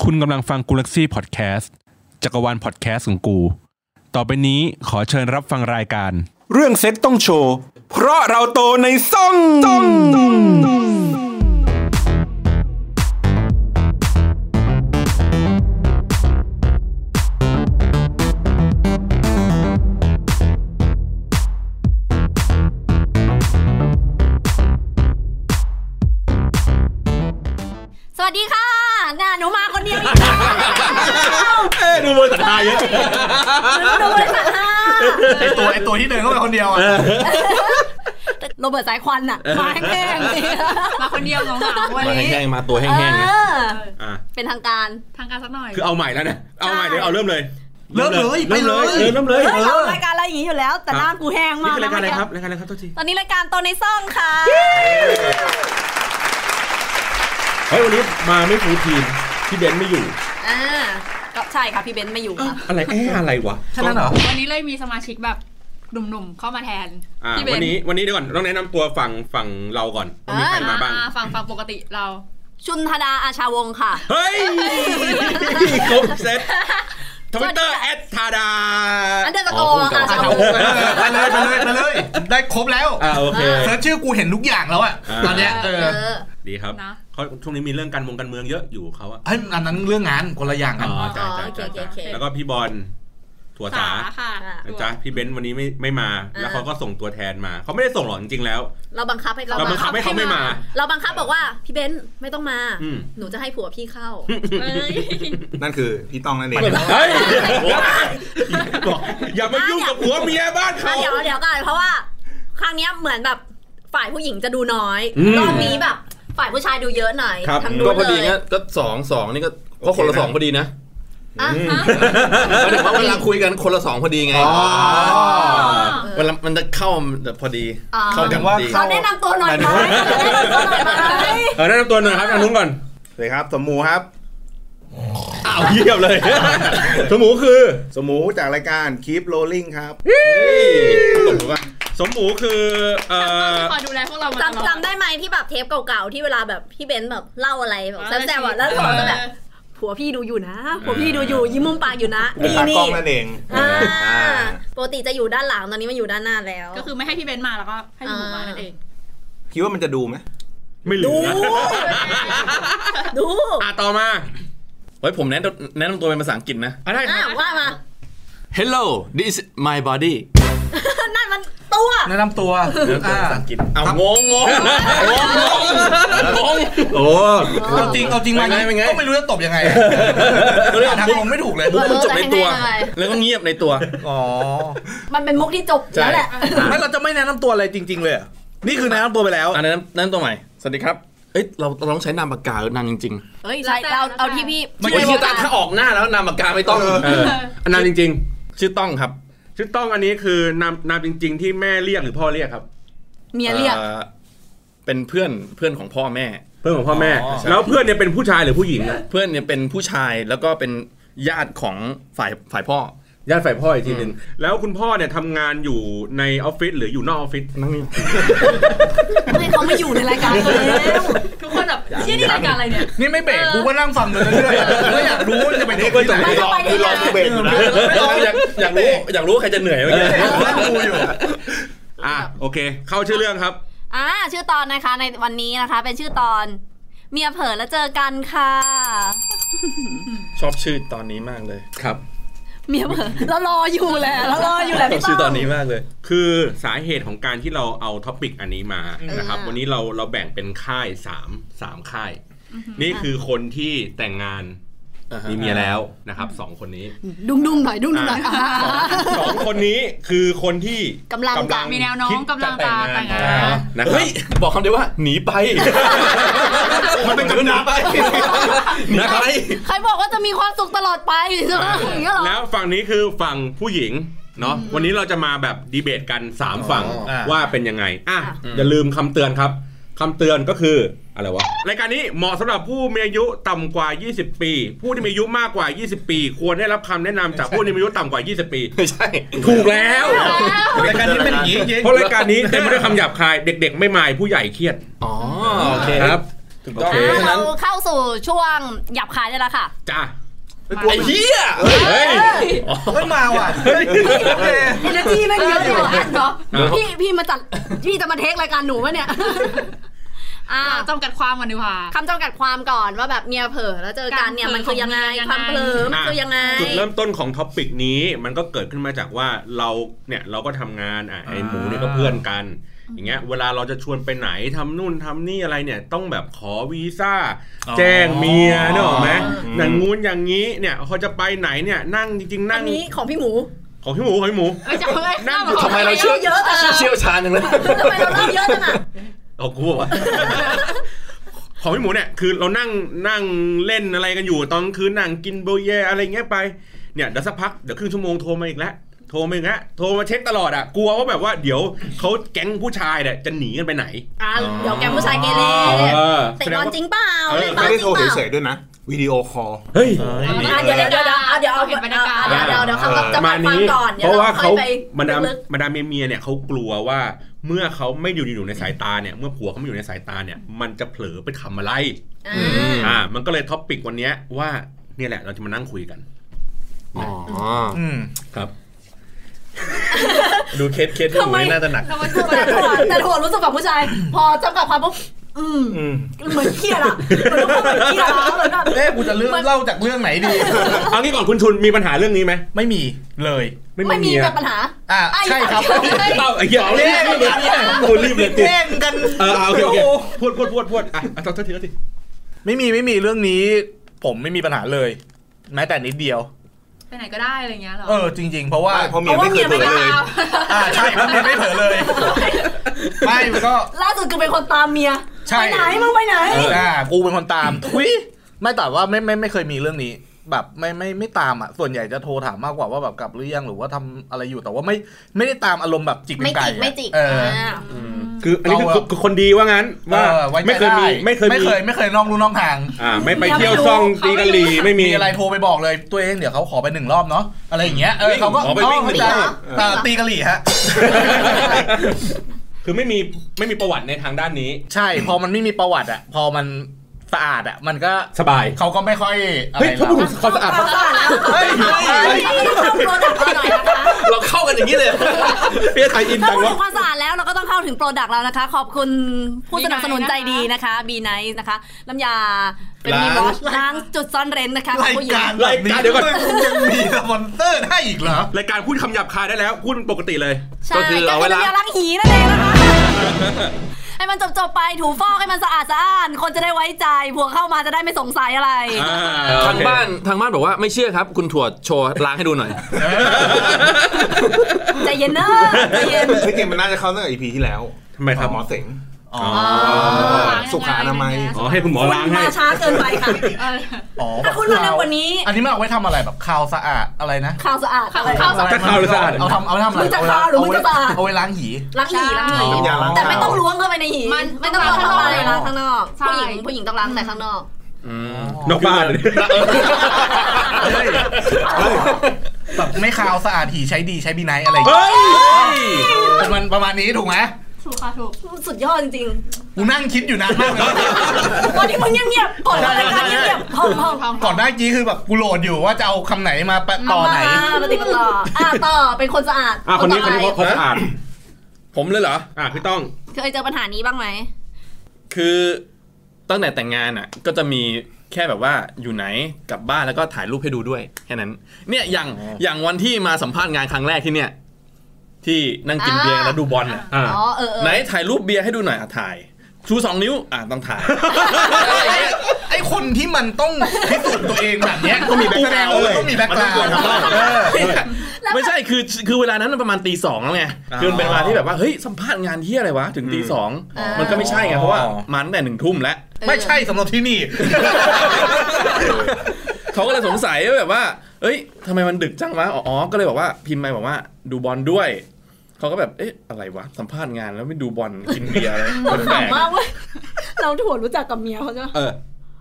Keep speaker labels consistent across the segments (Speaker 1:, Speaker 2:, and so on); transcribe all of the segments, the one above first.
Speaker 1: คุณกำลังฟังกูลักซี่พอดแคสต์จักรวาลพอดแคสต์ของกู ต่อไปนี้ขอเชิญรับฟังรายการ
Speaker 2: เรื่องเซ็ตต้องโชว์ เพราะเราโตในซ่องซ่องซ่องซ่อง
Speaker 3: สวัสดีค่ะน่าหนูมาคนเดียว อีก
Speaker 4: เอ้ยดูบนตัดตาเยอะ
Speaker 3: แล้วโดนเลยค่ะ
Speaker 4: ไอตัวไอตัวที่เดินเข้าไปคนเดียวอ่ะ
Speaker 3: โรเบิร์ตสายควันอะมาแห้งๆสิ
Speaker 5: มาคนเดียวเหงาๆวัน
Speaker 4: มา
Speaker 5: นี้
Speaker 4: แห้งๆมาตัวแห้งๆไง
Speaker 3: เออ
Speaker 4: อ่ะ
Speaker 3: เป็นทางการ
Speaker 5: ทางการสักหน่อย
Speaker 4: คือเอาใหม่แล้วเนี่ยเอาใหม่เดี๋ยวเอาเริ่มเลย
Speaker 5: เริ่มเลย
Speaker 4: เริ่มเลย
Speaker 5: ไปเลย
Speaker 4: เริ่มเล
Speaker 3: เฮ้
Speaker 4: ย
Speaker 3: ย
Speaker 4: เอ
Speaker 3: เรา
Speaker 4: อ
Speaker 3: รายการอะไรอย่างนี้อยู่แล้ว แต่หน้ากูแห้ง
Speaker 4: นี่
Speaker 3: มาก
Speaker 4: คือรายการอะไร
Speaker 3: นะครับ
Speaker 4: รายการอะไรครับโทษที
Speaker 3: ตอนนี้รายการโตในซ่องค่ะ
Speaker 4: เฮ้ยวันนี้มาไม่ฟูลทีมพี่เบนซ์ไม่อยู่
Speaker 3: อ่า ก็ใช่ค่ะพี่เบนซ์ไม่อยู่ค่ะ
Speaker 4: อะไรเอ๊ะอะไรวะ
Speaker 5: วันนี้เลยมีสมาชิกแบบหนุ่มๆเข้ามาแทน
Speaker 4: อ่ะ
Speaker 5: พี่เบ
Speaker 4: วันนี้วันนี้เดี๋ยวก่อนต้องแนะนำตัวฝั่งฝั่งเราก่อนว่ามีใครมาบ้าง
Speaker 5: อ่ฟังฟังปกติเรา
Speaker 3: ชุนธดาอาชาวงศ์ค่ะ
Speaker 4: เฮ้ยครบเซต ทวิตเตอร์แอดทาดา
Speaker 3: อันเดอร์สกอร์อาชาวงศ์
Speaker 6: ไปเลยไปเลยไปเลย ได้ครบแล้ว
Speaker 4: อ่าโอเค
Speaker 6: เซิร์ชชื่อกูเห็นทุกอย่างแล้วอะ
Speaker 4: อ่า
Speaker 6: ตอนเนี้ยเออ
Speaker 3: เออ
Speaker 4: ดีครับ
Speaker 5: นะ
Speaker 4: เขาช่วงนี้มีเรื่องการวงการเมืองเยอะอยู่เขาอะ
Speaker 6: เฮ้ยอันนั้นเรื่องงานคนละอย่างกั
Speaker 4: อ๋
Speaker 6: น
Speaker 4: อจ้าจ้า
Speaker 3: โอเค
Speaker 4: จ้าจ้า
Speaker 3: โอเค
Speaker 4: แล้วก็พี่บอลถั่วสา
Speaker 5: สาค่ะ
Speaker 4: นะจ้าพี่เบนซ์วันนี้ไม่ไม่มา แล้วเขาก็ส่งตัวแทนมา เขาไม่ได้ส่งหรอกจริงๆแล้ว
Speaker 3: เราบังคับให้เขา
Speaker 4: เราบังคับให้เขาไม่มา
Speaker 3: เราบังคับบอกว่าพี่เบนซ์ไม่ต้องมา
Speaker 4: อืม
Speaker 3: หนูจะให้ผัวพี่เข้า
Speaker 5: เอ้ย
Speaker 6: นั่นคือพี่ต้องนั่นเอง
Speaker 4: เฮ้ยบอกอย่ามายุ่งกับผัวเมียบ้าน
Speaker 3: อ่ะ
Speaker 4: เขา
Speaker 3: เดี๋ยวเดี๋ยวก่อนเพราะว่า ครั้งเนี้ยเหมือนแบบฝ่ายผู้หญิงจะดูน้อย
Speaker 4: อืม
Speaker 3: รอบนี้แบบ ฝ่ายผู้ชายดูเยอะหน่อย
Speaker 4: ครับ
Speaker 3: ทางนู้
Speaker 7: ก็
Speaker 3: น
Speaker 7: พอ
Speaker 3: เล
Speaker 7: ดี
Speaker 3: ย
Speaker 7: งั้นก็สองสองนี่ก็ก็คนละสองพอดีนะ
Speaker 3: อ่ะฮะ
Speaker 7: หมายถึงว่าเวลาคุยกันคนละสองพอดีไงเวลามันจะเข้าแบบพอดี
Speaker 3: อ๋อ
Speaker 7: เข้ากันพอดี
Speaker 3: เขาแนะนำตัวหน่อยไหมเขาแนะนำตัวห
Speaker 4: เออแนะนำตัวห
Speaker 3: น่อยไหม
Speaker 4: น่อยครับทางนู้นก่อน
Speaker 6: สวัสดีครับ สมูครับ
Speaker 4: อ้าวเยี่ยมเลยสมูคือ
Speaker 6: สมูจากรายการ Keep Rolling ครับ
Speaker 4: สมูคือเอ่อ
Speaker 5: คอยดูแลพวกเรามาตลอด
Speaker 3: จำจำได้ไหมที่แบบเทปเก่าๆที่เวลาแบบพี่เบนซ์แบบเล่าอะไรแบบ
Speaker 5: เออ
Speaker 3: แซ่บๆอ่ะแล้วผมก็แบบ
Speaker 5: เออ
Speaker 3: ผัวพี่ดูอยู่นะผัวพี่ดูอยู่ยิ้มมุมปากอยู่นะนี่นี่อ่าปกติจะอยู่ด้านหลังตอนนี้มาอยู่ด้านหน้าแล้ว
Speaker 5: ก็คือไม่ให้พี่เบนซ์มาแล้วก็ให้พี่หมูมานั่นเอง
Speaker 6: คิดว่ามันจะดูไหม
Speaker 4: ไม่รู้
Speaker 3: ดู ดู
Speaker 4: อ่ะต่อมา
Speaker 7: ไว้ผมแนะนำแนะนำตัวเป็นภาษาอังกฤษนะ
Speaker 4: อ่ะได้
Speaker 3: อ่ะว่ามา
Speaker 7: Hello this is my body
Speaker 3: นั่นมันตัว
Speaker 6: แนะนำตัวอ่า
Speaker 7: เอางงงงงงงง
Speaker 4: โอ้
Speaker 6: เอาจริงเอาจริงมา
Speaker 7: เป็นไงเป็นไง
Speaker 6: ก็ไม่รู้จะตบยังไงอะทางลงไม่ถูกเลย
Speaker 7: มุกมันจบในตัว
Speaker 3: เออจะให้ได้เลย
Speaker 7: แล้วก็เงียบในตัว
Speaker 6: อ๋อ
Speaker 3: มันเป็นมุกที่จบ
Speaker 7: ใช่
Speaker 3: แล้วแหละ
Speaker 6: ไม่เราจะไม่แนะนำตัวอะไรจริง ๆ เลยอะนี่คือแนะนำตัวไปแล้ว
Speaker 7: อันนั้นนั่นตัวใหม่สวัสดีครับ เอ้ยเราเราต้องใช้นามปากกาหรือนามจริง
Speaker 3: เอ้ยใช่เราเอาที่พี่
Speaker 7: ๆไม่ใช่ตาถ้าออกหน้าแล้วนามปากกาไม่ต้อง
Speaker 4: เอออันนั้นจริง ๆ
Speaker 7: ชื่อต้องครับ
Speaker 4: ชื่อต้องอันนี้คือนามนามจริง ๆ ที่แม่เรียกหรือพ่อเรียกครับ
Speaker 3: เมียเรียก
Speaker 7: อ่อเป็นเพื่อนเพื่อนของพ่อแม่
Speaker 4: เพื่อนของพ่อแม่
Speaker 6: อ๋อ
Speaker 4: แล้วเพื่อนเนี่ยเป็นผู้ชายหรือผู้หญิงอะ
Speaker 7: เพื่อนเนี่ยเป็นผู้ชายแล้วก็เป็นญาติของฝ่ายฝ่ายพ่อ
Speaker 4: ญาติฝ่ายพ่ออีกทีหนึ่งแล้วคุณพ่อเนี่ยทำงานอยู่ในออฟฟิศหรืออยู่นอกออฟฟิศ
Speaker 7: นั่งนี่
Speaker 3: ไม่เขาไม่อยู่ในรายการเขาแล้ว
Speaker 5: ทุกคนแบบเชี่ยนี่รายการอะไรเนี่ย
Speaker 6: นี่ไม่เบรกกูก็นั่งฟังมันเรื่อยๆแล้วอยากรู้ว่ามันจะไปเทคที่ไหน
Speaker 3: ไปที่ไหน
Speaker 7: อยากอยากรู้อยากรู้ว่าใครจะเหนื่อยเมื่อกี้
Speaker 6: นั่งดูอยู่
Speaker 4: อ่ะโอเค เข้าชื่อเรื่องครับ
Speaker 3: อ่าชื่อตอนนะคะในวันนี้นะคะ เป็นชื่อตอน เมียเผลอแล้วเจอกันค่ะ
Speaker 7: ชอบชื่อตอนนี้มากเลย
Speaker 4: ครับ
Speaker 3: เมียเผลอเรารออยู่แหละเรารออยู่แหละ
Speaker 7: ชอบ
Speaker 3: พี่
Speaker 7: ชื่อต
Speaker 3: ต้
Speaker 7: อ
Speaker 3: อน ม
Speaker 7: นี้มากเลย
Speaker 4: คือสาเหตุของการที่เราเอาท็อปิกอันนี้มานะครับ
Speaker 3: อ่า
Speaker 4: วันนี้เราเราแบ่งเป็นค่ายสามสามค่าย นี่คือคนที่แต่งงาน
Speaker 7: อ่าฮะ
Speaker 4: มีเมียแล้วนะครับสองคนนี้
Speaker 3: ดุ้งดุ้งหน่อยดุ้งดุ้งหน่อยอ่า
Speaker 4: สองคนนี้คือคนที่
Speaker 3: กำลังจะ
Speaker 5: มีแนวโน้องกำลังจะแต่งงาน
Speaker 4: นะครับ
Speaker 7: เฮ้ยบอกคำเดียวว่าหนีไป มันเป็นคำหนีไปหนีไป
Speaker 3: ใครบอกว่าจะมีความสุขตลอดไปอย่างเงี้ยเหรอ
Speaker 4: แล้วฝั่งนี้คือฝั่งผู้หญิงเนาะวันนี้เราจะมาแบบดีเบตกัน 3 ฝั่ง
Speaker 6: อ่า
Speaker 4: ว่าเป็นยังไงอ่ะอย่าลืมคำเตือนครับคำเตือนก็คืออะไรวะรายการนี้เหมาะสำหรับผู้มีอายุต่ำกว่า 20 ปี ผู้ที่มีอายุมากกว่า 20 ปี ควรได้รับคำแนะนำจากผู้ที่มีอายุต่ำกว่า 20 ปี
Speaker 7: ไม่ใช่
Speaker 4: ถูกแล้ว
Speaker 6: รายการนี้เป็นอย่างนี้จริง
Speaker 4: เพราะรายการนี้เต็มไปด้วยคำหยาบคายเด็ก ๆ ไม่มายผู้ใหญ่เครียด
Speaker 7: อ๋อโอเค
Speaker 4: ครับ
Speaker 7: ถูกต้อง
Speaker 4: โอเค
Speaker 7: เพราะ
Speaker 3: เรา
Speaker 7: ฉะนั้น
Speaker 3: เข้าสู่ช่วงหยับคายได้แล้วค่ะ
Speaker 4: จ้า
Speaker 7: ไอ้เหี้ย
Speaker 4: เฮ้ย
Speaker 6: เฮ้ยมาว่ะโอเค
Speaker 3: เอเนอร์จีแม่งเยอะอยู่อันเนาะ
Speaker 4: เออ
Speaker 3: พี่พี่มาจัดพี่จะมาเทครายการหนูปะเนี่ย อ่า
Speaker 5: อ่ะจำกัดความกันดีกว่า
Speaker 3: คำจำกัดความก่อนว่าแบบเมียเผลอแล้วเจอกันเนี่ย
Speaker 5: การ
Speaker 3: มัน
Speaker 5: เผลอ
Speaker 3: คือยังไง
Speaker 5: ของเมียยั
Speaker 3: ค
Speaker 5: งไง
Speaker 3: วามเผลอมันคือยังไง
Speaker 4: จุดเริ่มต้นของท็อปิกนี้มันก็เกิดขึ้นมาจากว่าเราเนี่ยเราก็ทำงานอ่ะไอ้หมูเนี่ยก็เพื่อนกัน อย่างเงี้ยเวลาเราจะชวนไปไหนทำนู่นทำนี่อะไรเนี่ยต้องแบบขอวีซ่า แจ้งเมียเนกอะไหมอย่างงู้นอย่างนี้เนี่ยพอจะไปไหนเนี่ยนั่งจริงๆ
Speaker 3: อั
Speaker 4: นั่
Speaker 3: น
Speaker 4: ง
Speaker 3: นี้ของพี่หมู
Speaker 4: ของพี่หมูของพี่หมู
Speaker 5: ไม่จำเลย
Speaker 4: นั่งอยู่
Speaker 5: ข้
Speaker 7: ทำไมเราเชื่อ
Speaker 3: เยอะจังอะ
Speaker 7: เชี่ยวชาญอย่างนั้น
Speaker 3: ทำไมเราเล่าเยอะจังอะ
Speaker 4: เอากูบอกว่า ของพี่หมูเนี่ยคือเรานั่งนั่งเล่นอะไรกันอยู่ตอนกลางคืนนั่งกินเบอร์เยอะไรเงี้ยไปเนี่ยเดี๋ยวสักพักเดี๋ยวครึ่งชั่วโมงโทรมาอีกแล้วโทรมาอีกแล้วโทรมาเช็คตลอดอ่ะกลัวว่าแบบว่าเดี๋ยวเขาแก๊งผู้ชายเนี่ยจะหนีกันไปไหน
Speaker 3: อ่ะเดี๋ยวแกผู้ชายเกเร
Speaker 4: อ
Speaker 3: เตะ
Speaker 4: แสด
Speaker 3: บอล
Speaker 4: ว่า
Speaker 3: จริงเปล่า
Speaker 4: เออ
Speaker 3: เล่นบอ
Speaker 2: ไม่ได้
Speaker 3: ลจริง
Speaker 2: โทร
Speaker 3: เปล่า
Speaker 2: เฉยๆด้วยนะ วิดีโอคอล
Speaker 4: เฮ้ย
Speaker 3: อ่ะเดี๋ยวเดี๋ยวเดี๋ยวเอาเดี๋ยวเอา
Speaker 5: เห็นบรรยากาศ
Speaker 3: เดี๋ยวเดี๋ยวเดี๋ยวคำจำกัด
Speaker 4: ประมาณ
Speaker 3: ความ
Speaker 4: นี้
Speaker 3: ก่อน
Speaker 4: เพราะว่าเขา
Speaker 3: ดี๋ย
Speaker 4: มาดาม
Speaker 3: เลึก
Speaker 4: มาดามเมียเนี่ยเขากลัวว่าเมื่อเขาไม่อยู่อยู่ในสายตาเนี่ยเมื่อผัวเขาไม่อยู่ในสายตาเนี่ยมันจะเผลอไปทำอะไร
Speaker 3: ๆอ่า
Speaker 4: อ่ามันก็เลยท็อปปิกวันเนี้ยว่าเนี่ยแหละเราจะมานั่งคุยกัน
Speaker 7: อ๋อ
Speaker 6: อืม
Speaker 4: ครับ
Speaker 7: ดูเคสเคสที่หมูนี่น่าจะหนัก
Speaker 5: ทำไมทุกค
Speaker 3: แต่
Speaker 5: น
Speaker 3: ถั่วแต่ถั่วรู้สึกแบบผู้ชาย พอจำกัดความปุ๊บอืม
Speaker 6: อืม
Speaker 3: เหมือนเครียดอะเหมือนเหมือนเครียดอะเหมือนแบบ
Speaker 6: เอ๊ะกูจะเลือกเล่าจากเรื่องไหนดี
Speaker 4: เอางี้ก่อนคุณชุนมีปัญหาเรื่องนี้ไหม
Speaker 6: ไม่มีเลย
Speaker 3: ไม่มีแบบปัญหา
Speaker 6: อ่า
Speaker 3: อ่ะ
Speaker 6: ใช่ครับ
Speaker 3: อย่าเพิ่ง
Speaker 4: เต้าไอ้เหี้ยเอา
Speaker 6: เล่
Speaker 4: เรื่อน ง
Speaker 6: กัน
Speaker 4: โอ้รีบเลยติด
Speaker 6: เล่นกัน
Speaker 4: เออเอาโอเคโอเคพูดพูดพูดพูดอ่ะอ่ะต่อทีละที
Speaker 6: ไม่มีไม่มีเรื่องนี้ ผมไม่มีปัญหาเลย แม้แต่นิดเดียว
Speaker 5: ไปไหนก็ได้อะไรเงี้ยเหรอ
Speaker 6: เออ จริง ๆ เพราะว่า
Speaker 2: เพราะเมียไม่เคยเผลอเลย
Speaker 6: อ่าใช่ครับไม่เผลอเลย ไม่มันก็
Speaker 3: ล่าสุดคือเป็นคนตามเมีย
Speaker 6: ใช่
Speaker 3: ไปไหนมึงไปไหน
Speaker 6: อ่ากูเป็นคนตามทุยไม่แต่ว่าไม่ไม่ไม่เคยมีเรื่องนี้ แบบไม่ไม่ไม่ตามอ่ะ ส่วนใหญ่จะโทรถามมากกว่าว่าแบบกลับหรือยังหรือว่าทำอะไรอยู่แต่ว่าไม่ไม่ได้ตามอารมณ์แบบจิกเป็
Speaker 3: ไม่
Speaker 6: นไก่
Speaker 3: จิก
Speaker 6: อะ
Speaker 3: ไม่จิก
Speaker 6: เออ
Speaker 3: อ่า
Speaker 4: คืออันนี้คือคือคือคนดีว่างั้นว่า
Speaker 6: เออว้ใจ
Speaker 4: ไม่เคยมี
Speaker 6: ด้
Speaker 4: ไม่เคย
Speaker 6: ไม่
Speaker 4: มี
Speaker 6: เคยไม่เคยน้องรู้น้องทาง
Speaker 4: อ่าไม่ไปเที่ยวซ่องตีกะหรี่ไม่มี
Speaker 6: มีอะไรโทรไปบอกเลยตัวเองเดี๋ยวเขาขอไปหนึ่งรอบเนาะอะไรอย่างเงี้ยเออเขาก็
Speaker 7: ขอไปวิ่งหนึ่ง
Speaker 6: อ๋อ
Speaker 7: รอบ
Speaker 6: เออตีกะหรี่ฮะ
Speaker 4: คือไม่มีไม่มีประวัติในทางด้านนี้
Speaker 6: ใช่ พอมันไม่มีประวัติอ่ะ พอมันสะอาดอ่ะ มันก็
Speaker 4: สบาย
Speaker 6: เขาก็ไม่ค่อยอะไร
Speaker 4: เฮ้ยเขาพูดถึ
Speaker 6: เรา
Speaker 4: งความสะอาด
Speaker 3: เอาละเอาละ
Speaker 6: เฮ้ยเฮ้ย
Speaker 3: เอาละเข้าโปรดักต์เราหน่อยนะคะ
Speaker 7: เราเข้ากันอย่างนี้เลย
Speaker 4: พี่ไทยอิน
Speaker 3: ถ้า
Speaker 4: จังวะ
Speaker 3: พูดถึงความสะอาดแล้วเราก็ต้องเข้าถึงโปรดักต์แล้วนะคะ ขอบคุณผู้สนับสนุนใจดีนะคะ B Nice นะคะน้ำยาเป็นมีวอชล้างจุดซ่อนเร้นนะคะขอ
Speaker 6: ราง ย
Speaker 3: ผู้หญิง
Speaker 6: การ
Speaker 4: รายการเดี๋ยวก่อน
Speaker 6: ยังมีสปอนเซอร์ให้อีกเหรอ
Speaker 4: รายการพูดคำหยาบคายได้แล้วพูดปกติเลย
Speaker 3: ใช่
Speaker 7: ก็คือ
Speaker 3: ก็
Speaker 7: เอา
Speaker 3: คื
Speaker 7: ไว้
Speaker 3: อ
Speaker 7: ล้าง
Speaker 3: น้ำยาล้างหีนั่นเองนะคะให้มันจบๆไปถูฟอกให้มันสะอาดสะอ้าน คนจะได้ไว้ใจผัวเข้ามาจะได้ไม่สงสัยอะไร
Speaker 4: อ่
Speaker 7: ทางบ้านทางบ้านบอกว่าไม่เชื่อครับ คุณถั่วโชว์ล้างให้ดูหน่อย
Speaker 3: ใจเย็นเนอะใจเย็น
Speaker 2: จริงๆมันน่าจะเข้าตั้งแต่ EP ที่แล้ว
Speaker 4: ทำไมครับ
Speaker 2: หมอเสง
Speaker 6: อ๋อ
Speaker 2: สุขาอนามัย
Speaker 4: อ๋อให้คุณหมอ
Speaker 3: คุณ
Speaker 4: ล้างให้
Speaker 3: มาช้าเกินไปค่ะ
Speaker 5: เออ
Speaker 6: อ๋อ
Speaker 3: ถ้าคุณมาเร็วกว่านี้
Speaker 6: อันนี้มันเอาไว้ทำอะไรแบบข่าวสะอาดอะไรนะ
Speaker 3: ข่าวสะอาดอะไร
Speaker 5: เข้าส
Speaker 4: จะข่าวหรือสะอาด
Speaker 6: เอาทำเอาทำอะไร
Speaker 3: มึงจะ
Speaker 6: เไว้
Speaker 3: ข่าวหรือมึง
Speaker 6: เไว้
Speaker 3: จะสะอาด
Speaker 6: เอาไว้ล้างหี
Speaker 3: ล้างหีล้างหี
Speaker 2: น้ำยาล้าง
Speaker 3: แต่ไม่
Speaker 2: เท้า
Speaker 3: ต้องล้วงเข้าไปในหี
Speaker 5: มัน
Speaker 3: ไม่ต้องล้วง
Speaker 5: ต้
Speaker 3: เข้า
Speaker 5: อง
Speaker 3: ไป
Speaker 5: ล้างข้างน
Speaker 3: นะ
Speaker 5: อก
Speaker 3: ข้างนอก
Speaker 5: ใช่
Speaker 3: ผู้หญิงผู้หญิงต้องล้างแต่ข้างนอก
Speaker 4: นอกบ้านเลย
Speaker 6: เฮ้ยแบบไม่ข่าวสะอาดหีใช้ดีใช้บีไนท์อะไรอย่าง
Speaker 4: เฮ้
Speaker 6: เงี้ย
Speaker 4: ย
Speaker 6: ประมาณประมาณนี้ถูกไหม
Speaker 5: ถูกค่ะถูก
Speaker 3: สุดยอดจริง
Speaker 6: กูนั่งคิดอยู่นานมากเลย
Speaker 3: ๆวันนี้มึงเงียบๆก่อนรายการเงียบๆห้องห้อง
Speaker 6: ก่อนหน้านี้คือแบบกูโหลดอยู่ว่าจะเอาคำไหนมาปะต่อไหน
Speaker 3: มาปฏิบัติต่ออ่ะต่อเป็นคนสะอาด
Speaker 4: อ่ะคนนี้
Speaker 3: ต่
Speaker 4: คนนี้เขา
Speaker 3: ไป
Speaker 4: เขาสะอาด
Speaker 7: ผมเลยเหรอ
Speaker 4: อ่ะพี่ต้อง
Speaker 3: เคยเจอปัญหานี้บ้างไหม
Speaker 7: คือตั้งแต่แต่งงานอ่ะ ก็จะมีแค่แบบว่าอยู่ไหนกลับบ้านแล้วก็ถ่ายรูปให้ดูด้วยแค่นั้น เนี่ยอย่างอย่างวันที่มาสัมภาษณ์งานครั้งแรกที่เนี่ย ที่นั่งกินเบียร์แล้วดูบอลอ่ะ
Speaker 4: อ่า
Speaker 3: อ๋อเออเออ
Speaker 7: ไหนถ่ายรูปเบียร์ให้ดูหน่อยอ่ะถ่าย ชูสองนิ้วอ่ะต้องถ่าย
Speaker 6: ไอคนที่มันต้องพิสูจน์ตัวเองแบบเนี้ยก็มีแบ็คกราวด์เลยก็มีแบ็คกราวด์
Speaker 7: ไม่ใช่คือคือเวลานั้นมันประมาณตีสองแล้วไงคือมันเป็นเวลาที่แบบว่าเฮ้ยสัมภาษณ์งานที่อะไรวะถึงตีสองมันก็ไม่ใช่ไงเพราะว่ามันแต่หนึ่งทุ่มแล้ว
Speaker 6: ไม่ใช่สำหรับที่นี่
Speaker 7: เขาก็เลยสงสัยว่าแบบว่า เอ้ยทำไมมันดึกจังวะ อ๋ออ๋อก็เลยบอกว่าพิมพ์ไปบอกว่าดูบอลด้วย เขาก็แบบ เอ๊ะ อะไรวะ สัมภาษณ์งานแล้วไม่ดูบอลกินเบียร์อะไรแปลก
Speaker 3: ขำมากเว้ย เราถั่วรู้จักกับเมียเขาใช่ไหม
Speaker 4: เออ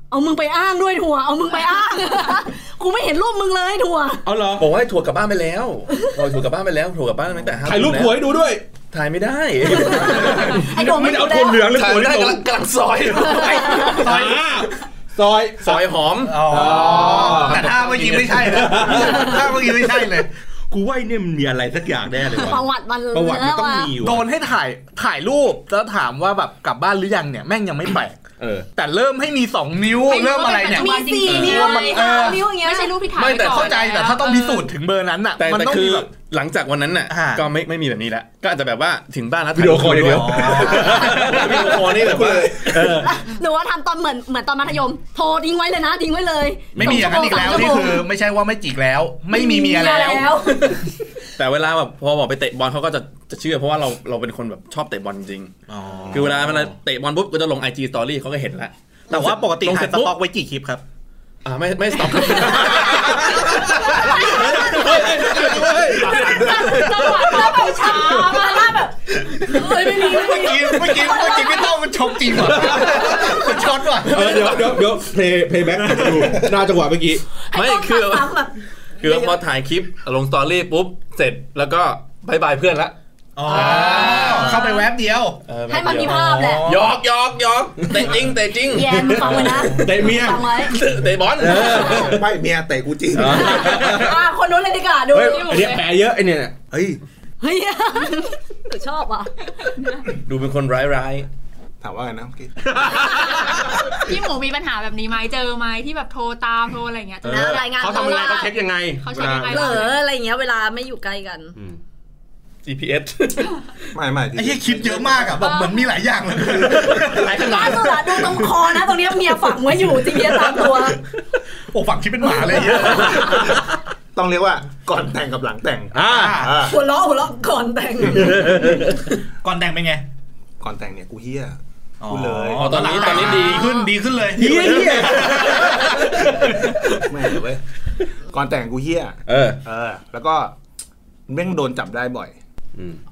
Speaker 3: เอามึงไปอ้างด้วยถั่วเอามึงไปอ้าง กูไม่เห็นรูปมึงเลยถั่ว
Speaker 4: เอาเหรอ
Speaker 7: ๆบอกว่าให้ถั่วกลับบ้านไปแล้วเราถั่วกลับบ้านไปแล้วถั่วกลับบ้านตั้งแต่ห้า
Speaker 4: ถ่ายรูป
Speaker 7: ทุ่ม
Speaker 4: หัว
Speaker 7: แล้ว
Speaker 4: ให้ดูด้วย
Speaker 7: ถ่ายไม่ได้
Speaker 3: ไอ้โดม
Speaker 4: มั
Speaker 3: ไม่
Speaker 4: นจะ
Speaker 3: รู้
Speaker 4: เอาโทน
Speaker 3: แล้ว
Speaker 4: เหลืองหรือ
Speaker 7: ถ่าย
Speaker 4: โทน
Speaker 7: ไม่ได้
Speaker 4: ที่ตรง
Speaker 7: กำลังกำลังซอย
Speaker 4: ซอย
Speaker 6: ซอย
Speaker 7: ซอยหอม
Speaker 6: อ๋อแต่ถ้าเมื่อกี้ไม่ใช่นะถ้าเมื่อกี้ไม่ใช่เลย
Speaker 4: กูว่าไอ้เนี่ยมันมีอะไรสักอย่างแน่เลย
Speaker 3: ป
Speaker 4: ว่ะ
Speaker 3: ระวัติมัน
Speaker 4: ประวัติมันต้อง
Speaker 3: เยะ
Speaker 4: มีอยู่
Speaker 6: โดนให้ถ่ายถ่ายรูปแล้วถามว่าแบบกลับบ้านหรือยังเนี่ยแม่งยังไม่แปลก
Speaker 4: เออ
Speaker 6: แต่เริ่มให้มีสองนิ้ว
Speaker 5: ให้รู้
Speaker 6: เริ่มอะไรเนี่ย
Speaker 5: ว่าเป็
Speaker 3: มี
Speaker 5: นปัจ
Speaker 3: สี่
Speaker 5: จุบัน
Speaker 3: นิ้ว
Speaker 6: เออมัน
Speaker 3: มี
Speaker 6: เอ
Speaker 3: ห้า
Speaker 6: อ
Speaker 3: นิ้วอย่างเงี้ย
Speaker 5: ไม่ใช่รูปที่ถ่าย
Speaker 7: ไม่แต่
Speaker 5: ว้ก่อน
Speaker 6: เข้าใจแต่ถ้าต้องพิสูจน์
Speaker 5: เ
Speaker 6: ถึงเบอร์นั้นอ่ะ
Speaker 7: แต่
Speaker 6: มัน
Speaker 7: แต่
Speaker 6: ต้อง
Speaker 7: คื
Speaker 6: มี
Speaker 7: อ
Speaker 6: แบบ
Speaker 7: หลังจากวันนั้นน่ะ
Speaker 6: อ่า
Speaker 7: ก็ไม่ไม่มีแบบนี้ละก็อาจจะแบบว่าถึงบ้านแล้ว
Speaker 4: วิดีโอคอลอย่างเดียว
Speaker 7: วิดีโอคอลนี่แบบว่า
Speaker 3: หรือว่าทำตอนเหมือนเหมือนตอนมัธยม โทรทิ้งไว้เลยนะทิ้งไว้เลย
Speaker 6: ไม่มีอย่างนั้นอีกแล้วนี่คือไม่ใช่ว่าไม่จีกแล้ว ไม่มีเมียแล้ว
Speaker 7: แต่เวลาแบบพอบอกไปเตะบอลเขาก็จะจะเชื่อเพราะว่าเราเราเป็นคนแบบชอบเตะบอลจริง คือเวลาเวลาเตะบอลปุ๊บก็จะลง IG Story เขาก็เห็นละ
Speaker 6: แต่ว่าปกติ
Speaker 7: ลง
Speaker 6: ถ่า
Speaker 7: เส
Speaker 6: ย
Speaker 7: ร็จ
Speaker 6: ส
Speaker 7: ปุ๊บ
Speaker 6: ต็อกไว้กี่คลิปครับ
Speaker 7: อ่าไม่ไม่สต็อกครับ
Speaker 5: จังหวะเขาแบบช้ามา
Speaker 3: เฮ้ยไม่มีไม่
Speaker 6: เมื่อ
Speaker 3: มี
Speaker 6: กี้เมื่อกี้เมื่อกี้พี่เต้ามันชกจริงเหรอมันช็อตว่ะ
Speaker 4: เดี๋ยวเดี๋ยวเดี๋ยวเพลย์เพลย์แบ็กดูหน้าจังหวะเมื่อกี้
Speaker 7: ไม่
Speaker 3: ให้ต้อง
Speaker 7: คือ
Speaker 3: ซ้ำๆแบบ
Speaker 7: คือพอถ่ายคลิปลงสตอรี่ปุ๊บเสร็จแล้วก็บายบายเพื่อนละ
Speaker 6: อ๋อ เข้าไปแวบเดียว
Speaker 7: เออ
Speaker 3: ให้มันมีภาพแหละ
Speaker 7: หยอกหยอกหยอกเตะจริงเตะจริง
Speaker 3: แยมฟังไว้นะ
Speaker 4: เตะเมีย
Speaker 3: ฟังไว้
Speaker 7: เตะบอล
Speaker 8: ไม่เมียเตะกูจริง
Speaker 3: อ่ะคนนู้นเลยดีกว่าดู
Speaker 4: เฮ้ยไอเนี้ยแผลเยอะไอเนี้ย
Speaker 8: เฮ้ย
Speaker 3: เฮ้ยหนูชอบว่ะ
Speaker 7: ดูเป็นคนร้ายร้าย
Speaker 8: ถามว่าไงนะเมื่อกี้
Speaker 5: พี่หมูมีปัญหาแบบนี้ไหมเจอไหมที่แบบโทรตามโทรอะไรอย่างเงี้ย
Speaker 4: เออ
Speaker 3: นะรายงาน
Speaker 4: เขาทำยังไง
Speaker 3: วล
Speaker 4: เขาเช็คยังไง
Speaker 5: เขาเช็คยังไง
Speaker 3: เหลออะไรอย่างเงี้ยเวลาไม่อยู่ใกล้กัน
Speaker 4: อืม
Speaker 7: ๆ GPS
Speaker 8: ไม่ไม่
Speaker 6: ไอ้ที่คลิปเยอะมากอ่ะแบบเหมือนมีหลายอย่างเลย
Speaker 7: หลายขนา
Speaker 3: ล่า
Speaker 7: ด
Speaker 3: สุดอะดูตรงคอนะ ตรงเนี้ยเมียฝังไว้อยู่จริงๆตามตัว
Speaker 6: โอ้ฝั่งคลิปเป็นหมาเลยเยอะ
Speaker 8: ต้องเรียกว่าก่อนแต่งกับหลังแต่ง
Speaker 4: อ่า
Speaker 8: อ่า
Speaker 3: หัวเราะหัวเราะก่อนแต่ง
Speaker 6: ก่อนแต่งเป็นไง
Speaker 8: ก่อนแต่งเนี่ยกูเฮี้ยกูดเลย
Speaker 7: อ๋อตอนนี้ตอนนี้ดี
Speaker 6: ดีขึ้นดีขึ้นเลย
Speaker 4: เฮียเฮีย
Speaker 8: ไม่เว้ยก่อนแต่งกูเฮี้ย
Speaker 4: เออ
Speaker 8: เออ แล้วก็แม่งโดนจับได้บ่อย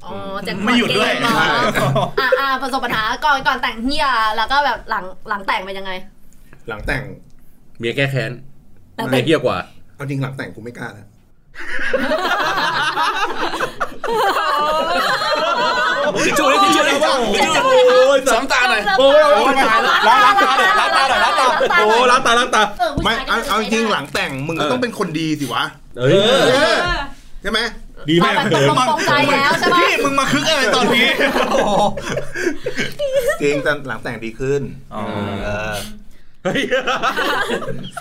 Speaker 3: อ๋อแจ็คพอต
Speaker 6: ไม่หยุดด้วย
Speaker 3: เกมเหรออ่ะอ่ะประสบปัญหาก่อนก่อนแต่งเฮียแล้วก็แบบหลังหลังแต่งเป็นยังไง
Speaker 8: หลังแต่ง
Speaker 4: เมียแก้แค้น
Speaker 3: แล้ว
Speaker 4: เมียเฮียกว่า
Speaker 8: เอาจริงหลังแต่งกูไม่กล้าแล้ว
Speaker 7: ช่วยช่วยช่วยสามตาหน่อย
Speaker 4: โอ้ยโอ้ยตายแล้วล้างล้างตาหน่อยล้างตาหน่อยล้างตาโอ้ล้างตาล้างตา
Speaker 3: เออผู้
Speaker 8: ไม่
Speaker 3: ชยก็
Speaker 8: เอาเอาจริงหลังแต่งมึงก็ต้องเป็นคนดีสิวะ
Speaker 4: เอ้ย
Speaker 8: เออใช่ไหม
Speaker 4: ดี
Speaker 3: เอา
Speaker 4: มาก
Speaker 3: แบบตรงๆใจแล้วใช่ไหม
Speaker 6: พี่มึงมาคึกอะไรตอนนี้โอ้โห
Speaker 8: จริงแต่หลังแต่งดีขึ้นเออ
Speaker 4: เฮ้ย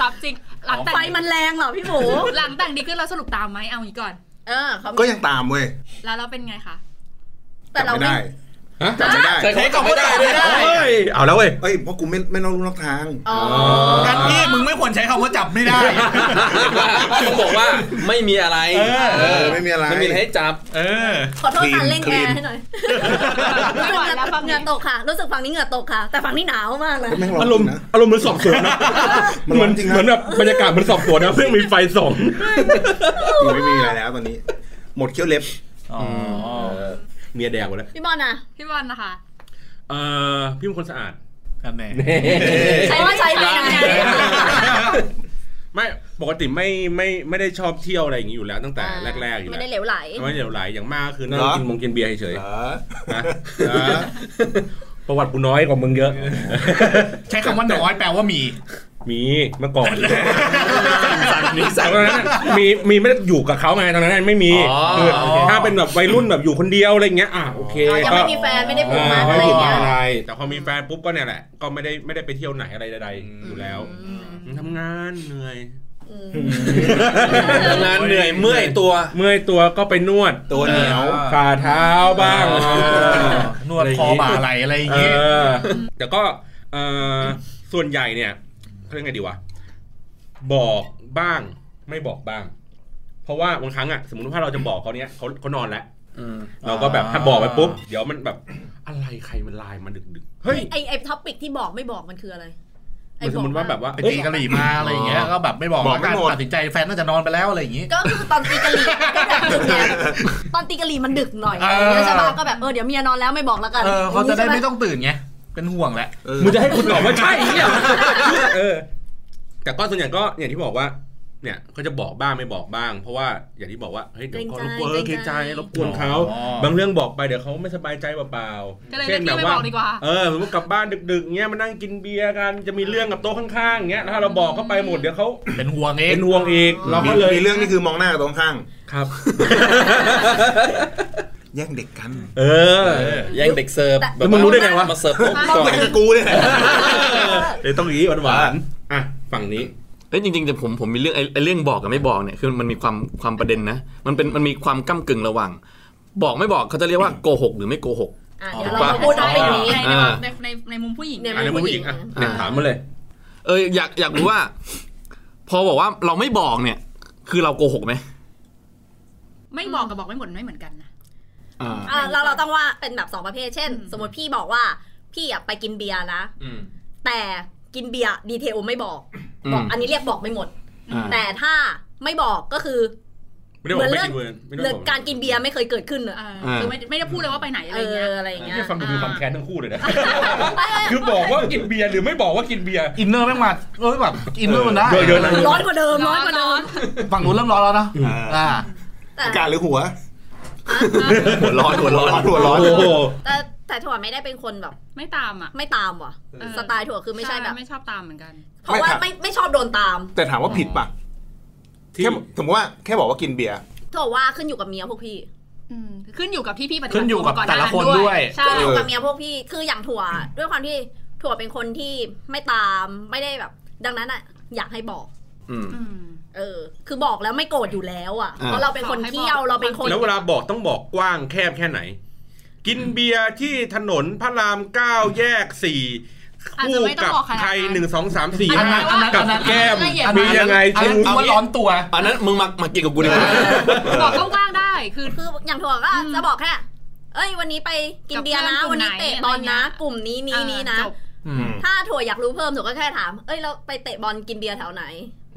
Speaker 5: ซับจริง หลังแต่ง
Speaker 3: ไฟมันแรงเหรอพี่หมู
Speaker 5: หลังแต่งดีขึ้นเราสรุปตามไหมเอาอย่างงี้ก่อน
Speaker 3: เออเขา
Speaker 8: ก็ยังตามเว้ย
Speaker 5: แล้วเราเป็นไงคะ
Speaker 3: แต่เรา
Speaker 8: จำไม่
Speaker 3: ไม่
Speaker 8: ได้จำไม่ได้
Speaker 7: ใส่ของกลับไม่ได้เลย
Speaker 4: เฮ้ยเอาแล้วเว้ย
Speaker 8: เอ้ยเพราะกูไม่ไม่นอกรู้นอกทาง
Speaker 3: อ๋อ
Speaker 6: งั้นพี่มึงไม่ควรใช้คำว่าจับไม่ได้
Speaker 7: คือบอกว่าไม่มีอะไร
Speaker 8: เออไม่มีอะไร
Speaker 7: ไม่มีให้จับ
Speaker 6: เออ
Speaker 3: ขอโทษ
Speaker 8: คลีน
Speaker 3: สารเล่ง
Speaker 8: คลี
Speaker 3: แอน ร์ให้หน่อย
Speaker 5: ไม่ไหวแล้ว
Speaker 3: รู้สึกเหงื่อตกค่ะ รู้สึกฝั่งนี้เหงื่อตกค่ะ แต่ฝั่งนี้หนาวมากเลย
Speaker 8: แม่งร้อ
Speaker 4: อาน รม
Speaker 8: จริ
Speaker 4: ณ์
Speaker 8: งนะ
Speaker 4: อารมณ์เหมือนสอบสวนนะ
Speaker 8: มัน
Speaker 4: เหมือน
Speaker 8: จริงนะ
Speaker 4: เหมือนแบบบรรยากาศเหมันสอบสวนนะเพิ่งมีไฟส่อง
Speaker 8: กูไม่มีอะไรแล้วตอนนี้ หมดเขี้ยวเล็บ
Speaker 6: อ๋อ
Speaker 4: เมียแดงหมดแล้ว
Speaker 3: พี่บอลนะ
Speaker 5: พี่บอลนะคะ
Speaker 4: เออพี่เป็นคนสะอาด
Speaker 6: กันแน่
Speaker 3: ใช้ว่าใช้ไปไง
Speaker 4: ไม่ปกติไม่ไม่ไม่ได้ชอบเที่ยวอะไรอย่างนี้อยู่แล้วตั้งแต่แรกๆอยู่แล้
Speaker 3: ไม่
Speaker 4: ว
Speaker 3: ได้เหลวไหล
Speaker 4: ไม่ได้เหลวไหลอย่างมากคือนั่ง
Speaker 8: เหรอ
Speaker 4: กินมงกินเบียร์เฉย
Speaker 8: เหรอ
Speaker 4: ๆนะ
Speaker 8: เหรอ
Speaker 4: ประวัติกูน้อยกว่ามึงเยอะ
Speaker 6: ใช้คำว่าน้อยแปลว่ามี
Speaker 4: มีเมื่อก่อน
Speaker 7: สั่นนิสัย
Speaker 4: ตอนนั้นมีมีไม่ได้อยู่กับเขาไงตอนนั้นไม่มี
Speaker 7: อ๋อ
Speaker 4: คือถ้าเป็นแบบวัยรุ่นแบบอยู่คนเดียวอะไรอย่างเงี้ยอ่ะโอเค
Speaker 3: อ๋อยังไม่มีแฟนไม่ได้ผูกมัดอะไรอย่างเงี้ย
Speaker 4: ม่ด้ผูกมัดอะไรแต่พอมีแฟนปุ๊บก็เนี่ยแหละ ก็ไม่ได้ไม่ได้ไปเที่ยวไหนอะไรใดๆอยู่แล้วทำงานเหนื่อย
Speaker 7: ทำงานเหนื่อยเมื่อยตัว
Speaker 4: เมื่อยตัวก็ไปนวด
Speaker 8: ตัวเหนียว
Speaker 4: ฝ่าเท้าบ้าง
Speaker 6: นวดคอบ่าไหลอะไรอย่าง
Speaker 4: เอ
Speaker 6: เงี้ย
Speaker 4: อแต่ก็เออส่วนใหญ่เนี่ยเขาเรียกไงดีวะบอกบ้างไม่บอกบ้าง เพราะว่าบางครั้งอ่ะสมมติว่าเราจะบอกเขาเนี้ยเขาเขานอนแล้วเราก็แบบถ้าบอกไปปุ๊บเดี๋ยวมันแบบ อะไรใครมันไลน์มาดึกดึกๆเฮ้ย
Speaker 3: ไอไอท็อปิกที่บอกไม่บอกมันคืออะไรไอ้
Speaker 4: มันส
Speaker 3: บอ
Speaker 4: มมติว่าแบบว่า
Speaker 6: ไป
Speaker 4: เอ้ย
Speaker 6: ตีกะหรี่มาอะไรอย่างเงี้ยก็แบบไม่บอก
Speaker 8: บอก
Speaker 6: แล้ว
Speaker 8: ไม่
Speaker 6: กัน
Speaker 8: หมด
Speaker 6: ตัดสินใจแฟนน่าจะนอนไปแล้วอะไรอย่างงี้
Speaker 3: ก็คือตอนตีกะหรี่ก็แบบดึกไงตอนตีกะหรี่มันดึกหน่อยอะไรอย่างเงี้ยใช่ปะก็แบบเออเดี๋ยวเมียนอนแล้วไม่บอกแล้วกัน
Speaker 6: เออเขาจะได้ไม่ต้องตื่นไง เป็นห่วงแหละ
Speaker 8: เออ
Speaker 4: มึงจะให้คุณตอบว่าใช่เนี่ยเออแต่ก็ส่วนใหญ่ก็อย่างที่บอกว่า เนี่ยก็จะบอกบ้างไม่บอกบ้าง เพราะว่าอย่างที่บอกว่าเฮ้ยเดี๋ยวก็รบกวนเออ
Speaker 3: เก
Speaker 4: เก
Speaker 3: ร
Speaker 4: รง ง
Speaker 3: ใจ
Speaker 4: ใจรบกวนเขา
Speaker 6: อ๋อ
Speaker 4: บางเรื่องบอกไปเดี๋ยวเขาไม่สบายใจเปล่า
Speaker 5: ก็เลย
Speaker 4: เช่นแบบ
Speaker 5: ไม่
Speaker 4: ว่า
Speaker 5: บอกดีกว่า
Speaker 4: เออสมมติกลับบ้านดึกๆเงี้ยมานั่งกินเบียร์กันจะมีเรื่องกับโต๊ะข้างๆเงี้ยแล้วถ้าเราบอกเข้าไปหมดเดี๋ยวเขา
Speaker 6: เป็นห่วงเอง
Speaker 4: เป็นห่วงอีกเรา
Speaker 8: มี
Speaker 4: ก็เลย
Speaker 8: มีเรื่องนี่คือมองหน้ากับตรงข้าง
Speaker 4: ครับ
Speaker 8: แย่งเด็กกัน
Speaker 4: เออ
Speaker 7: แย่งเด็กเสิร์ฟ
Speaker 3: แต่
Speaker 7: แบบ
Speaker 4: มึงรู้ได้ไงวะ
Speaker 7: มาเสิร์ฟโต๊ะก่อ
Speaker 8: แย่ง
Speaker 7: น
Speaker 8: กับกูเนี่ยแหละ
Speaker 4: เดี๋ยวต้องอย่างนี้หวานๆอ่ะฝั่งนี้
Speaker 7: เอ้ยจริงๆแต่ผมผมมีเรื่องไอ้ไอ้เรื่องบอกกับไม่บอกเนี่ยคือมันมีความความประเด็นนะ มันเป็นมันมีความก้ากึ่งระหว่าง บอกไม่บอกเขาจะเรียกว่าโกหกหรือไม่โกหก
Speaker 3: อ่ะเดี๋ยวเรามาพูด
Speaker 5: ใช่
Speaker 3: เอาเป็นอย่างนี้
Speaker 5: ใน
Speaker 7: อ่า
Speaker 5: ในในในมุมผู้หญิง
Speaker 3: เนี่ย
Speaker 4: อันนี้ผู้หญิงอ่ะเด็กถามมาเลย
Speaker 7: เอออยากอยากรู้ว่า พอบอกว่าเราไม่บอกเนี่ย คือเราโกหกไหม
Speaker 5: ไม่บอกกับบอกไม่หมดไม่เหมือนกันนะ
Speaker 7: อ่า
Speaker 3: อ่ะเราเราต้องว่าเป็นแบบสองประเภท เช่น สมมติพี่บอกว่าพี่อ่ะไปกินเบียร์นะ
Speaker 7: อืม
Speaker 3: แต่กินเบียร์ดีเทลไม่บอก
Speaker 7: อืม
Speaker 3: บอกอันนี้เรียกบอกไม่หมด
Speaker 7: อ่า
Speaker 3: แต่ถ้าไม่บอกก็คือ
Speaker 4: ไม่ได้บอกไม่กินเวรไม่ได้
Speaker 3: เรื่อบ ง
Speaker 4: อก
Speaker 3: การกินเบียร์ไม่เคยเกิดขึ้นเลย
Speaker 5: เออคือไม่ไม่ได้พูดเลยว่าไปไหนอะ
Speaker 3: เอ
Speaker 5: ไรเงี้ย
Speaker 3: ออะไรอย่างเงี้ย
Speaker 4: เนี่ยฟังดูมีความแค้นทั้งคู่เลยนะ
Speaker 3: ไปๆ
Speaker 4: คือบอกว่ากินเบียร์หรือไม่บอกว่ากินเบียร์
Speaker 6: อินเนอร์แม่งมาเออแบบอินเนอร์มันได้
Speaker 4: เยอะๆนะ
Speaker 3: ร้อนกว่าเดิมร้อนกว่าเดิม
Speaker 6: ฝั่งนู้นเริ่มร้อนแล้วนะอ่า
Speaker 3: แต่
Speaker 8: อากาศหรือหัว
Speaker 7: หัวร้อนหัวร้อน
Speaker 8: หัวร้อน
Speaker 4: โอ้โห
Speaker 3: แต่แต่ถั่วไม่ได้เป็นคนแบบ
Speaker 5: ไม่ตามอ่ะ
Speaker 3: ไม่ตามว่ะ
Speaker 5: เออ
Speaker 3: สไตล์ถั่วคือไม่ใช่แบบ
Speaker 5: ไม่ชอบตามเหมือนกัน
Speaker 3: เพราะว่า
Speaker 8: ไม่
Speaker 3: ไม่
Speaker 8: ทำ
Speaker 3: ไม่ชอบโดนตาม
Speaker 8: แต่ถามว่าผิดปะ
Speaker 4: ที่
Speaker 8: แค่สมมติว่าแค่บอกว่ากินเบียร์
Speaker 3: ถั่วว่าขึ้นอยู่กับเมียพวกพี่
Speaker 5: อืมขึ้นอยู่กับที่พี่ปฏิบัติ
Speaker 6: ขึ้นอยู่กับ
Speaker 5: ตัวก่หา
Speaker 6: แต่ละคนด้วย
Speaker 5: ใช่
Speaker 3: ขึ้นอยู่
Speaker 8: เออ
Speaker 3: กับเมียพวกพี่ คืออย่างถั่ว ด้วยความที่ถั่วเป็นคนที่ไม่ตาม ไม่ได้แบบ ดังนั้นอ่ะ อยากให้บอก
Speaker 7: อืม
Speaker 5: อืม
Speaker 3: เออ คือบอกแล้วไม่โกรธอยู่แล้วอ่ะ
Speaker 7: อ่า
Speaker 3: เพราะเราเป็นคนเที่ยว เราเป็นคน
Speaker 4: แล้วเวลาบอกต้องบอกกว้างแคบแค่ไหน กินเบียร์ที่ถนนพระรามเก้าแยกสี่
Speaker 5: อาจ
Speaker 4: คู่
Speaker 5: จะไม่ต้อ
Speaker 4: กั
Speaker 5: ง
Speaker 4: บ
Speaker 5: บอกขนาดนั้น
Speaker 4: ไทยหนึ่งสองสามสี่
Speaker 6: อันนั้
Speaker 4: ห้าน
Speaker 6: อันนั้น
Speaker 4: กับ
Speaker 6: อันนั้น
Speaker 4: แก้ม
Speaker 5: ละเอียด
Speaker 4: มียังไง
Speaker 6: อัน
Speaker 4: ที่
Speaker 6: นั้น
Speaker 4: รู้
Speaker 6: กูว่าร้อนตัว
Speaker 7: อันนั้นมึงมามากินกับกูดีกว่า
Speaker 5: บอกกว้างๆได้คือ
Speaker 3: คืออย่างถั่วก็
Speaker 5: อืม
Speaker 3: จะบอกแค่ เอ้ย วันนี้ไปกินเบียร์นะ
Speaker 5: กับเพื่อน
Speaker 3: วันนี้เตะบอลนะ
Speaker 5: ก
Speaker 3: ก
Speaker 5: ลุ่
Speaker 3: ลุ่ม
Speaker 5: มไหน
Speaker 3: นี้นี้นี้นะ
Speaker 5: เออจบ
Speaker 3: ถ้าถั่วอยากรู้เพิ่มถั่วก็แค่ถาม เอ้ย เราไปเตะบอลกินเบียร์แถวไหน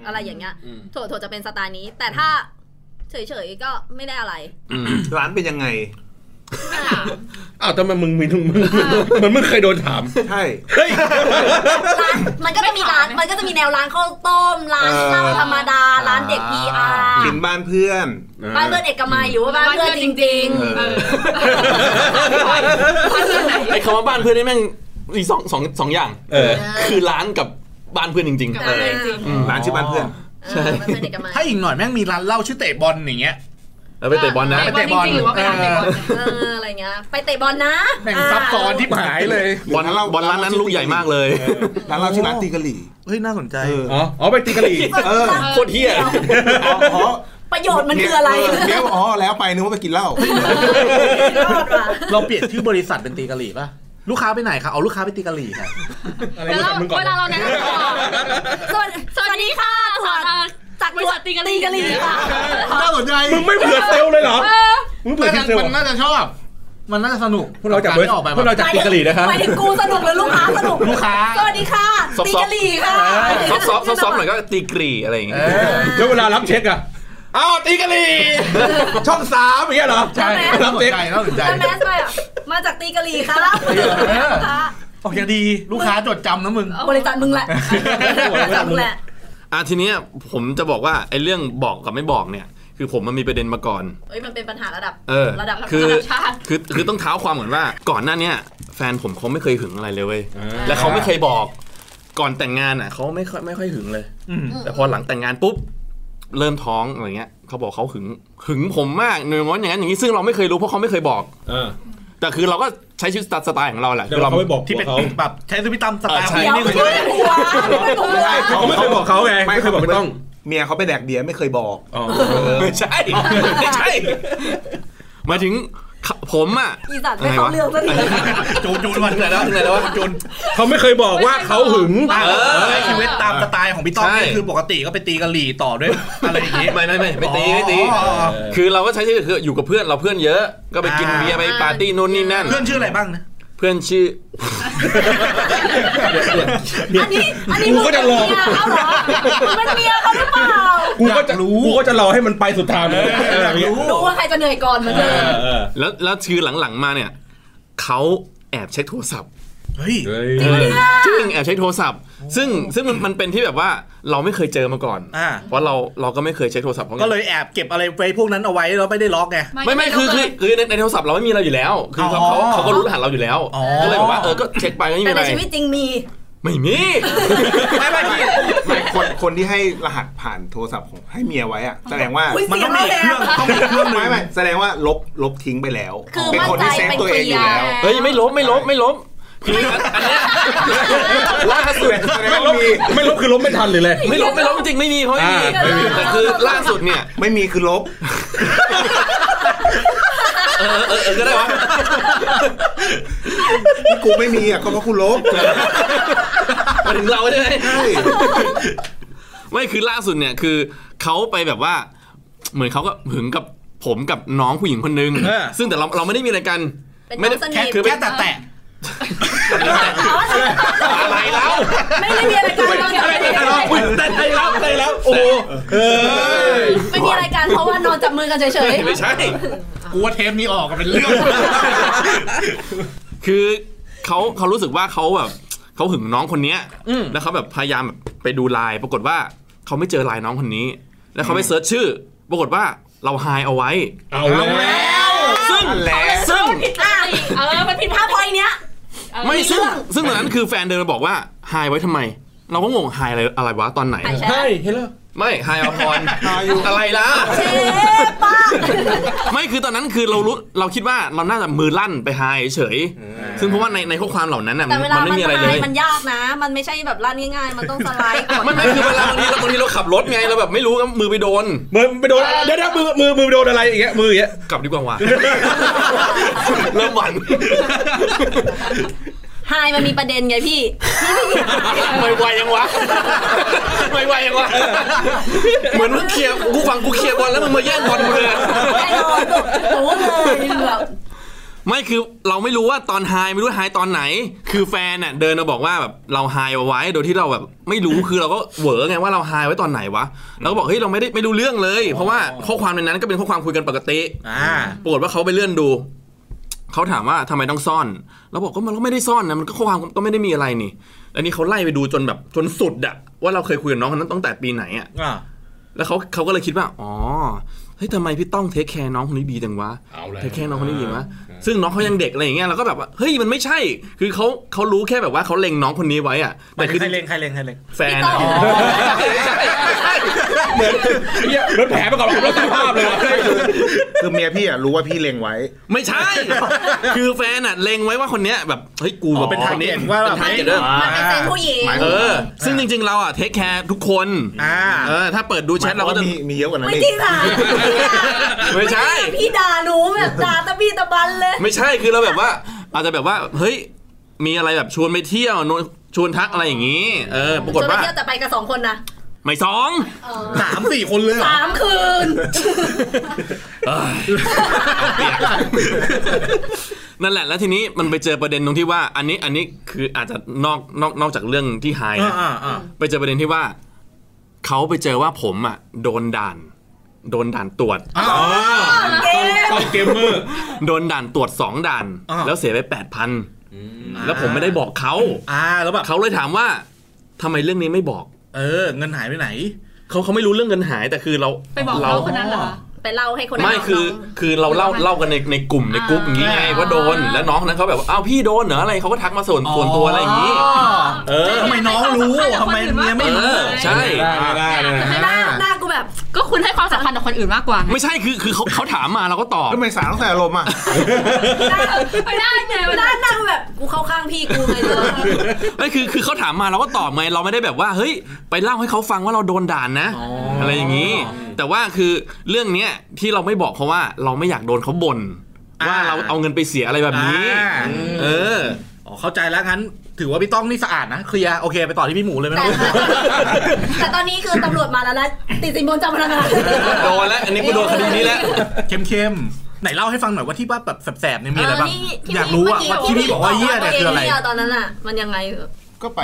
Speaker 3: อะไรอย่างเงี้ย
Speaker 7: อืม
Speaker 3: ถั่วถั่วจะเป็นสไตล์นี้ แต่ถ้า เฉยๆ ก็ไม่ได้อะไร
Speaker 7: อืม
Speaker 8: ร้านเป็นยังไง
Speaker 5: ไม่ถาม
Speaker 4: อ้าวทำไมมึงมีมึงมึงมันมึงเคยโดนถาม
Speaker 8: ใช่
Speaker 3: ร้านมันก็จะมีร้าน
Speaker 5: ไม่ขาย
Speaker 3: มันก็จะมีแนวร้านข้าวต้ม ร้าน
Speaker 8: เออ
Speaker 3: เหล้าธรรมดา ร้านเด็ก
Speaker 6: อ่า
Speaker 3: PR
Speaker 8: กินบ้านเพื่อน
Speaker 3: บ้านเพื่อนเอกมัยหรือว่าบ้านเพื่อนจริง
Speaker 8: เออ
Speaker 5: เออบ้านเพื่อนไหน
Speaker 7: ไอ้คำว่าบ้านเพื่อนนี่แม่งมีสองสองสองอย่าง
Speaker 4: เออ
Speaker 7: คือร้านกับบ้านเพื่อนจริง
Speaker 5: กับ
Speaker 7: ๆ
Speaker 3: เออ
Speaker 5: เพื่อนจริง
Speaker 8: ร้านชื่อบ้านเพื่อน
Speaker 3: ๆเออบ้านเพื่อนเอกมัย
Speaker 6: ถ้าอีกหน่อยแม่งมีร้านเหล้าชื่อเตะบอลอย่างเงี้ย
Speaker 7: แล้วไปเตะบอลนะ
Speaker 5: เตะบอลจริงๆหรือว่าไปร้านเตะบอลเนี่ย
Speaker 3: เอออะไรเงี้ย ไปเตะบอลนะ
Speaker 6: แม่งซับซ้อนที่หายเลย
Speaker 7: บอล
Speaker 8: ร้านเรา
Speaker 7: บอลร้านนั้นลูกใหญ่มากเลย
Speaker 8: ร้านเราชื่อร้านตีกะหรี่
Speaker 6: เฮ้ยน่าสนใจ
Speaker 8: เออ
Speaker 4: อ๋ออ๋อไปตีกะหรี่
Speaker 8: เออ
Speaker 7: โคตรเฮี้ย
Speaker 8: อ๋อ
Speaker 3: ประโยชน์มันคืออะไร
Speaker 8: เดี๋ยวอ๋อแล้วไปนึกว่าไปกินเหล้า
Speaker 3: รอดว่ะ
Speaker 6: เราเปลี่ยนชื่อบริษัทเป็นตีกะหรี่ป่ะ ลูกค้าไปไหนคะเอาลูกค้าไปตีกะหรี่ค่ะ
Speaker 5: แล้วเราเวลาเราแนะนำตัว
Speaker 3: สวัสดีสวัสดีค่ะถั่ว
Speaker 5: เออ
Speaker 3: จาก
Speaker 5: บริษัทตีกะหรี่
Speaker 3: กะหรี่ค่ะ
Speaker 6: น่าสนใจ
Speaker 4: มึงไม่เผื่อเซลล์เลยเหรอ มึงเผื่อ
Speaker 6: น่าจะ
Speaker 4: เซลล์
Speaker 6: มัน
Speaker 4: เหรอ
Speaker 6: น่าจะชอบ มันน่าจะสนุก
Speaker 4: พวกเราจากบริษั
Speaker 6: อ
Speaker 4: ท
Speaker 6: อกไป
Speaker 4: พวกเราจากตีกะหรี่นะครับ
Speaker 3: หมายถึงกูสนุกหรือลูกค้าสนุก
Speaker 6: ลูกค้า
Speaker 3: สวัสดีค่ะ
Speaker 7: ซอฟ
Speaker 3: ตี
Speaker 7: ๆ
Speaker 3: กะหรี่ค่ะ
Speaker 7: ซอฟต์ๆซอฟต์ๆหน่อยก็ตีกรีอะไรอย่างเงี้ย
Speaker 4: แล้วเวลารับเช็คอะอ้าวตีกะหรี่ ช่องสามอย่างเงี้ยเหรอ
Speaker 6: ใช่น่าสนใจน่าสนใจ
Speaker 3: แล้วแมสด้วยอ่ะมาจากตีกะหรี่ครับ
Speaker 6: อ
Speaker 3: ค่ะ
Speaker 6: โอ้ยังดี ลูกค้าจดจำนะมึง
Speaker 3: บริษัทมึงแหละบริษัทมึงแหละ
Speaker 7: อ่ะทีเนี้ยผมจะบอกว่าไอ้เรื่องบอกกับไม่บอกเนี่ย คือผมมันมีประเด็นมาก่อน
Speaker 3: เอ้ยมันเป็นปัญหาระดับ
Speaker 7: เออ
Speaker 3: ระดับ
Speaker 7: คือ
Speaker 3: ระดับชาติ
Speaker 7: คือคือต้องเท้าความเหมือนว่าก่อนหน้าเนี้ยแฟนผมเขาไม่เคยหึงอะไรเลยเว้ยและเขาไม่เคยบอกก่อนแต่งงานอ่ะเขาไม่ค่อยไม่ค่อยหึงเลย
Speaker 6: อืม
Speaker 7: แต่พอหลังแต่งงานปุ๊บเริ่มท้องอะไรเงี้ยเขาบอกเขาหึงหึงผมมากเนื้อย่างนั้นอย่างนั้นอย่างนี้ซึ่งเราไม่เคยรู้เพราะเขาไม่เคยบอก แต่คือเราก็ใช้ชีวิตสไตล์ของเราแหละ
Speaker 4: เดี๋ยวเรา
Speaker 7: คื
Speaker 4: ไม่บอก
Speaker 6: ที่เป็น
Speaker 4: เขา
Speaker 6: แบบใช้ชีวิตตามสไตล์ของ
Speaker 3: เดี๋ยว
Speaker 6: นี่
Speaker 3: ไม่
Speaker 6: คือ
Speaker 3: ใช่ผัวไม่ผัว
Speaker 8: ใช่
Speaker 4: เขาไม่เคยบอกเขาไงไม่เคยบอกไม่ต้อง
Speaker 8: เมียเขาไปแดกเบียร์ไม่เคยบอก
Speaker 4: อ๋อ
Speaker 7: ไม่ใช่ไม่ใช่หมายถึงผมอ่ะ
Speaker 3: อีสัตว์ไม่เข้าเรื่องซะที
Speaker 6: จูนจูนวันไหนแล้วไหนแล้วจูน
Speaker 4: เขาไม่เคยบอกว่าเขาหึง
Speaker 6: เออใช้ชีวิตตามสไตล์ของพี่ต้อม
Speaker 7: ใช่
Speaker 6: นี่คือปกติก็ไปตีกะหรี่ต่อด้วยอะไรอย่างงี้
Speaker 7: ไม่ไม่ไม่ไม่ตีไม่ตี
Speaker 6: อ๋ออ๋ออ๋อ
Speaker 7: คือเราก็ใช้ชีวิตคืออยู่กับเพื่อนเราเพื่อนเยอะ ก็ไปกินเบียร์ไปปาร์ตี้นู่นนี่นั่น
Speaker 6: เพื่อนชื่ออะไรบ้างนะ
Speaker 7: เพื่อนชื่อ
Speaker 3: อันนี้ อันนี้
Speaker 4: กูก็จะลอง
Speaker 3: มึเป็นเมียเขาเหรอมึง
Speaker 4: กู
Speaker 3: เป็นเมียเขาหรือเปล่า
Speaker 4: ก็จะรู้กูก็จะรอให้มันไปสุดทางเลย
Speaker 6: รู้
Speaker 3: ดูว่าใครจะเหนื่อยก่อนเหมือน
Speaker 4: เอ
Speaker 3: เดิม
Speaker 4: อเออ
Speaker 7: แล้วแล้วชื่อหลังๆมาเนี่ยเขาแอบเช็คโทรศัพท์
Speaker 6: เฮ้ย
Speaker 4: เฮ้ย
Speaker 7: จริงแอบใช้โทรศัพท์ ซึ่งซึ่งมันมันเป็นที่แบบว่าเราไม่เคยเจอมาก่อน
Speaker 6: อ่า
Speaker 7: เพราะเราเราก็ไม่เคยใช้โทรศัพท์เพราะงั้น
Speaker 6: ก็เลยแอบเก็บอะไรไปพวกนั้นเอาไว้แล้วไม่ได้ล็อกไง
Speaker 7: ไม่ไม่คือคือคือในในโทรศัพท์เราไม่มีเราอยู่แล้ว คือเขา
Speaker 6: อ๋อ
Speaker 7: เขาเขาก็รู้รหัสเราอยู่แล้ว
Speaker 6: อ๋อ
Speaker 7: ก็เลยแบบว่าเออก็เช็คไปก็ไม่มี
Speaker 3: แต่
Speaker 7: อะ
Speaker 3: ใน
Speaker 7: ไร
Speaker 3: ชีวิตจริงมี
Speaker 7: ไม่มี
Speaker 8: ไม่ไม่พี่ไม่คนคนที่ให้รหัสผ่านโทรศัพท์ของให้เมียไว้อะแสดงว่า
Speaker 3: อุ๊ย
Speaker 8: มัน
Speaker 6: มันต้องมีเครื่องต้องมีเครื่องหนึ่
Speaker 8: ไม่
Speaker 6: ง
Speaker 8: ไม่แสดงว่าลบลบทิ้งไปแล้ว
Speaker 3: คือ
Speaker 8: เป็นคนที่เซฟ
Speaker 3: มั่นใจ
Speaker 8: ตัวเองอยู่แล้ว
Speaker 3: เป็นเคลียร์
Speaker 7: เฮ้ยไม่ลบไม่ลบไม่ลบคืออันเนี้ยล่าสุด
Speaker 8: แสดงว่ามี
Speaker 4: ไม่ลบคือลบไม่ทันหรือเลย
Speaker 7: ไม่ลบไม่ลบจริงๆไม่มีเพราะไม่มี
Speaker 4: อ่าไม่มี
Speaker 7: แต่คือล่าสุดเนี่ย
Speaker 8: ไม่มีคือลบ
Speaker 7: เออเออเออก็ได้วะ
Speaker 8: ที่กูไม่มีอ่ะก็เพราะกูลบ
Speaker 7: มาถึงเราใช่ไหม
Speaker 8: ใช่
Speaker 7: ไม่คือล่าสุดเนี่ยคือเขาไปแบบว่า เหมือนเขาก็หึงกับผมกับน้องผู้หญิงคนนึง
Speaker 6: เออ
Speaker 7: ซึ่งแต่เราเราไม่ได้มีอะไรกัน
Speaker 3: เป็น
Speaker 7: ไม่
Speaker 3: น้
Speaker 7: ได้
Speaker 3: องสนิท
Speaker 7: แค่คือไม่
Speaker 6: แค่แต่แตะ
Speaker 7: อะไรแล้ว
Speaker 3: ไม่ได้มีอะไรกันนอนจับมือ
Speaker 7: แต่เราอุ๊ยแต่ไทยแล้วไทยแล้วโอ้โห
Speaker 3: ไม่มีอะไรกันเพราะว่านอนจับมือกันเฉย
Speaker 7: ไม่ใช่
Speaker 6: กูว่าเทปนี้ออกกันเป็นเรื่อง
Speaker 7: คือเขาเขารู้สึกว่าเขาแบบเขาหึงน้องคนเนี้ยแล้วเขาแบบพยายามแบบไปดูไลน์ปรากฏว่าเขาไม่เจอไลน์น้องคนนี้ แล้วเขาไปเซิร์ชชื่อ ปรากฏว่าเราไฮเอาไว้
Speaker 4: เอาแล้ว
Speaker 7: ซึ่งซึ่ง
Speaker 3: ๆอ่ะ
Speaker 5: เออมันผิดพ
Speaker 3: ถ้า
Speaker 5: ลาด
Speaker 3: พอยเนี้ย
Speaker 7: ไม่
Speaker 3: มีเรื่
Speaker 7: ซึ่ง
Speaker 3: อง
Speaker 7: ซึ่งตอนนั้นคือแฟนเดินมาบอกว่าหายไว้ทำไม เราก็งงหายอะไรอะไรวะตอนไหน
Speaker 3: ไอ้แช
Speaker 4: ใช่
Speaker 3: ร์
Speaker 4: เฮ้ยเลิก
Speaker 7: ไม่หายอภรณ์อะไรล่ะ
Speaker 3: เชฟป้า
Speaker 7: ไม่คือตอนนั้นคือเรารู้เราคิดว่าเราน่าจะมือลั่นไปหายเฉยซึ่งเพราะว่าในในข้อความเหล่านั้นน่ะ
Speaker 3: แต่เวลามั
Speaker 7: มันไม่
Speaker 3: น
Speaker 7: มีอะไร
Speaker 3: ไล
Speaker 7: เลย
Speaker 3: น์มันยากนะ มันไม่ใช่แบบลั่นง่ายๆ มันต้องสไลด์กด
Speaker 7: มันไม่คือเวลาบางทีเราบางทีเราขับรถไงเราแบบไม่รู้ก็มือไปโดน
Speaker 4: มือไปโดนเดี๋ยวนะมือมือมือไปโดนอะไรอย่างเงี้ยมืออย่างเงี้ย
Speaker 7: กลับดีกว่าว่ะ เริ่มหวั่น
Speaker 3: ไฮมันมีประเด็นไงพี่
Speaker 7: ไม่ไหวยังวะไม่ไหวยังวะเหมือนมึงเคลียร์กูฟังกูเคลียร์บอลแล้วมึงมาแย่งบอลกูเลย
Speaker 3: ไอ้นอนหนูเลยแบบ
Speaker 7: ไม่คือเราไม่รู้ว่าตอนไฮไม่รู้ไฮตอนไหน คือแฟนน่ะเดินมาบอกว่าแบบเราไฮเอาไว้โดยที่เราแบบไม่รู้คือเราก็เหวอไงว่าเราไฮไว้ตอนไหนวะเราก็บอกเฮ้ยเราไม่ได้ไม่รู้เรื่องเลย เพราะว่าข้อความในนั้นก็เป็นข้อความคุยกันปกติ
Speaker 6: อ่า
Speaker 7: ปรากฏว่าเขาไปเลื่อนดูเขาถามว่าทำไมต้องซ่อนเราบอกก็มันก็ไม่ได้ซ่อนนะมันก็ข้อความก็ไม่ได้มีอะไรนี่แล้วนี่เขาไล่ไปดูจนแบบจนสุดอะว่าเราเคยคุยกับน้องคนนั้นตั้งแต่ปีไหนอะ
Speaker 6: อ่า
Speaker 7: แล้วเขาเขาก็เลยคิดว่า อ๋อ เฮ้ยทำไมพี่ต้องเทคแคร์น้องคนนี้ดีจังวะ
Speaker 4: เอาแล้ว
Speaker 7: เทคแคร์น้องคนนี้ดีวะซึ่งน้องเขายังเด็กอะไรอย่างเงี้ยเราก็แบบว่า เฮ้ย มันไม่ใช่ คือเขาเขารู้แค่แบบว่าเขาเล็งน้องคนนี้ไว้อะแต่คือ
Speaker 6: ใครเล็งใครเล็งใครเล็ง
Speaker 7: แฟนอะ
Speaker 4: เหมือนเหี้ยรถแผลประกอบกับรถสภาพเลยว่ะ
Speaker 8: คือเมียพี่อ่ะรู้ว่าพี่เล็งไว้
Speaker 7: ไม่ใช่ คือแฟนอะเล็งไว้ว่าคนเนี้ยแบบ เฮ้ย กูแบบ
Speaker 6: เป็นทา
Speaker 7: ค
Speaker 6: ง
Speaker 7: น
Speaker 6: เก็
Speaker 7: นี้
Speaker 6: ตว่าแบบ
Speaker 7: เป็นทางเก็ตเด้อ
Speaker 3: มันเป็นเซนผู้หญิง
Speaker 7: เออ ซึ่งจริง ๆ เราอะเทคแคร์ทุกคน
Speaker 6: อ่า
Speaker 7: เออ ถ้าเปิดดูแชทเราก็จะ
Speaker 8: มีมีเยอะกว่านั้น
Speaker 3: ไม่
Speaker 8: อีก
Speaker 3: จริงค่ะ
Speaker 7: ไม่ใช่
Speaker 3: พี่ด่าหนูแบบด่าตะบี้ตะบันเลย
Speaker 7: ไม่ใช่คือเราแบบว่า อาจจะแบบว่า เฮ้ย มีอะไรแบบชวนไปเที่ยวโน้นชวนทักอะไรอย่างนี้ เออ ปรากฏ
Speaker 3: จะไป
Speaker 7: ว่า
Speaker 3: เที่ยวแต่ไปกับสองคนนะ
Speaker 7: ไม่สอง
Speaker 6: สามสี่คนเลยเหรอ
Speaker 3: สามคืน
Speaker 7: นั่นแหละ แล้วทีนี้มันไปเจอประเด็นตรงที่ว่า อันนี้อันนี้คืออาจจะนอกนอกนอกจากเรื่องที่หาย
Speaker 6: อ่า
Speaker 7: นะ
Speaker 6: อ่าอ่า
Speaker 7: ไปเจอประเด็นที่ว่า เขาไปเจอว่าผมอ่ะโดนด่าน โดนด่านตรวจ
Speaker 6: อ๋อ
Speaker 4: ต้องเกมเมอร์
Speaker 7: โดนด่านตรวจสองด่าน
Speaker 6: อ่า
Speaker 7: แล้วเสียไปแปดพันแล้วผมไม่ได้บอกเขา
Speaker 6: อ่าแล้วแบบ
Speaker 7: เขาเลยถามว่าทำไมเรื่องนี้ไม่บอก
Speaker 6: เออ เงินหายไปไหน
Speaker 7: เขาเขาไม่รู้เรื่องเงินหายแต่คือเรา
Speaker 5: ไปบอก
Speaker 7: เรา
Speaker 5: เขาคนนั้นเหรอ
Speaker 3: ไปเล่าให้คน
Speaker 7: ไม่
Speaker 3: นั้น
Speaker 7: คือ
Speaker 3: ฟัง
Speaker 7: คือเราเล่า
Speaker 5: ไม่
Speaker 7: เล่ากันในในกลุ่มในกรุ๊ปอย่างนี้ไง
Speaker 6: อ่า
Speaker 7: ว่าโดนแล้วน้องคนนั้นเขาแบบว่าอ้าวพี่โดนเหรออะไรเขาก็ทักมาส่วนส่วนตัวอะไรอย่างนี้ เออ
Speaker 6: ทำไมน้องรู้ทำไมเมีย
Speaker 7: เอ
Speaker 6: ไม่รู้
Speaker 7: อใช่
Speaker 4: ได้เลย
Speaker 3: หน้าหน้ากูแบบ
Speaker 5: ก็คุณให้ความสำคัญกับคนอื่นมากกว่าไง
Speaker 7: ไม่ใช่คือคือเขาเขาถามมาเราก็ตอบ
Speaker 8: แล้วทำไมสารต้องใส่อารมณ์อ่ะ
Speaker 5: ไม่ได้ไงไม่
Speaker 3: ห
Speaker 5: ได้
Speaker 3: น้าหน้ากูแบบกูเข้าข้างพี่กูเลยเลย
Speaker 7: ไม่คือคือเขาถามมาเราก็ตอบไงเราไม่ได้แบบว่าเฮ้ยไปเล่าให้เขาฟังว่าเราโดนด่านนะ อะไรอย่างนี้ แต่ว่าคือเรื่องเนี้ยที่เราไม่บอกเขาว่าเราไม่อยากโดนเขาบ่นว่าเราเอาเงินไปเสียอะไรแบบ
Speaker 6: อ่า
Speaker 7: นี้ เออ
Speaker 6: อ๋อเข้าใจแล้วงั้น ถือว่าพี่ต้องนี่สะอาดนะเคลียร์โอเคไปต่อที่พี่หมูเลยไหม
Speaker 3: แต่
Speaker 6: น้อง
Speaker 3: แต่ตอนนี้คือตำรวจมาแล้วนะติดสินบนเจ้าพนักงาน
Speaker 7: โดนแล้วอันนี้กูโดนคดีนี้แล้ว
Speaker 6: เข้มๆไหนเล่าให้ฟังหน่อยว่าที่ว่าแบบแสบๆเนี่ยมีอะไรบ้าง
Speaker 3: เนี่ที่
Speaker 6: อยากรู้อะว่าที่พี่บอกว่าเยี่ยเนี่ยคืออะไร
Speaker 3: เหี้ยตอนนั้นอ่ะ มันยังไง
Speaker 8: ก็ไป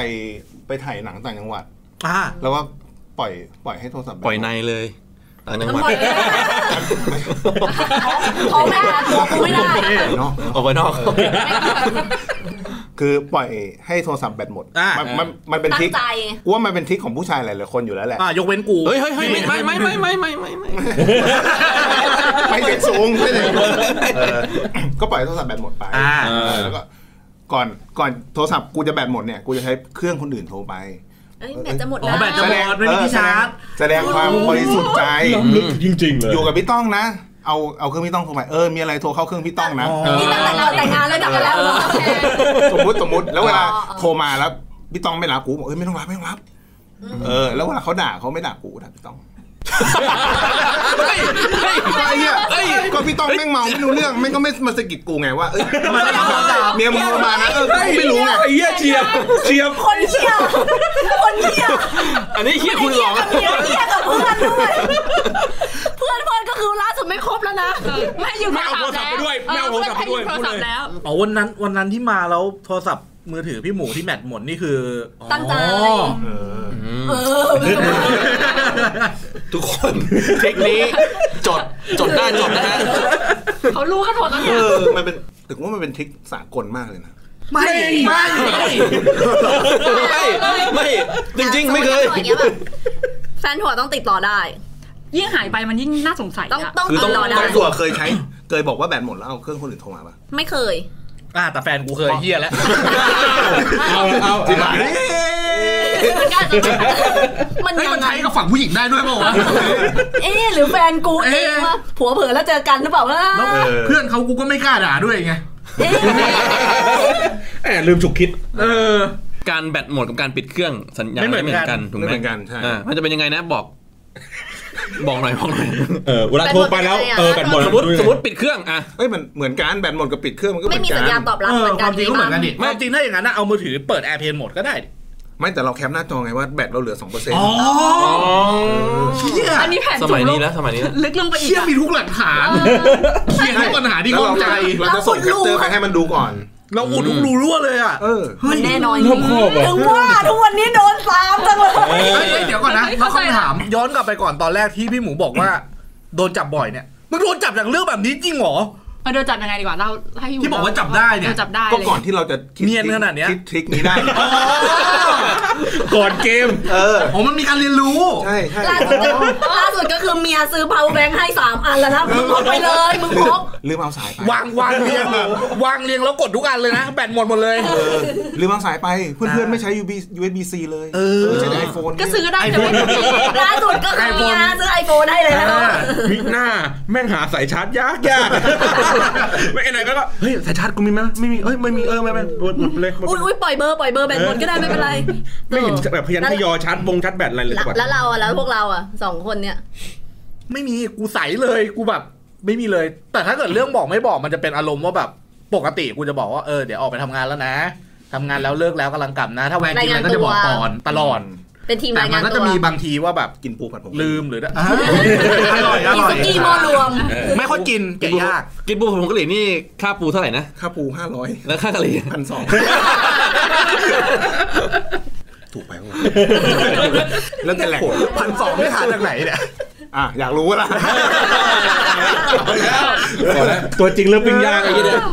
Speaker 8: ไปถ่ายหนังต่างจังหวัด
Speaker 6: อ่า
Speaker 8: แล้วก็ปล่อยปล่อยให้โทรศัพท์
Speaker 7: ปล่อยในเลยต่างจังหวัด
Speaker 3: ปล่อยเลยเขาแม่ตัวกูไม่ได้
Speaker 8: เนาะ
Speaker 7: ออกไปนอก
Speaker 8: คือปล่อยให้โทรศัพท์แบตหมด
Speaker 7: อ่า
Speaker 8: น
Speaker 7: มั
Speaker 8: มันมันเป็นทริ
Speaker 3: ตั้ง
Speaker 8: ค
Speaker 3: ใจ
Speaker 8: กูว่ามันเป็นทริคของผู้ชายหลายๆคนอยู่แล้วแหละ
Speaker 7: อ่ะยกเว้นกู
Speaker 1: เฮ้ยเฮ้ยเฮ้ย
Speaker 7: ไม่ไม่ไม่ไม่ไม่ไม่ไม่ไม่
Speaker 8: ไม่ได้สูงไม่ได้สูงเออก็ปล่อยโทรศัพท์แบตหมดไป
Speaker 7: อ่า
Speaker 8: เออแล้วก็ก่อนก่อนโทรศัพท์กูจะแบตหมดเนี่ยกูจะใช้เครื่องคนอื่นโทรไป
Speaker 3: เอ้ยแบตจะหมด
Speaker 7: อ๋อแบตจะ
Speaker 3: ว
Speaker 7: หมดไม่มีที่ชาร์จ
Speaker 8: แสดงความบริสุทธิ์ใจ
Speaker 4: ลึกจริงๆเลย
Speaker 8: อยู่กับพี่ต้องนะ เอาเอาเครื่องพี่ต้องโทรไปเออมีอะไรโทรเข้าเครื่องพี่ต้องนะเออ
Speaker 3: นี่ตั้งแต่เราแต่งงานแล้วจับกันแล้วเหรอ
Speaker 8: สมมติสมมติแล้วเวลา
Speaker 3: อ๋ออ๋อ
Speaker 8: โทรมาแล้วพี่ต้องไม่รับกูบอกเออไม่ต้องรับไม่ต้องรับ เออ แล้วเวลาเขาด่าเขาไม่ด่ากูด่าพี่ต้องก็ไอ้เหี้ยก็พี่ต้องแม่งเมาไม่รู้เรื่องแม่งก็ไม่มาสะกิดกูไงว่าเอ้ยเมียมึงโทรมานะเออกูไม่รู้ไง
Speaker 4: ไอ้เหี้ยเชียบเชียบ
Speaker 3: คนเที่ยวคนเที่ยว
Speaker 7: อันนี้เฮียคุณหลอก
Speaker 3: เที่ยวเที่ยวกับเพื่อนด้วยเพื่อนเพื่อนก็คือล่าสุดไม่ครบแล้วนะ
Speaker 5: ไม่อยู่
Speaker 4: ไม่เอาโทรศัพท์ไปด้วยไม่เอาโทรศัพท์ไปด้วย
Speaker 5: โทร
Speaker 4: พูด
Speaker 5: ศัพ
Speaker 4: เลย
Speaker 5: ท์แล้ว
Speaker 6: อ๋อวันนั้นวันนั้นที่มาแล้วโทรศัพท์มือถือพี่หมูที่แมทหมดนี่คืออ๋อ
Speaker 3: ตั้งใจเออ
Speaker 9: ทุกคนเทคนี้จดจดได้จดนะฮะ
Speaker 5: เขารู้กันหมดแล้วเนี่ย
Speaker 8: เออ มันเป็นถึงว่ามันเป็นทริคสากลมากเลยนะ
Speaker 6: ไม่ไม่
Speaker 9: ไม่ไม่จริงๆ ไม่เคย
Speaker 3: แฟนหัวอย่างงี้ยแบบแฟนหัวต้องติดต่อได้
Speaker 5: ยิ่งหายไปมันยิ่งน่าสงสัย
Speaker 3: ต้อง
Speaker 5: อะ
Speaker 3: ต้อง
Speaker 9: คือต้อ
Speaker 3: ติ
Speaker 9: ง
Speaker 3: ดต่อได้
Speaker 8: ตัวเคยใช้ เคยบอกว่าแบตหมดแล้วเอาเครื่องคนอื่นโทรมาปะ
Speaker 3: ไม่เคย
Speaker 6: อ่าแต่แฟนกูเคยเฮียแล้ว
Speaker 4: เอาเอา
Speaker 8: จริงไหม
Speaker 3: มันก็อาจจะมัน
Speaker 6: เฮ้ย
Speaker 3: ยั
Speaker 6: มัน
Speaker 3: งไง
Speaker 6: ใช้กับฝั่งผู้หญิงได้ด้วยเปล่าวะ
Speaker 3: เอ๊ะหรือแฟนกูเองวะผัวเผลอแล้วเจอกันหรือเปล่าวะ
Speaker 6: แล้วเพื่อนเขากูก็ไม่กล้าด่าด้วยไง
Speaker 3: เอ๊ะ
Speaker 4: แหมลืมฉุกคิด
Speaker 6: เออ
Speaker 7: การแบตหมดกับการปิดเครื่องสัญญาณ
Speaker 6: ไม่
Speaker 7: ไม่
Speaker 6: เห
Speaker 7: เห
Speaker 6: มื
Speaker 7: มื
Speaker 6: อน
Speaker 7: อนกันถูก
Speaker 8: ไม่
Speaker 7: ไหม
Speaker 8: เหมือนกันใช่
Speaker 7: อ่ามันจะเป็นยังไงนะบอก บอกหน่อยบอกหน่อย
Speaker 4: เออเวลาโทรไปแล้วเออแบตหมด
Speaker 7: สมมติสมมติปิดเครื่องอ่ะ
Speaker 8: เอ้ยมันเหมือนกันแบตหมดกับปิดเครื่องมันก็เหมื
Speaker 3: ไม่
Speaker 8: อน
Speaker 3: มี
Speaker 8: กั
Speaker 3: สัญญาณ
Speaker 8: น
Speaker 3: ตอบ
Speaker 6: เอ
Speaker 3: รับเห
Speaker 6: อ
Speaker 3: มือน
Speaker 6: ค
Speaker 3: กั
Speaker 6: วาน มจริงก็เหมือนกันดิ
Speaker 7: ไม่
Speaker 6: ความจริงถ้าอย่างนั้นนะเอามือถือเปิด AirPlane หมดก็ได้ดิ
Speaker 8: ไม่แต่เราแคปหน้าจอไงว่าแบตเราเหลือสองเปอร์เซ็นต์
Speaker 6: เชี่ย
Speaker 5: อันนี้แผน
Speaker 7: ส
Speaker 5: จุ
Speaker 7: มัย
Speaker 5: ล
Speaker 7: นี้
Speaker 5: ง
Speaker 7: แล้วสมัยนี้แล้ว
Speaker 5: ลึกลงไปอีก
Speaker 6: เชี่ย
Speaker 5: อะ
Speaker 6: มีทุกหลักฐานเชี่ยทุกปัญหาที่ข้องใจ
Speaker 8: เราจะส่งแคปเจอร์ไปให้มันดูก่อน
Speaker 6: เราอุดทุกรูรั่วเลยอ่ะ
Speaker 8: เออ
Speaker 3: มันแน่นอน
Speaker 4: รอบครอบอะ
Speaker 3: ถึงว่าทุกวันนี้โดนสามจังเลย
Speaker 6: เอ้ยเอ้ยเดี๋ยวก่อนนะมาคำถาม ย้อนกลับไปก่อนตอนแรกที่พี่หมูบอกว่า โดนจับบ่อยเนี่ยมึงโดนจับจากเรื่องแบบนี้จริงเหรอ
Speaker 5: มาโดนจับยังไงดีกว่าเราให้ยู่
Speaker 6: ที่บอกว่าจับได้เนี่ย
Speaker 5: โจับได้
Speaker 8: ก็
Speaker 5: เลย
Speaker 8: ก่อนที่เราจะคิด
Speaker 6: เนียนขนาดเนี้ย
Speaker 8: คิดทริคนี้ได้
Speaker 4: ก่อนเกม
Speaker 8: เออ
Speaker 6: โอ้มันมีการเรียนรู้
Speaker 8: ใช่ใช่
Speaker 3: ล่าสุดล่าสุดก็คือเมียซื้อ power bank ให้ 3 อันแล้วนะ มึงพกไปเลย มึงพก
Speaker 8: ลืมเอาสายไป
Speaker 6: วางวางเรียงวางเรียงแล้วกดทุกอันเลยนะ แบตหมดหมดเลย
Speaker 8: ลืมเอาสายไปเพื่อนๆไม่ใช้ USB USB C เลยเออใช้ไอโฟน
Speaker 5: ก็ซื้อได้แต่ไม่ได้
Speaker 3: ล่าสุดก็คือเมียซื้อ iPhone ให้เลยนะ
Speaker 6: อ่า
Speaker 4: มิหน้าแม่งหาสายชาร์จยากยากไม่ไหนก็เฮ้ยสายชาร์จกูมีไหมไม่มีเอ้ยไม่มีเออไม่ไม่หมดหมดเลยหมด
Speaker 3: อุ้ยอุ้ยปล่อยเบอร์ปล่อยเบอร์แบตหมดก็ได้ไม่เป็นไร
Speaker 4: ไม่เห็นแบบพยันทยอชาร์จบงชาร์จแบตอะไรเลย
Speaker 3: แล้
Speaker 4: จัง
Speaker 3: ว
Speaker 4: หวัด
Speaker 3: แล้วเราอะแล้วพวกเราอะสองคนเนี่ย
Speaker 6: ไม่มีกูใสเลยกูแบบไม่มีเลย แต่ถ้าเกิดเรื่องบอกไม่บอกมันจะเป็นอารมณ์ว่าแบบปกติกูจะบอกว่าเออเดี๋ยวออกไปทำงานแล้วนะทำงานแล้วเลิกแล้วกำลังกลับนะ ถ้าแวงกินอะไรก็จะบอกตอนตลอด
Speaker 3: เป็นทีม
Speaker 6: แต่
Speaker 3: ราย
Speaker 6: มั
Speaker 3: งาน น
Speaker 6: ก็
Speaker 3: ตั
Speaker 6: จะ
Speaker 3: ว
Speaker 6: มีบางทีว่าแบบ
Speaker 8: กินปูผัดผม
Speaker 6: ลืมหรืออ่ะอร่อยอ
Speaker 3: มี
Speaker 6: ร่อย
Speaker 3: สุกี้โมรวม
Speaker 6: ไม่ค่อยกินแกะยาก
Speaker 7: กินปูผงกะหรี่นี่ค่าปูเท่าไหร่นะ
Speaker 8: ค่าปูห้าร้อย
Speaker 7: แล้วค่ากะหรี่
Speaker 8: พันสองถูกไปวะแล้วแต่แหลก
Speaker 6: พันสองไม่หาจากไหนเนี่ย
Speaker 8: อ่ะ อยากรู้ว่าล่ะ
Speaker 4: ตัวจริงเริ่มเป็นยากไอ้เหี้ยเนี่ย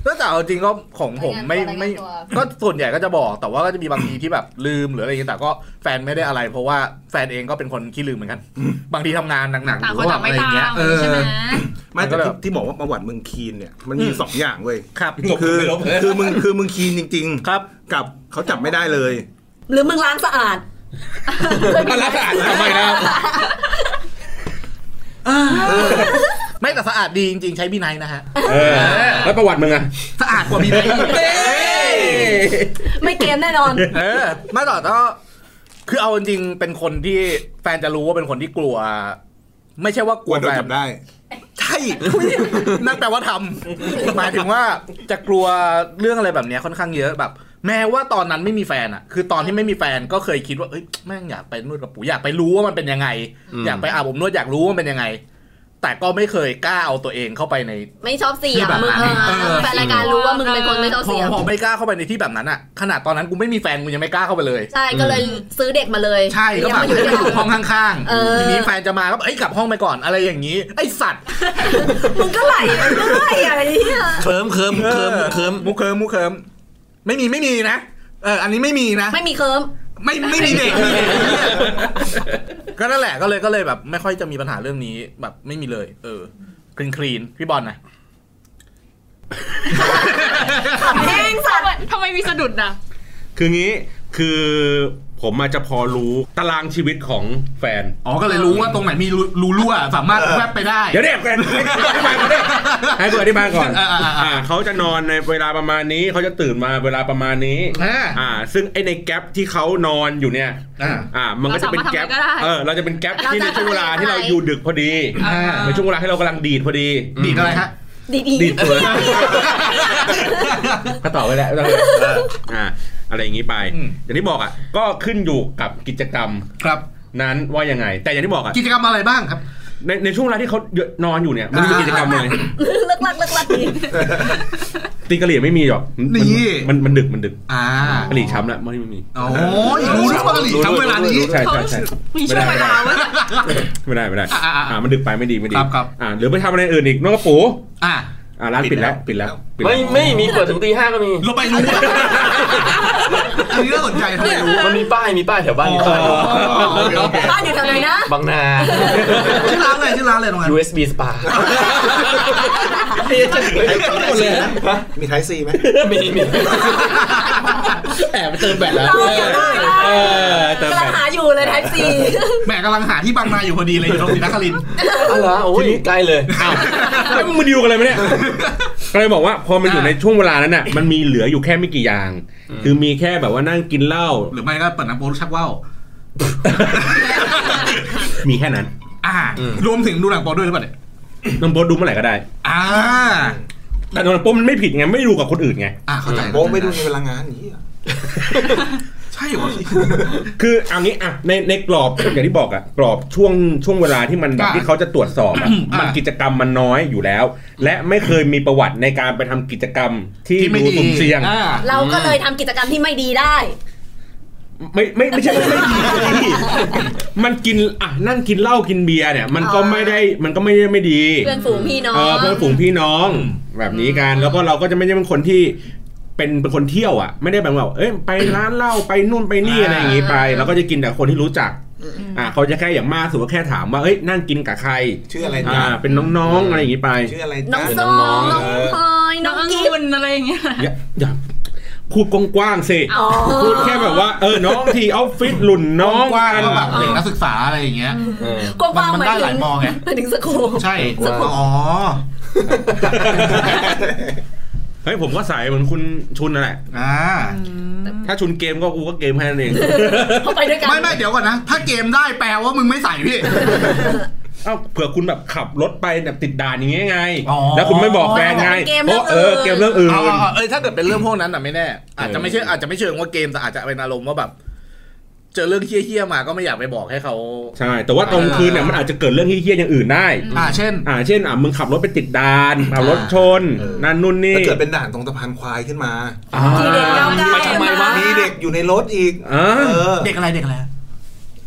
Speaker 6: แล้วแต่เอาจริงก็ของผม
Speaker 3: รายงานตัวรายงา
Speaker 6: ไม่
Speaker 3: น
Speaker 6: ไม่
Speaker 3: ตัว
Speaker 6: ก็ส่วนใหญ่ก็จะบอกแต่ว่าก็จะมีบางทีที่แบบลืมหรืออะไรอย่างเงี้ยแต่ก็แฟนไม่ได้อะไร เพราะว่าแฟนเองก็เป็นคนขี้ลืมเหมือนกัน บางทีทำงานหนักๆห
Speaker 5: ต่าง
Speaker 6: รือ
Speaker 5: คน
Speaker 6: ว่า
Speaker 5: ต่าง
Speaker 6: อะ
Speaker 5: ไม่
Speaker 6: ไรอย่า
Speaker 5: ตางม
Speaker 6: เงี้ยเออ
Speaker 5: ใช่ไหม
Speaker 8: ไม่แต่
Speaker 6: มันก็
Speaker 8: ที่
Speaker 6: แบบ
Speaker 8: ที่บอกว่าประวัติมึงคีนเนี่ย มันมีสองอย่างเว้ย
Speaker 6: ครับ
Speaker 8: คือคือมึงคือมึงคีนจริงๆ
Speaker 6: ครับ
Speaker 8: กับเขาจับไม่ได้เลย
Speaker 3: หรือมึงล้างสะอาด
Speaker 4: อะไรสะอาดทำไมนะ
Speaker 6: ไม่แต่สะอาดดีจริงๆใช้บีไนท์นะฮะ
Speaker 4: เออแล้วประวัติมึงอะ
Speaker 6: สะอาดกว่าบีไนท์
Speaker 3: ไม่เกมแน่นอน
Speaker 6: เออไม่ต่อก็คือเอาจริงๆเป็นคนที่แฟนจะรู้ว่าเป็นคนที่กลัว ไม่ใช่ว่าก
Speaker 8: ก
Speaker 6: ลั
Speaker 8: ลั
Speaker 6: ว
Speaker 8: วโดน
Speaker 6: แฟน
Speaker 8: จับได้
Speaker 6: ใช่ทุยนั่นแปลว่าทำหมายถึงว่าจะกลัวเรื่องอะไรแบบเนี้ยค่อนข้างเยอะแบบ แม้ว่าตอนนั้นไม่มีแฟนอ่ะ คือตอนที่ไม่มีแฟนก็เคยคิดว่าเอ้ยแม่งอยากไปนวดกับปู่อยากไปรู้ว่ามันเป็นยังไง
Speaker 7: อืม
Speaker 6: อยากไปอาบอบนวดอยากรู้ว่ามันเป็นยังไง แต่ก็ไม่เคยกล้าเอาตัวเองเข้าไปใน
Speaker 3: ไม่ชอบเสียง
Speaker 6: ที่แบบ
Speaker 3: มึงเอ
Speaker 6: เออ
Speaker 3: อแฟนรายการรู้ว่ามึงเป็นคนไม่ชอบ
Speaker 6: พอ
Speaker 3: เสียง
Speaker 6: พอไม่กล้าเข้าไปในที่แบบนั้นอ่ะ ขนาดตอนนั้นกูไม่มีแฟนกูยังไม่กล้าเข้าไปเลย
Speaker 3: ใช่ก็เลยซื้อเด็กมาเลย
Speaker 6: ใช่ก็
Speaker 3: เลี้ยงมาอยู่ด้ว
Speaker 6: แบบ
Speaker 3: ย
Speaker 6: อ
Speaker 3: กั
Speaker 6: ยู่
Speaker 3: น
Speaker 6: ห้องข้าง
Speaker 3: เออ
Speaker 6: ๆทีนี้แฟนจะมาก็แบบเอ้ยกลับห้องไปก่อนอะไรอย่างนี้ ไอสัตว์
Speaker 3: มึงก็ไหลไปเรื่อยอะไรเงี้ย
Speaker 7: เคลิมเคลิมเคลิมเคลิม
Speaker 6: มุกเคิมมุกเคิม ไม่มีไม่มีนะเอออันนี้ไม่มีนะ
Speaker 3: ไม่มีเคิร์ม
Speaker 6: ไม่ไม่มีเด็ก มีเด็กเนี่ยก็นั่นแหละก็เลยก็เลยแบบ ไม่ค่อยจะมีปัญหาเรื่องนี้แบบไม่มีเลย เออคลีนคลีนพี่บอลนะ
Speaker 3: แห้งสัตว์
Speaker 5: ทำไมมีสะดุดนะ
Speaker 4: คืองี้คือผมอาจจะพอรู้ตารางชีวิตของแฟน
Speaker 6: อ๋อก็เลยรู้ว่าตรงไหนมีรูรั่วสามารถแวบไปได้
Speaker 4: เดี๋ยวเนี่ยให้กูอธิบายก่อนเนี่ยให้กูอธิบายก่อน
Speaker 6: อ่าอ่าอ่า
Speaker 4: อ่าเขาจะนอนในเวลาประมาณนี้เขาจะตื่นมาเวลาประมาณนี้
Speaker 6: อ่า
Speaker 4: อ่า ซึ่งไอในแก๊ปที่เขานอนอยู่เนี่ย
Speaker 6: อ่า
Speaker 4: อ่า มันก็จะเป็นแก๊ปเออเราจะเป็นแก๊ปที่ในช่วงเวลาที่เราอยู่ดึกพอดี
Speaker 6: อ่า
Speaker 4: ในช่วงเวลาที่เรากำลังดีดพอดี
Speaker 6: ดีดอะไรฮะ
Speaker 3: ดีดี
Speaker 4: ดีดเลยก็ต่อไปแล้วอ่าอะไรอย่างนี้ไป
Speaker 6: อืม
Speaker 4: อย่างที่บอกอ่ะก็ขึ้นอยู่กับกิจกรรม
Speaker 6: ครับ
Speaker 4: นั้นว่ายังไง แต่อย่างที่บอกอ่ะ
Speaker 6: กิจกรรมอะไรบ้างครับ
Speaker 4: ในในช่วงเวลาที่เขานอนอยู่เนี่ยมันมีกิจกรรมอะไร
Speaker 3: เลิกลักเลิกลักดี
Speaker 4: ตีกะหรี่ไม่มีหรอกมั
Speaker 6: นี่
Speaker 4: มันมันดึกมันดึก
Speaker 6: อ่าก
Speaker 4: ะหรี่ช้ำแล้วไม่ไม่มี
Speaker 6: โอ้ยรู้ด้วยว่ากะหรี่ทำเวลานี้
Speaker 4: ใช่ใช่ใช่
Speaker 5: มีช่วงเวลาว่า
Speaker 4: ไม่ได้ไม่ได้
Speaker 6: อ่ะอ่ะอ่ะ
Speaker 4: อ่ามันดึกไปไม่ดีไม่ดี
Speaker 6: ครับครับ
Speaker 4: อ่าหรือไปทำอะไรอื่นอีกน้องกระปู
Speaker 6: อ่า
Speaker 4: อ่าร้านปิดแล้วปิดแล้วปิดแล้ว
Speaker 9: ไม่ไม่มีเปิดถึงตีห้าก็มี
Speaker 6: เราไปรู้อะอันนี้น่าสนใจทำไมรู้
Speaker 9: มันมีป้ายมีป้ายแถวบ้านมีป้าย
Speaker 3: บ้านอยู่ทำไมนะ
Speaker 9: บางนา
Speaker 6: ชื่อร้านอะไรชื่อร้านอะไรตรงนั้น
Speaker 9: USB Spa
Speaker 8: มีไทยซีไหม
Speaker 9: มีมี
Speaker 7: แอบไปเติมแบตแล้ว
Speaker 3: ได้ได้
Speaker 4: เออแต่
Speaker 3: กำลังหาอยู่เลยไทป์ซี
Speaker 6: แหม่กำลังหาที่บางนาอยู่พอดีเลยอยู่ตรงศรีนครินทร์
Speaker 9: อ๋อเหรอโอ้ยใกล้เลย
Speaker 4: อ้าวแล้วมึงดิวกันเลยไหมเนี่ยก็เลยบอกว่าพอมันอยู่ในช่วงเวลานั้นน่ะมันมีเหลืออยู่แค่ไม่กี่อย่าง คือมีแค่แบบว่านั่งกินเหล้า
Speaker 6: หรือไม่ก็เปิดน้ำโป๊ชักว่าว
Speaker 4: มีแค่นั้น
Speaker 6: อ่า รวมถึงดูหนังโป๊ด้วยหรือเปล่าเนี่ย
Speaker 4: น้องโบ๊ทดูเมื่อไหร่ก็ได้
Speaker 6: อ่า
Speaker 4: แต่น้องโป๊ทมันไม่ผิดไงไม่ดูกับคนอื่นไง
Speaker 6: อ่าเข้าใจ
Speaker 8: โป๊ะไม่ดูในเวลางานอย่างนี้เหรอ
Speaker 6: ใช่เหรอ
Speaker 4: คือเอางี้อ่ะในในกรอบ อย่างที่บอกอ่ะกรอบช่วงช่วงเวลาที่มันแบบ
Speaker 6: อ่ะ
Speaker 4: ที่เขาจะตรวจสอบอ่ะ
Speaker 6: อ่ะ
Speaker 4: มันกิจกรรมมันน้อยอยู่แล้ว และไม่เคยมีประวัติในการไปทำกิจกรรมที่
Speaker 6: ที่ไม่
Speaker 4: ดู
Speaker 6: ดี
Speaker 4: สุ่มเสี่ยง
Speaker 6: อ่า
Speaker 3: เราก็เลยทำกิจกรรมที่ไม่ดีได้
Speaker 4: ไม่ไม่ไม่ใช่ว่าไม่ดีไม่ดีมันกินอ่ะนั่งกินเหล้ากินเบียร์เนี่ย มันก็
Speaker 3: อ่า
Speaker 4: ไม่ได้มันก็ไม่ได้ไม่ดี
Speaker 3: เพื่อนฝูงพี่น้อง
Speaker 4: เออเพื่อนฝูงพี่น้องแบบนี้กันแล้วก็เราก็จะไม่ใช่เป็นคนที่เป็นเป็นคนเที่ยวอ่ะ ไม่ได้แบบว่าเอ้ยไปร้านเหล้าไปนู่นไปนี่
Speaker 6: อ่า
Speaker 4: อะไรอย่างงี้ไปเราก็จะกินแต่คนที่รู้จักอ่ะเขาจะแค่อย่างมากสุดก็แค่ถามว่าเอ้ยนั่งกินกับใคร
Speaker 8: ชื่ออะไร
Speaker 4: อ่า
Speaker 8: จ้า
Speaker 4: เป็นน้องๆอะไรอย่างงี้ไป
Speaker 8: ชื่ออะไร
Speaker 3: น้อ
Speaker 8: จ้าง
Speaker 3: ส้มน้องพลอย
Speaker 5: น้
Speaker 3: น้
Speaker 5: อ
Speaker 3: อง ง
Speaker 5: อง
Speaker 3: กิฟ
Speaker 5: ุ่นอะไรอย่างเงี้ย
Speaker 4: อย่าอย่าพูดกว้างๆสิพูดแค่แบบว่าเออน้องที่ออฟฟิศหลุนน้อง
Speaker 6: กว้าง
Speaker 4: กั
Speaker 6: ๆ
Speaker 4: น
Speaker 6: ก็แบบเด็กนักศึกษาอะไรอย่างเงี้ย
Speaker 3: กว้างๆ
Speaker 6: มัน
Speaker 3: ห
Speaker 6: มั
Speaker 3: มาน ย
Speaker 6: ได้
Speaker 3: ถึ
Speaker 6: หลาย
Speaker 3: ง
Speaker 6: มองไง
Speaker 3: หมายถึงสโคป
Speaker 6: ใช่อ๋อ
Speaker 4: เฮ้ยผมก็สายเหมือนคุณชุนนั่นแหละ
Speaker 6: อ่า
Speaker 4: ถ้าชุนเกมก็กูก็เกมแค่นั้นเอง
Speaker 3: เขาไปด้วยกัน
Speaker 6: ไม่ไม่เดี๋ยวก่อนนะ ถ้าเกมได้แปลว่ามึงไม่ใส่พี่
Speaker 4: เอ้าเผื่อคุณแบบขับรถไปแบบติดด่านอย่างเงี้ยไง
Speaker 6: อ๋อ
Speaker 4: แล้วคุณไม่บอกแฟนไง
Speaker 3: เป็นเกม
Speaker 4: เพราะเอ
Speaker 3: เรื่อง
Speaker 4: อ
Speaker 3: อื่น
Speaker 4: เกมเรื่องอื่น
Speaker 6: เอาเอาเอาเอ้ยถ้าเกิดเป็นเรื่องพวกนั้นอ่ะไม่แน่ อาจจะไม่ใช่อาจจะไม่เชิงว่าเกมแต่อาจจะเป็นอารมณ์ว่าแบบ เจอเรื่องเฮี้ยๆมาก็ไม่อยากไปบอกให้เขา
Speaker 4: ใช่ แต่ว่าตอนคืนเนี่ยมันอาจจะเกิดเรื่องเฮี้ยๆอย่างอื่นได้
Speaker 6: อ่าเช่น
Speaker 4: อ่า เช่นอ่ะมึงขับรถไปติดด่านขับรถชน
Speaker 8: เออ
Speaker 4: นั่นนู่นนี่
Speaker 8: ถ้าเกิดเป็นด่านตรงสะพานควายขึ้นมา
Speaker 4: อ่า
Speaker 3: ทีเด็กเราได้
Speaker 9: มาทำไมวะ
Speaker 8: มีเด็กอยู่ในรถอีก
Speaker 4: อ่า
Speaker 8: เออ
Speaker 6: เด็กอะไรเด็กอะไร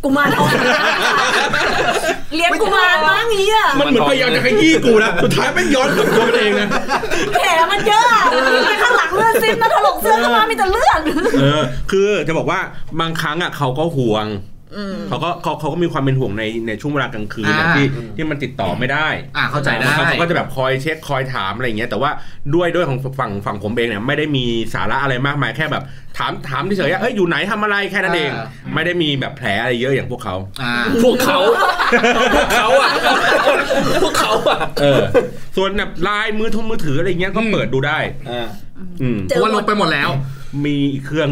Speaker 3: กูมารทองเลี้ยงกูมารบ้างนี้อ่ะ
Speaker 4: มันเหมือนพยายามจะขยี้กูนะ สุดท้ายไม่งย้อนกลับตัวมันเองนะ
Speaker 3: แผลมันเยอะอะไปข้างหลังเลือดซิมนะถลกเสื้อเข้ามามีแต่เลือด
Speaker 4: เออ คือจะบอกว่าบางครั้งอ่ะเขาก็ห่วง เขาก็เขาเขาก็มีความเป็นห่วงในในช่วงเวลากลางคืนเนี่ย
Speaker 6: อ่า
Speaker 4: ที่ที่มันติดต่อไม่ได้
Speaker 6: อ่าเข้าใจได้
Speaker 4: เขาก็จะแบบคอยเช็คคอยถามอะไรอย่างเงี้ยแต่ว่าด้วยด้วยของฝั่งฝั่งผมเองเนี่ยไม่ได้มีสาระอะไรมากมายแค่แบบถามถามเฉยๆว่าเฮ้ยอยู่ไหนทำอะไรแค่นั้นเอง
Speaker 6: อ่า
Speaker 4: ไม่ได้มีแบบแผลอะไรเยอะอย่างพวกเขา
Speaker 6: อ่า
Speaker 9: พวกเขา พวกเขาอ่ะ พวกเขาอ่ะ
Speaker 4: เออ ส่วนแบบไลน์มือทงมือถืออะไรเงี้ยก็เปิดดูได้ อืม
Speaker 6: เพราะว่าลบไปหมดแล้ว
Speaker 4: มีอีกเค รื่อง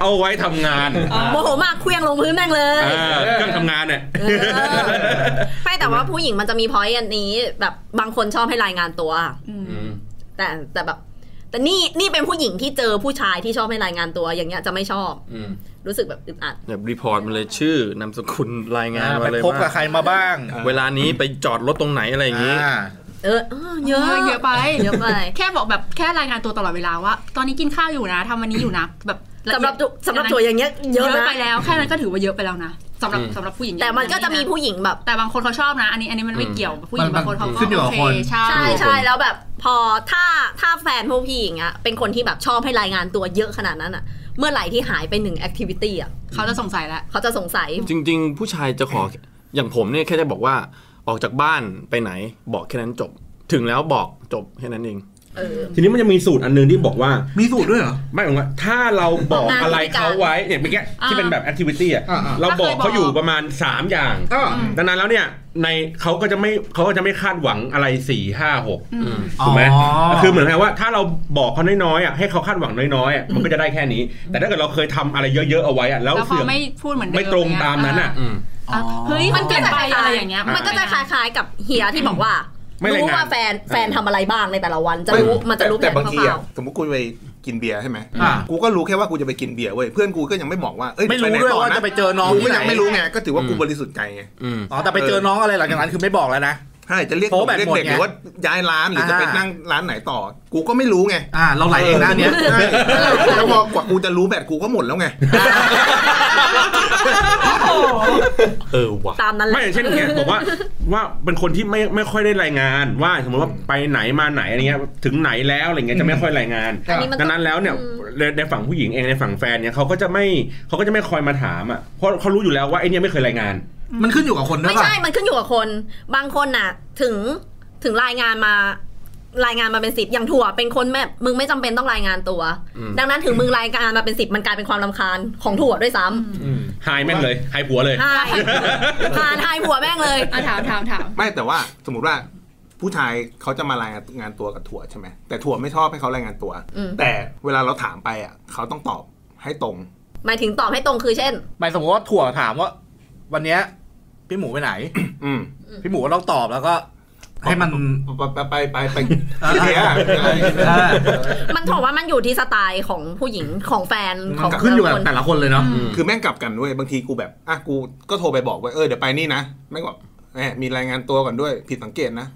Speaker 4: เอาไว้ทำงาน
Speaker 3: โมโหมากเคลื่องลงพื้นแม่งเลย
Speaker 4: อ่าเครื่องทำงานเนี่ย
Speaker 3: เออ ไม่แต่ว่าผู้หญิงมันจะมีพอยต์อันนี้ แบบบางคนชอบให้รายงานตัว แต่แต่แบบ แต่นี่นี่เป็นผู้หญิงที่เจอผู้ชายที่ชอบให้รายงานตัวอย่างเงี้ยจะไม่ชอบรู้สึกแบบอึดอัด
Speaker 9: แบบรีพอร์ตมาเลยชื่อนามสกุลรายงาน
Speaker 6: ไป
Speaker 9: มาเลย
Speaker 6: พบกับ
Speaker 9: ว่า
Speaker 6: ใครมาบ้าง
Speaker 9: เวลานี้ไปจอดรถตรงไหนอะไรอย่างงี้
Speaker 6: อ่า
Speaker 3: เอออ้าวเยอะ
Speaker 5: เยอะไป
Speaker 3: เยอะไป
Speaker 5: แค่บอกแบบแค่รายงานตัวตลอดเวลาว่า ตอนนี้กิน ข้าวอยู่นะทำวันนี้อยู่นะ แบบละเอี
Speaker 3: สำห
Speaker 5: ยด
Speaker 3: รับจุสำหรับตัวอย่างเงี้ยเย
Speaker 5: เย
Speaker 3: อะ
Speaker 5: อะ
Speaker 3: นะ
Speaker 5: ไปแล้วแค่นั้นก็ถือว่าเยอะไปแล้วนะ สำหรับสำหรับผู้หญิง
Speaker 3: แต่มันก็จะมีผู้หญิงแบบ
Speaker 5: แต่บางคนเขาชอบนะ อันนี้อันนี้มันไม่เกี่ยวผู้หญิงบางคนเขาก็
Speaker 6: ขึ้นอยู่กั
Speaker 5: โอบ เค
Speaker 6: คน
Speaker 5: ใช่
Speaker 3: ใช่ใช่แล้วแบบพอถ้าถ้าแฟนพวกพี่อย่างเงี้ยเป็นคนที่แบบชอบให้รายงานตัวเยอะขนาดนั้นอ่ะ เมื่อไหร่ที่หายไปหนึ่งแอคทิวิตี้อ่ะ
Speaker 5: เขาจะสงสัยแล้ว
Speaker 3: เขาจะสงสัย
Speaker 7: จริง ๆ ผู้ชายจะขออย่างผมเนี่ยแค่จะบอกว่าออกจากบ้านไปไหนบอกแค่นั้นจบ ถึงแล้วบอกจบแค่นั้นเอง
Speaker 3: เออ
Speaker 4: ทีนี้มันจะมีสูตรอันหนึงที่บอกว่า
Speaker 6: มีสูตรด้วยเหรอ
Speaker 4: ไม่หมายถึงว่าถ้าเราบอก
Speaker 3: งาน
Speaker 4: อะไร
Speaker 3: พฤติกรรม
Speaker 4: เขาไว้เนี่ยเมื่อกี้ที่เป็นแบบแอคทิวิตี้อ่ะ
Speaker 6: อ่าๆ
Speaker 4: เราบอกเขาอยู่
Speaker 5: ก็เคยบอก
Speaker 4: ประมาณ 3 อย่าง
Speaker 6: เออ
Speaker 4: ดังนั้นแล้วเนี่ยในเขาก็จะไม่เขาก็จะไม่คาดหวังอะไรสี่ห้าหก
Speaker 6: อ๋อ
Speaker 4: ถูกไหมคือเหมือนกับว่าถ้าเราบอกเขาน้อยๆอ่ะให้เขาคาดหวังน้อยๆอ่ะมันก็จะได้แค่นี้ แต่ถ้าเกิดเราเคยทำอะไรเยอะๆเอาไว้อ่ะแล้ว
Speaker 5: แล้วพอ
Speaker 4: เสื่อม
Speaker 5: ไม่พูดเหมือนเดิม
Speaker 4: ไม่ตรงตามนั้นอ่ะ
Speaker 5: เย
Speaker 7: อืม
Speaker 5: อ่ะเฮ้ยมันเกินไปอะไรอย่างเงี้ย
Speaker 3: มันก็จะคล้ายๆกับเฮียที่บอกว่า
Speaker 4: ไม่รายงาน
Speaker 3: รู้ว่าแฟนแฟนทำอะไรบ้างในแต่ละวันจะรู้มันจะรู้
Speaker 8: แต่แต่
Speaker 3: ผ
Speaker 8: บาน งที
Speaker 3: คร่า
Speaker 8: อะ
Speaker 3: ว
Speaker 8: สมมติกูไปกินเบียร์ใช่ไหม
Speaker 6: อ่ากู
Speaker 8: กูก็รู้แค่ว่ากูจะไปกินเบียร์เว้ยเพื่อนกูก็ยังไม่บอกว่าเอ้ย
Speaker 6: ไม่รู้
Speaker 8: ปหน
Speaker 6: ด้วย
Speaker 8: ต่
Speaker 6: ว่าจะไปเจอน้อง
Speaker 8: กูก็
Speaker 6: ที่ไหน
Speaker 8: ยังไม่รู้ไงก็ถือว่ากูบริสุทธิ์ใจไง
Speaker 7: อืม
Speaker 6: อ๋อแต่ไปเจอน้องอะไรหลังจากนั้นคือไม่บอกแล้วนะ
Speaker 8: ใช่จะเรียก
Speaker 6: โอ้แบต
Speaker 8: เรียก
Speaker 6: หมด
Speaker 8: เด็ก
Speaker 6: ไง
Speaker 8: หรือว่าย้ายร้านหรือจะไป
Speaker 6: อ่านั่
Speaker 8: นั่งร้านไหนต่อ กูก็ไม่รู้ไง
Speaker 6: อ่า เราไหลเองนะอันเนี้ย
Speaker 8: ใช่แล้วพอกว่ากูจะรู้แบตกูก็หมดแล้วไง
Speaker 7: เออว่ะ
Speaker 3: ๆตามนั้นแห
Speaker 4: ไม่อ
Speaker 3: ละ
Speaker 4: ย่างเช่นอย่างเงี้ยบอกว่าว่าเป็นคนที่ไม่ไม่ค่อยได้รายงานว่าสมมติว่าไปไหนมาไหนอะไรเงี้ยถึงไหนแล้วอะไรเงี้ยจะไม่ค่อยรายงาน
Speaker 3: อันนี้มัน
Speaker 4: ดั
Speaker 3: ต้
Speaker 4: ง
Speaker 3: อง
Speaker 4: นั้นแล้วเนี่ย
Speaker 3: อืม
Speaker 4: ในในฝั่งผู้หญิงเองในฝั่งแฟนเนี่ยเขาก็จะไม่เขาก็จะไม่คอยมาถามอ่ะเพราะเขารู้อยู่แล้วว่าไอ้เนี่ยไม่เคยรายงาน
Speaker 6: มันขึ้นอยู่กับคนด้วย
Speaker 3: ไม่
Speaker 6: ป่ะ
Speaker 3: ใช่ มันขึ้นอยู่กับคน บางคนน่ะ ถึง ถึงรายงานมา รายงานมาเป็นสิบอย่างถั่ว เป็นคนแม่มึงไม่จำเป็นต้องรายงานตัว
Speaker 7: อืม
Speaker 3: ดังนั้นถึงมึงรายงานมาเป็นสิบมันกลายเป็นความรำคาญของถั่วด้วยซ้
Speaker 4: หายแม่งเลยหายผัวเลย
Speaker 3: ำหายหานหายหัวแม่งเลย
Speaker 5: อ่ะถามถามถาม
Speaker 8: ไม่แต่ว่าสมมติว่าผู้ชายเขาจะมารายงานตัวกับถั่วใช่ไหมแต่ถั่วไม่ชอบให้เขารายงานตัว
Speaker 3: อืม
Speaker 8: แต่เวลาเราถามไปอ่ะเขาต้องตอบให้ตรง
Speaker 3: หมายถึงตอบให้ตรงคือเช่น
Speaker 6: หมายสมมติว่าถั่วถามว่า วันเนี้ยพี่หมูไปไหน
Speaker 8: อืม
Speaker 6: พี่หมูก็ต้องตอบแล้วก็ ให้มัน
Speaker 8: ไปไปไปไปไปเสีย
Speaker 6: เออ
Speaker 3: มันถั่วว่ามันอยู่ที่สไตล์ของผู้หญิงของแฟนข
Speaker 6: มั
Speaker 3: อง
Speaker 6: นขึ้นอยู่กับ
Speaker 3: คน
Speaker 6: แต่ละคนเลยเนาะ
Speaker 8: คือแม่งกลับกันด้วยบางทีกูแบบอ่ะกูก็โทรไปบอกว่าเออเดี๋ยวไปนี่นะแม่งบอกแหมมีรายงานตัวก่อนด้วยผิดสังเกตนะ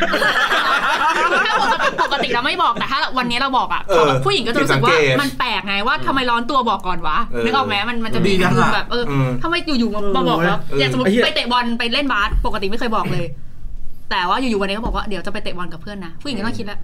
Speaker 5: ถ้าปกติปกติเราไม่บอกแต่ถ้าวันนี้เราบอกอ่ะ
Speaker 8: เออ
Speaker 5: ผู้หญิงก็จะรู้สึกว่า
Speaker 8: ผิดสังเกต
Speaker 5: มันแปลกไงว่าทำไมร้อนตัวบอกก่อนวะ
Speaker 8: เออ
Speaker 5: นึกออกไหมมันมันจะ
Speaker 6: ดี
Speaker 5: มี
Speaker 6: จังอะ
Speaker 5: แบบเออ
Speaker 8: เออ
Speaker 5: ทำไมอยู่ๆมาบอกแล้วอย่างสมมติไปเตะบอลไปเล่นบาสปกติไม่เคยบอกเลย แต่ว่าอยู่ๆวันนี้ก็บอกว่าเดี๋ยวจะไปเตะบอลกับเพื่อนนะผู้หญิงก็ต้องคิดแล้ว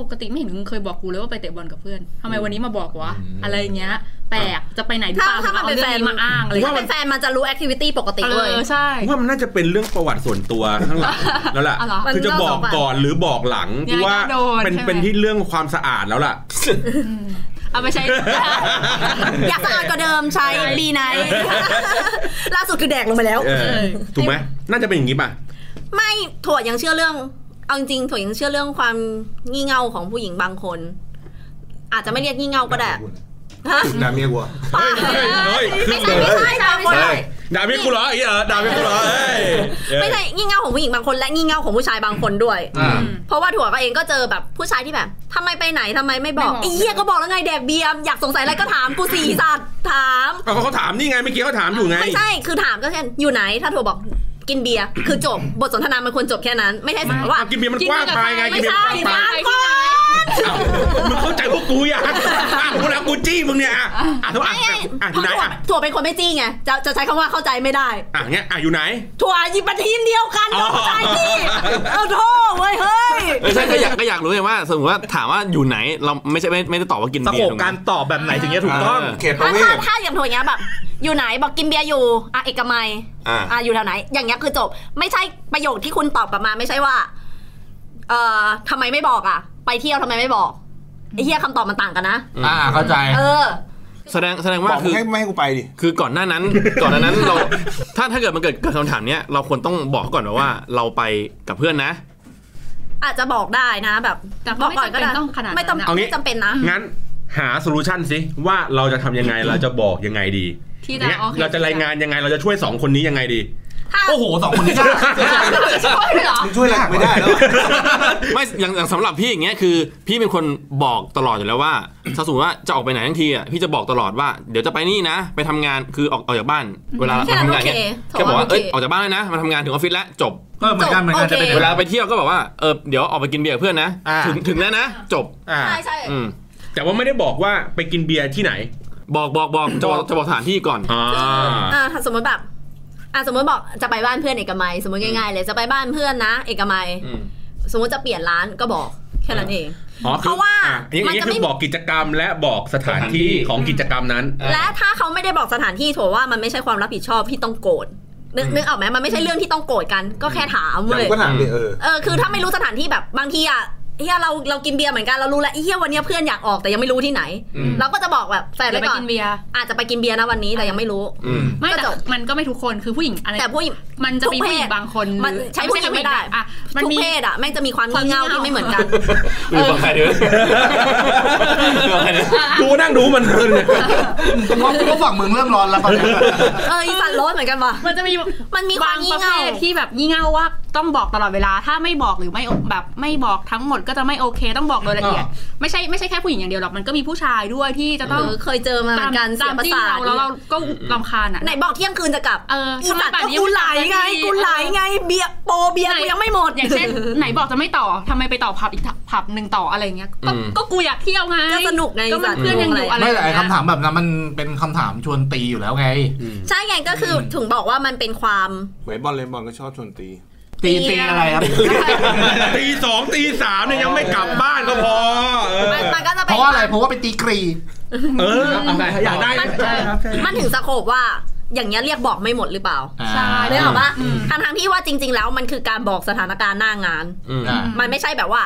Speaker 5: ปกติไม่เห็นมึงเคยบอกกูเลยว่าไปเตะบอลกับเพื่อนทำไมวันนี้มาบอกวะอะไรอย่างเงี้ย แปลกจะไปไหนหรือ
Speaker 3: ถ้า
Speaker 5: เป
Speaker 3: ถ้ามั
Speaker 5: ล่า
Speaker 3: นเป็นแฟน
Speaker 5: ถึงเอาเรื่องมาอ้างอะไร
Speaker 3: ถ้าเป็นแฟนมันจะรู้แอคทิวิตี้ปกติ
Speaker 5: เอ
Speaker 3: เลย
Speaker 5: อใช่
Speaker 4: ว่ามันน่าจะเป็นเรื่องประวัติส่วนตัวข้างหลังแล้วล่ะ
Speaker 5: อ๋อเหรอ
Speaker 4: คือจะบอกก่อนหรือบอกหลัง
Speaker 5: ยังไงก็
Speaker 4: ว่า
Speaker 5: โดน
Speaker 4: เป็น
Speaker 5: ใช่ไหม
Speaker 4: เป็นที่เรื่องความสะอาดแล้วล่ะ
Speaker 5: เอาไปใช้
Speaker 3: อยากสะอาดกว่าเดิมใช้บีไนท์ ล่าสุดคือแดกลงไปแล้ว
Speaker 4: เออ ถูกไหมน่าจะเป็นอย่างนี้ป่ะ
Speaker 3: ไม่ถั่วยังเชื่อเรื่อง เอาจริงๆถั่วยังเชื่อเรื่องความงี่เง่าของผู้หญิงบางคน อาจจะไม่เรียกงี่เง่าก็ได้ฮะ
Speaker 8: ด่าเมียกูอะ
Speaker 4: เฮ้ยเฮ้ยเฮ้ยขึ้นเล
Speaker 3: ไม่ใช่
Speaker 4: ย
Speaker 3: ไม่ใช่บางคน
Speaker 8: เฮ้ย
Speaker 4: ด่าพี่กูเหรอไอ้เหี้ยด่าพี่กูเหรอเฮ้ยเออ
Speaker 3: ไม่ใช่งี่เง่าของผู้หญิงบางคนและงี่เง่าของผู้ชายบางคนด้วย
Speaker 6: อ่า
Speaker 3: เพราะว่าถั่วก็เองก็เจอแบบผู้ชายที่แบบทำไมไปไหนทำไมไม่บอก
Speaker 5: ไม่บอก
Speaker 3: ไอ้เหี้ยก็บอกแล้วไงแดกเบียร์อยากสงสัยอะไรก็ถามกูสี่สัตว์ถาม
Speaker 4: เอาเขาถามนี่ไงเมื่อกี้เขาถามอยู่ไง
Speaker 3: ไม่ใช่คือถามก็เช่นอยู่ไหนถ้าถั่วบอกกินเบียร์คือจบบทสนทนามันควรจบแค่นั้น ไม่ใช่ว่า
Speaker 4: กินเบียร์มันกว้างไปไงกิ
Speaker 3: ไม่
Speaker 4: นเบียร์
Speaker 3: ใช่
Speaker 4: มันกว้างไป
Speaker 3: ร้านก่อน
Speaker 4: อ้าวมึงเข้าใจพวกกูยังอ้าวพวกแล้วกูจี้มึงเนี่ยอ่ะอ่ะทุกอ่ะอ่ะอ
Speaker 3: เพ
Speaker 4: ยู่
Speaker 3: ราะ
Speaker 4: ไหน
Speaker 3: ถั่ว
Speaker 4: อ่ะ
Speaker 3: ถั่วเป็นคนไม่จี้ไงจะจะใช้คำว่าเข้าใจไม่ได้
Speaker 4: อ่ะเงี้ยอ่ะอยู่ไหน
Speaker 3: ถั่วหยิบมาทีมเดียวกัน
Speaker 4: อ๋อ
Speaker 3: ต้องเข้าใจสิ เอาโทษเว้ยเฮ้ย
Speaker 7: ไม่ใช่ก็อยากก็อยากรู้ไงว่าสมมติว่าถามว่าอยู่ไหนเราไม่ใช่ไม่ไม่ได้ตอบว่ากิน
Speaker 6: ส
Speaker 7: เบี
Speaker 6: โค
Speaker 7: ยร์
Speaker 6: ป
Speaker 7: ถูก
Speaker 6: การตอบแบบไหนถึงจะถูกต้อง
Speaker 8: เขตประ
Speaker 3: ถ้า
Speaker 8: เว
Speaker 3: ถ้า
Speaker 8: ศ
Speaker 3: ถ้าอย่างถั่วอย่างเงี้ยแบบ อยู่ไหนบอกกินเบียร์อยู่อ่ะเอกมัย
Speaker 7: อ่า
Speaker 3: อ่ะอยู่แถวไหน อย่างเงี้ยคือจบ ไม่ใช่ประโยคที่คุณตอบกลับมาไม่ใช่ว่า เอ่อทำไมไม่บอกอ่ะ ไปเที่ยวทำไมไม่บอกไอ้เหี้ยคำตอบมันต่างกันนะ
Speaker 6: อ่า เข้าใจ
Speaker 3: เออ
Speaker 7: แสดงแสดง
Speaker 8: บ
Speaker 7: ว่า
Speaker 8: อก
Speaker 7: คือ
Speaker 8: ให้ไม่ให้กูไปดิ
Speaker 7: คือก่อนหน้านั้น ก่อนหน้านั้นเราถ้าถ้าเกิดมันเกิดเกิดคำถามเนี้ยเราควรต้องบอกก่อนว่าเราไปกับเพื่อนนะ
Speaker 3: อาจจะบอกได้นะแบบ
Speaker 5: แต่
Speaker 3: บ
Speaker 5: ก็
Speaker 3: อก
Speaker 5: ไม่
Speaker 3: ก่อนก็
Speaker 5: จำ
Speaker 3: ได้
Speaker 5: เป็นต้องขนาดนั้น
Speaker 3: ไม่
Speaker 5: นะ
Speaker 3: จำ
Speaker 4: เอางี้
Speaker 3: ไม่จำเป็นนะ
Speaker 4: งั้นหาโซลูชันสิว่าเราจะทำยังไงเราจะบอกยังไงดี
Speaker 5: ที่จะ
Speaker 4: เนี่ย
Speaker 5: โอค
Speaker 4: เราจะรายงานยังไงเราจะช่วยสองคนนี้ยังไงดี
Speaker 6: โอ้โหสองคนนี้ยาก
Speaker 5: ช่วยเหรอ
Speaker 8: มึงช่วยอะไรกูไม่ได้แล้วอะ
Speaker 7: ไม่อย่างอย่างสำหรับพี่อย่างเงี้ยคือ พี่เป็นคนบอกตลอดอยู่แล้วว่าถ้าสมมติว่าจะออกไปไหนทั้งทีอ่ะพี่จะบอกตลอดว่าเดี๋ยวจะไปนี่นะ ไปทำงานคือออกออกจากบ้าน เวลา
Speaker 3: แค่
Speaker 7: ไป
Speaker 3: นั้น
Speaker 7: ทำงานเนี้ย
Speaker 3: โอเค
Speaker 7: แค่บอกว่า
Speaker 3: โอเค
Speaker 7: เอ้ยออกจากบ้านแล้วนะมาทำงานถึงออฟฟิศแล้วจบ
Speaker 6: ก็เหมือนกันเหมือนกันจะเป็น
Speaker 7: เว
Speaker 6: เว
Speaker 7: ลา
Speaker 6: ลา
Speaker 7: ไปเที่ยวก็บอกว่าเออเดี๋ยวออกไปกินเบียร์กับเพื่อนนะ
Speaker 6: อ่า
Speaker 7: ถึงถึงแล้วนะ จบ
Speaker 6: อ่า
Speaker 3: ใช่ใช่
Speaker 7: อืม
Speaker 4: แต่ว่าไม่ได้บอกว่าไปกินเบียร์ที่ไหน
Speaker 7: บอกบอกบอกจะบอกจะบอกสถานที่ก่อน
Speaker 4: อ่า
Speaker 3: อ่าสมมติแบบ อ่ะสมมติบอกจะไปบ้านเพื่อนเอกมัยสมมติง่ายๆเลยจะไปบ้านเพื่อนนะ เอกมัย
Speaker 7: อืม
Speaker 3: สมมติจะเปลี่ยนร้านก็บอกแค่นั้นเอง
Speaker 4: อ๋อคือ
Speaker 3: เพราะว่า
Speaker 4: อ่อย่าง
Speaker 3: มัน
Speaker 4: นี้
Speaker 3: จะ
Speaker 4: คื
Speaker 3: ไม่
Speaker 4: อบอกกิจกรรมและบอกสถานที่ของกิจกรรมนั้น
Speaker 3: และถ้าเขาไม่ได้บอกสถานที่ถือว่ามันไม่ใช่ความรับผิดชอบที่ต้องโกรธนึกนึกออกไหมมันไม่ใช่เรื่องที่ต้องโกรธกัน ก็แค่ถาม
Speaker 8: อย่า
Speaker 3: เล
Speaker 8: ง
Speaker 3: ย
Speaker 8: ก็ถามเลยเออ
Speaker 3: เออคือถ้าไม่รู้สถานที่แบบบางทีอะเฮียเราเรากินเบียร์เหมือนกันเรารู้แล้วเฮียวันเนี้ยเพื่อนอยากออกแต่ยังไม่รู้ที่ไหน
Speaker 7: อืม
Speaker 3: เราก็จะบอกแบบแฟน
Speaker 5: เดี๋
Speaker 3: ไว้
Speaker 5: ยวไป
Speaker 3: ก่อน
Speaker 5: กินเบียร์
Speaker 3: อาจจะไปกินเบียร์นะวันนี้แต่ยังไม่รู้
Speaker 7: อืม
Speaker 5: ไม่
Speaker 3: ก็
Speaker 5: แต่
Speaker 3: จบ
Speaker 5: มันก็ไม่ทุกคนคือผู้หญิงอะไร
Speaker 3: แต่ผู้หญิง
Speaker 5: มันจะมีผู้หญิ
Speaker 3: ทุกเพ
Speaker 5: ง
Speaker 3: ศ
Speaker 5: บางคน
Speaker 3: มัน
Speaker 5: หรือ
Speaker 3: ใช้ผู้หญิงไม่ได้
Speaker 5: ใช่ผู้หญิงอ่ะมัน
Speaker 3: ทุก
Speaker 5: มี
Speaker 3: เพศอะแม่งจะมีความ
Speaker 5: ความ
Speaker 3: งี่เง่า
Speaker 5: งี่เง่า
Speaker 3: ที่ไม่เหมือนกัน
Speaker 7: หรือฟังใครดีวะฟังใครดีวะ
Speaker 4: กูนั่งดูมันเพลินเลย
Speaker 6: เพราะว่าฝั่งมึงเริ่มร้อนแล้วตอนเนี้ย
Speaker 3: เอออีสันร้อนเหมือนกันว่ะ
Speaker 5: มันจะมี
Speaker 3: มันมีควา
Speaker 5: บาม ง
Speaker 3: งี่
Speaker 5: ประเภ
Speaker 3: เง่า
Speaker 5: ทที่แบบงี่เง่าว่าต้องบอกตลอดเวลา ถ้าไม่บอกหรือไม่แบบไม่บอกทั้งหมดก็จะไม่โอเค ต้องบอกโดยละเอียด ไม่ใช่ไม่ใช่แค่ผู้หญิงอย่างเดียวหรอกมันก็มีผู้ชายด้วยที่จะต้อง
Speaker 3: เออเคยเจอมาเหมือนกันเสี
Speaker 5: ตาย ม
Speaker 3: ประ
Speaker 5: ที่
Speaker 3: สา
Speaker 5: เรา
Speaker 3: ท
Speaker 5: แล้วเราก็รำคาญอ่ะ
Speaker 3: ไหนบอกเที่ยงคืนจะกลับ
Speaker 5: เออทำไม
Speaker 3: สัตว์
Speaker 5: ป่านนี้
Speaker 3: ก็กูไหลไงกูไหลไงเบียร์โปรเบียร์
Speaker 5: ไหน
Speaker 3: กูยังไม่หมด
Speaker 5: อย่าง เช่น ไหนบอกจะไม่ต่อทำไมไปต่อผับอีกผับหนึ่งต่ออะไรอย่างเงี้ยก็ก็กูอยากเที่ยวไง
Speaker 3: ก็สนุกไง
Speaker 5: ก็มัน
Speaker 3: สัตว์
Speaker 5: เพื่อนยังอยู่อะไร
Speaker 6: ไม่
Speaker 5: อย่า
Speaker 6: แต่
Speaker 5: ง
Speaker 6: ไอ้
Speaker 5: เงี้ย
Speaker 6: คำถามแบบนั้นมันเป็นคำถามชวนตีอยู่แล้วไง
Speaker 3: ใช่ไงก็คือถึงบอกว่ามันเป็นความ
Speaker 8: เหมือนบอลเลนบอลก็ชอบชวนตี
Speaker 6: ตีตีอะไรครับ
Speaker 4: ตีสองตีสามเนี่ยยังไม่กลับบ้านก็พอ เออ
Speaker 3: มันมันก็จะ
Speaker 6: เพ
Speaker 3: เป็น
Speaker 6: ราะว่าอะไรเพราะว่าไปตีกรี
Speaker 4: เอออยากได้
Speaker 3: มันถึงสโคบว่า อย่างเงี้ยเรียกบอกไม่หมดหรือเปล่า
Speaker 5: ใช่
Speaker 3: เรื่องออกปะทั้งทที่ว่าจริง ๆ แล้วมันคือการบอกสถานการณ์หน้างาน
Speaker 7: อืม
Speaker 3: มันไม่ใช่แบบว่า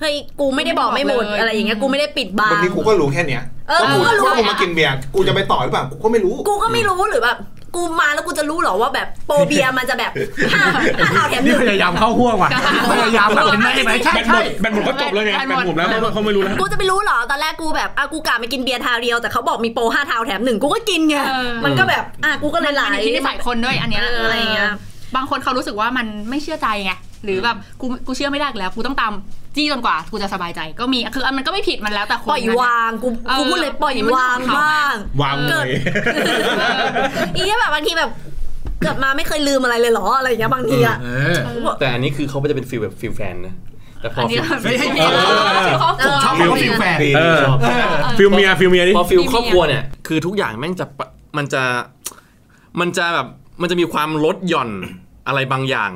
Speaker 3: เฮ้ยกูไม่ได้บอกไม่หมด
Speaker 5: ไม่บอกเลย
Speaker 3: อะไรอย่างเงี้ยกูไม่ได้ปิดบัง
Speaker 8: วันนี้กูก็รู้แค่เนี้ย
Speaker 3: เออ
Speaker 8: ว่า
Speaker 3: กู
Speaker 8: กู
Speaker 3: ก็รู้
Speaker 8: ว่ากูมากินเบียร์ กูจะไปต่อหรือเปล่า กูก็ไม่รู้
Speaker 3: กูก็ไม่รู้หรือแบบกูมาแล้วกูจะรู้เหรอว่าแบบโปรเบียร์มันจะแบบ ห้าห้าเอาแถมห
Speaker 6: นี่
Speaker 3: นึ่ง
Speaker 6: พยายามเข้าห่วงว่ะ พยายามแบบเห็นไหมเห็นไหมใช่
Speaker 4: แบนหม
Speaker 6: ใช่
Speaker 4: ดแบนหมดเขาจบแล้วไงแบนหมดแล้วเขาไม่รู้แล้ว
Speaker 3: กูจะไปรู้เหรอตอนแรกกูแบบอ่ะกูกะไปกินเบียร์ทาวเดียวแต่เขาบอกมีโปรห้าทาวแถมหนึ่งกูก็กินไง
Speaker 5: เออ
Speaker 3: มันก็แบบอ่ะกูก็เลยไหล
Speaker 5: มันอยู่ที่นิสัยคนด้วยอันเนี้ย
Speaker 3: เอออะไรอย่างเงี้ย
Speaker 5: บางคนเขารู้สึกว่ามันไม่เชื่อใจไงหรือแบบกูกูเชื่อไม่ได้อีกแล้วกูต้องตามจี้จนกว่ากูจะสบายใจก็มีคืออันมันก็ไม่ผิดมันแล้วแต่คน
Speaker 3: ปล่อย
Speaker 5: นั้น
Speaker 3: วางกู
Speaker 5: ออ
Speaker 3: กูพูดเลยปล่อยวางบ้าง
Speaker 4: วางเลย
Speaker 3: อีเนี่ยแบบบางทีแบบเกิดมาไม่เคยลืมอะไรเลยเหรออะไรอย่างเงี้ยบางทีอะ
Speaker 6: เออ
Speaker 7: แต่อันนี้คือเขาจะเป็นฟิลแบบฟิลแฟนนะ แต่พอ
Speaker 5: อัน
Speaker 7: ฟิ
Speaker 5: นี้เร
Speaker 7: ล
Speaker 5: าไม่
Speaker 6: ให้
Speaker 5: ใช่
Speaker 6: เมีย
Speaker 5: เมียเขา
Speaker 3: เออ
Speaker 6: ชอบเขาฟิลแฟน
Speaker 4: เออ
Speaker 7: ชอบ
Speaker 4: ฟิลเมียฟิลเมียดิ
Speaker 7: พอฟิลครอบครัวเนี่ย คือทุกอย่างแม่งจะปะมันจะ มันจะแบบ มันจะมีความลดหย่อนอะไรบางอย่าง